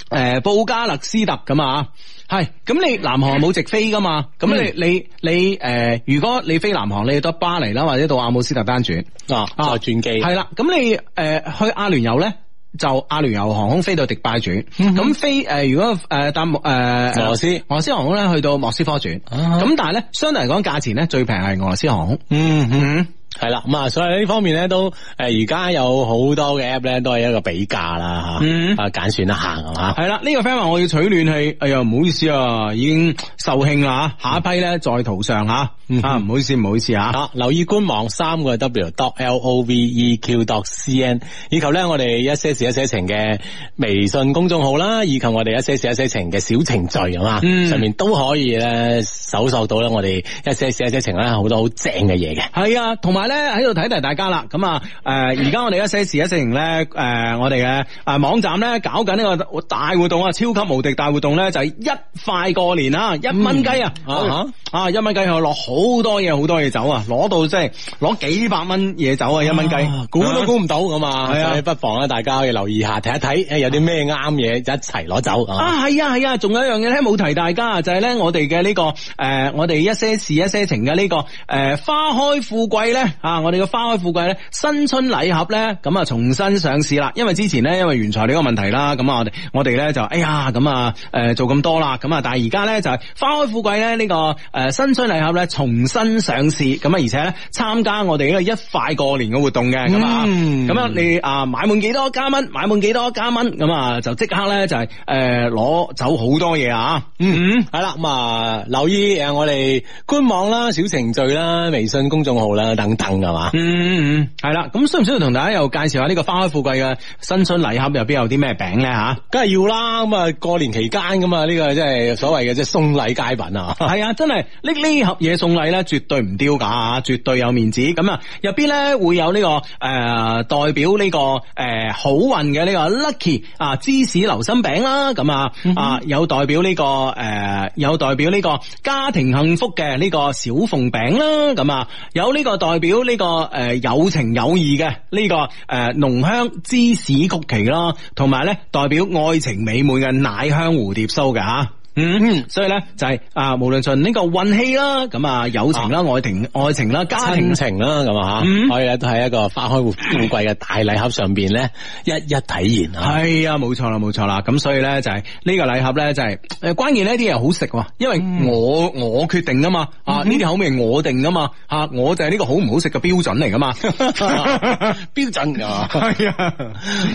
[SPEAKER 1] 誒、布加勒斯特咁啊，係咁你南航冇直飛噶嘛？咁你、你你誒、呃如果你飛南航，你到巴黎啦，或者到阿姆斯特丹轉，
[SPEAKER 2] 啊，再轉機
[SPEAKER 1] 係啦。咁你誒、呃去阿聯酋咧，就阿聯酋航空飛到迪拜轉，咁、飛誒、呃如果誒搭誒
[SPEAKER 2] 嗯俄羅斯
[SPEAKER 1] 俄羅斯航空咧去到莫斯科轉，咁、
[SPEAKER 2] 啊
[SPEAKER 1] 但係咧相對嚟講價錢咧最平係俄羅斯航空。
[SPEAKER 2] 嗯哼。
[SPEAKER 1] 嗯，
[SPEAKER 2] 系啦，咁啊，所以呢方面咧都诶，而家有好多嘅 app 咧，都係一個比價啦吓，
[SPEAKER 1] 嗯
[SPEAKER 2] 啊揀選一下係嘛，
[SPEAKER 1] 係啦，呢、個 friend 話我要取暖氣，哎呀唔好意思啊，已經售罄啦嚇下一批咧再途上嚇，
[SPEAKER 2] 嗯
[SPEAKER 1] 啊唔好意思唔好意思嚇。
[SPEAKER 2] 啊，留意官網三個 W dot L O V E Q dot C N，以及咧我哋一些事一些情嘅微信公眾號啦，以及我哋一些事一些情嘅小程序啊嘛，
[SPEAKER 1] 嗯
[SPEAKER 2] 上面都可以咧搜索到咧我哋一些事一些情咧好多好正嘅嘢嘅。
[SPEAKER 1] 系啊，同埋咧喺度睇提大家啦，咁啊，诶、而家我哋一些事一些情咧，诶、我哋嘅诶网站咧搞緊呢個大活動啊，超級無敵大活動咧，就係一塊過年啊，一蚊雞啊，
[SPEAKER 2] 嗯啊
[SPEAKER 1] 啊一蚊雞可以攞好多嘢，好多嘢走啊，攞到即係攞幾百蚊嘢走啊，一蚊雞
[SPEAKER 2] 啊，估都估唔到咁啊！
[SPEAKER 1] 係啊
[SPEAKER 2] 所以不妨咧，大家可以留意下睇一睇，誒有啲咩啱嘢一齊攞走啊！
[SPEAKER 1] 啊，係啊，係啊，仲有一樣嘢咧冇提大家啊，就係咧我哋嘅呢個誒、呃我哋一些事一些情嘅呢、個誒、呃花開富貴咧啊，我哋嘅花開富貴咧新春禮盒咧咁啊重新上市啦，因為之前咧因為原材料嘅問題啦，咁啊我哋我哋咧就哎呀咁啊誒做咁多啦，咁啊但係而家咧就係、花開富貴咧呢、個誒、呃新春禮盒咧重新上市，咁啊而且咧參加我哋呢個一塊過年嘅活動嘅咁啊，
[SPEAKER 2] 嗯
[SPEAKER 1] 咁樣你啊買滿幾多加蚊，買滿幾多加蚊，咁啊就即刻咧就係誒攞走好多嘢啊！
[SPEAKER 2] 嗯，系啦，咁啊，留意诶，我哋官網啦、小程序啦、微信公眾號啦等等，係嘛？
[SPEAKER 1] 嗯嗯，係啦，咁需唔需要同大家又介紹下呢個花開富貴嘅新春禮盒入邊有啲咩餅咧吓？
[SPEAKER 2] 梗係要啦，咁啊，過年期間咁啊，呢個即係所謂嘅即係送禮佳 品啊！
[SPEAKER 1] 係啊，真係呢呢盒嘢送禮咧，絕對唔丟架啊，絕對有面子。咁啊，入邊咧會有呢、個呃代表呢、個呃好運嘅呢個 lucky 啊芝士流心餅啦，咁啊啊有代表呢、個呃有代表呢個家庭幸福嘅呢個小鳳餅啦，咁啊有呢個代表呢、個呃有情有義嘅呢、個呃濃香芝士曲奇啦，同埋咧代表愛情美滿嘅奶香蝴蝶酥嘅嚇。嗯，所以咧就係啊，無論從呢個運氣啦，咁啊友情啦、愛情、愛情啦、家庭
[SPEAKER 2] 親，情啦，咁啊
[SPEAKER 1] 嗯
[SPEAKER 2] 吓，可以咧都喺一個花開富貴嘅大禮盒上边咧，一一體現 啊！
[SPEAKER 1] 係啊，冇錯啦，冇錯啦。咁所以咧就係呢個禮盒咧就係誒關鍵呢啲嘢好食喎，因為我我決定噶嘛，啊呢啲口味我定噶嘛，啊我就係呢個好唔好食嘅標準嚟噶嘛。
[SPEAKER 2] 標準啊！
[SPEAKER 1] 係啊，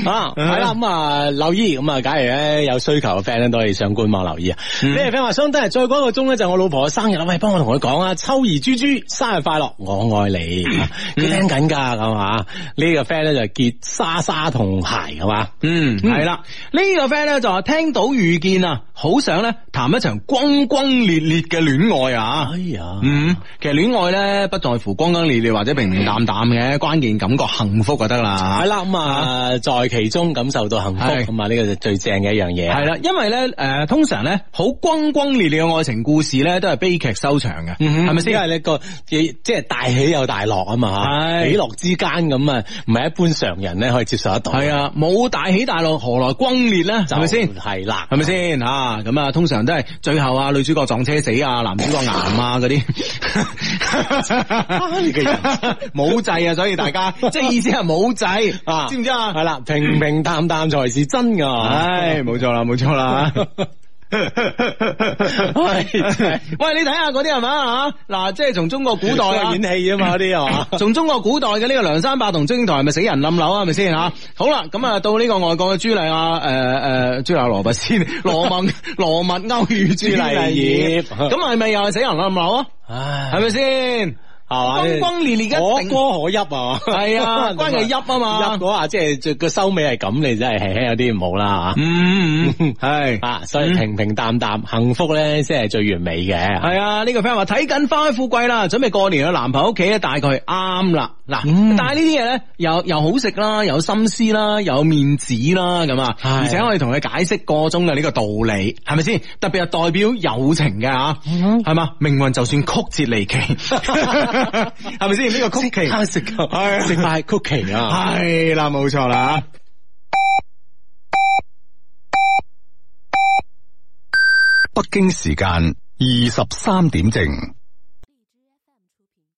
[SPEAKER 2] 啊，系啦，咁啊留意，咁啊，假如咧有需求嘅 friend 咧，都可以上官網留意啊。
[SPEAKER 1] 嗯
[SPEAKER 2] 呢個 friend 話相低，再過一個鐘咧就我老婆嘅生日啦，喂，幫我同佢講啊，秋兒豬豬生日快樂，我愛你，
[SPEAKER 1] 嗯
[SPEAKER 2] 佢聽緊㗎，咁啊，呢個 friend 咧就結莎莎同啊鞋，係嘛，
[SPEAKER 1] 嗯，係啦，呢個 friend 咧就話聽到遇見啊，好想咧談一場轟轟烈烈嘅戀愛啊。
[SPEAKER 2] 哎呀
[SPEAKER 1] 嗯，其實戀愛咧不在乎光光烈烈或者平平淡淡嘅，關鍵感覺幸福就得啦
[SPEAKER 2] 係。啦，咁
[SPEAKER 1] 啊
[SPEAKER 2] 啊，在其中感受到幸福，
[SPEAKER 1] 係
[SPEAKER 2] 咁啊，呢個就最正嘅一樣嘢。
[SPEAKER 1] 呃係啦，因為咧，诶、通常咧，好轟轟烈烈嘅愛情故事咧，都係悲劇收場嘅，係咪
[SPEAKER 2] 因為
[SPEAKER 1] 先？
[SPEAKER 2] 你個即係大起有大落啊嘛，
[SPEAKER 1] 係
[SPEAKER 2] 喜樂之間咁啊，唔係一般常人咧可以接受得到。
[SPEAKER 1] 係啊，冇大起大落，何來轟烈咧？係咪先？
[SPEAKER 2] 係啦，
[SPEAKER 1] 係咪先啊？咁啊，通常都係最後啊，女主角撞車死啊，男主角癌啊 嗰啲。你嘅人冇制啊，所以大家即係意思係冇制
[SPEAKER 2] 啊
[SPEAKER 1] 知唔知 啊？
[SPEAKER 2] 係啦，平平淡淡才是真噶。
[SPEAKER 1] 唉，冇錯啦，冇錯啦。
[SPEAKER 2] 唉真係
[SPEAKER 1] 喂，你睇下嗰啲係咪啊？嗱，即係從中國古代啊
[SPEAKER 2] 演戲啊嘛，嗰啲係嘛。
[SPEAKER 1] 從中國古代嘅呢個梁山伯同祝英台係咪死人冧樓啊？係咪先吓？好啦，咁啊到呢個外國嘅朱莉亞誒誒朱莉亞羅伯斯羅 文羅密歐與朱麗葉，咁係咪又係死人冧樓啊？
[SPEAKER 2] 唉
[SPEAKER 1] 係咪先？轟
[SPEAKER 2] 係嘛？
[SPEAKER 1] 轟烈烈一
[SPEAKER 2] 可
[SPEAKER 1] 定
[SPEAKER 2] 歌可泣啊！
[SPEAKER 1] 係啊，關鍵係泣啊嘛。
[SPEAKER 2] 入嗰下即係最個收尾係咁，你真係輕輕有啲唔好啦嚇
[SPEAKER 1] 嗯，嗯 係。
[SPEAKER 2] 啊！所以
[SPEAKER 1] 嗯
[SPEAKER 2] 平平淡淡，幸福咧先係最完美嘅。
[SPEAKER 1] 係啊，呢、個 friend 話睇緊《花開富貴》啦，準備過年去男朋友屋企咧，大概係啱啦。嗱，
[SPEAKER 2] 嗯
[SPEAKER 1] 但係呢啲嘢咧，又又好食啦，有心思啦，有面子啦，咁啊，
[SPEAKER 2] 係
[SPEAKER 1] 而且可以同佢解釋個中嘅呢個道理，係咪先？特別係代表友情嘅吓，
[SPEAKER 2] 嗯
[SPEAKER 1] 係嘛、命運就算曲折離 奇，係咪先？呢、個曲奇
[SPEAKER 2] 啊食
[SPEAKER 1] 係
[SPEAKER 2] 食塊曲奇啊！
[SPEAKER 1] 係啦，冇錯啦。
[SPEAKER 3] 北京时间二十三点正。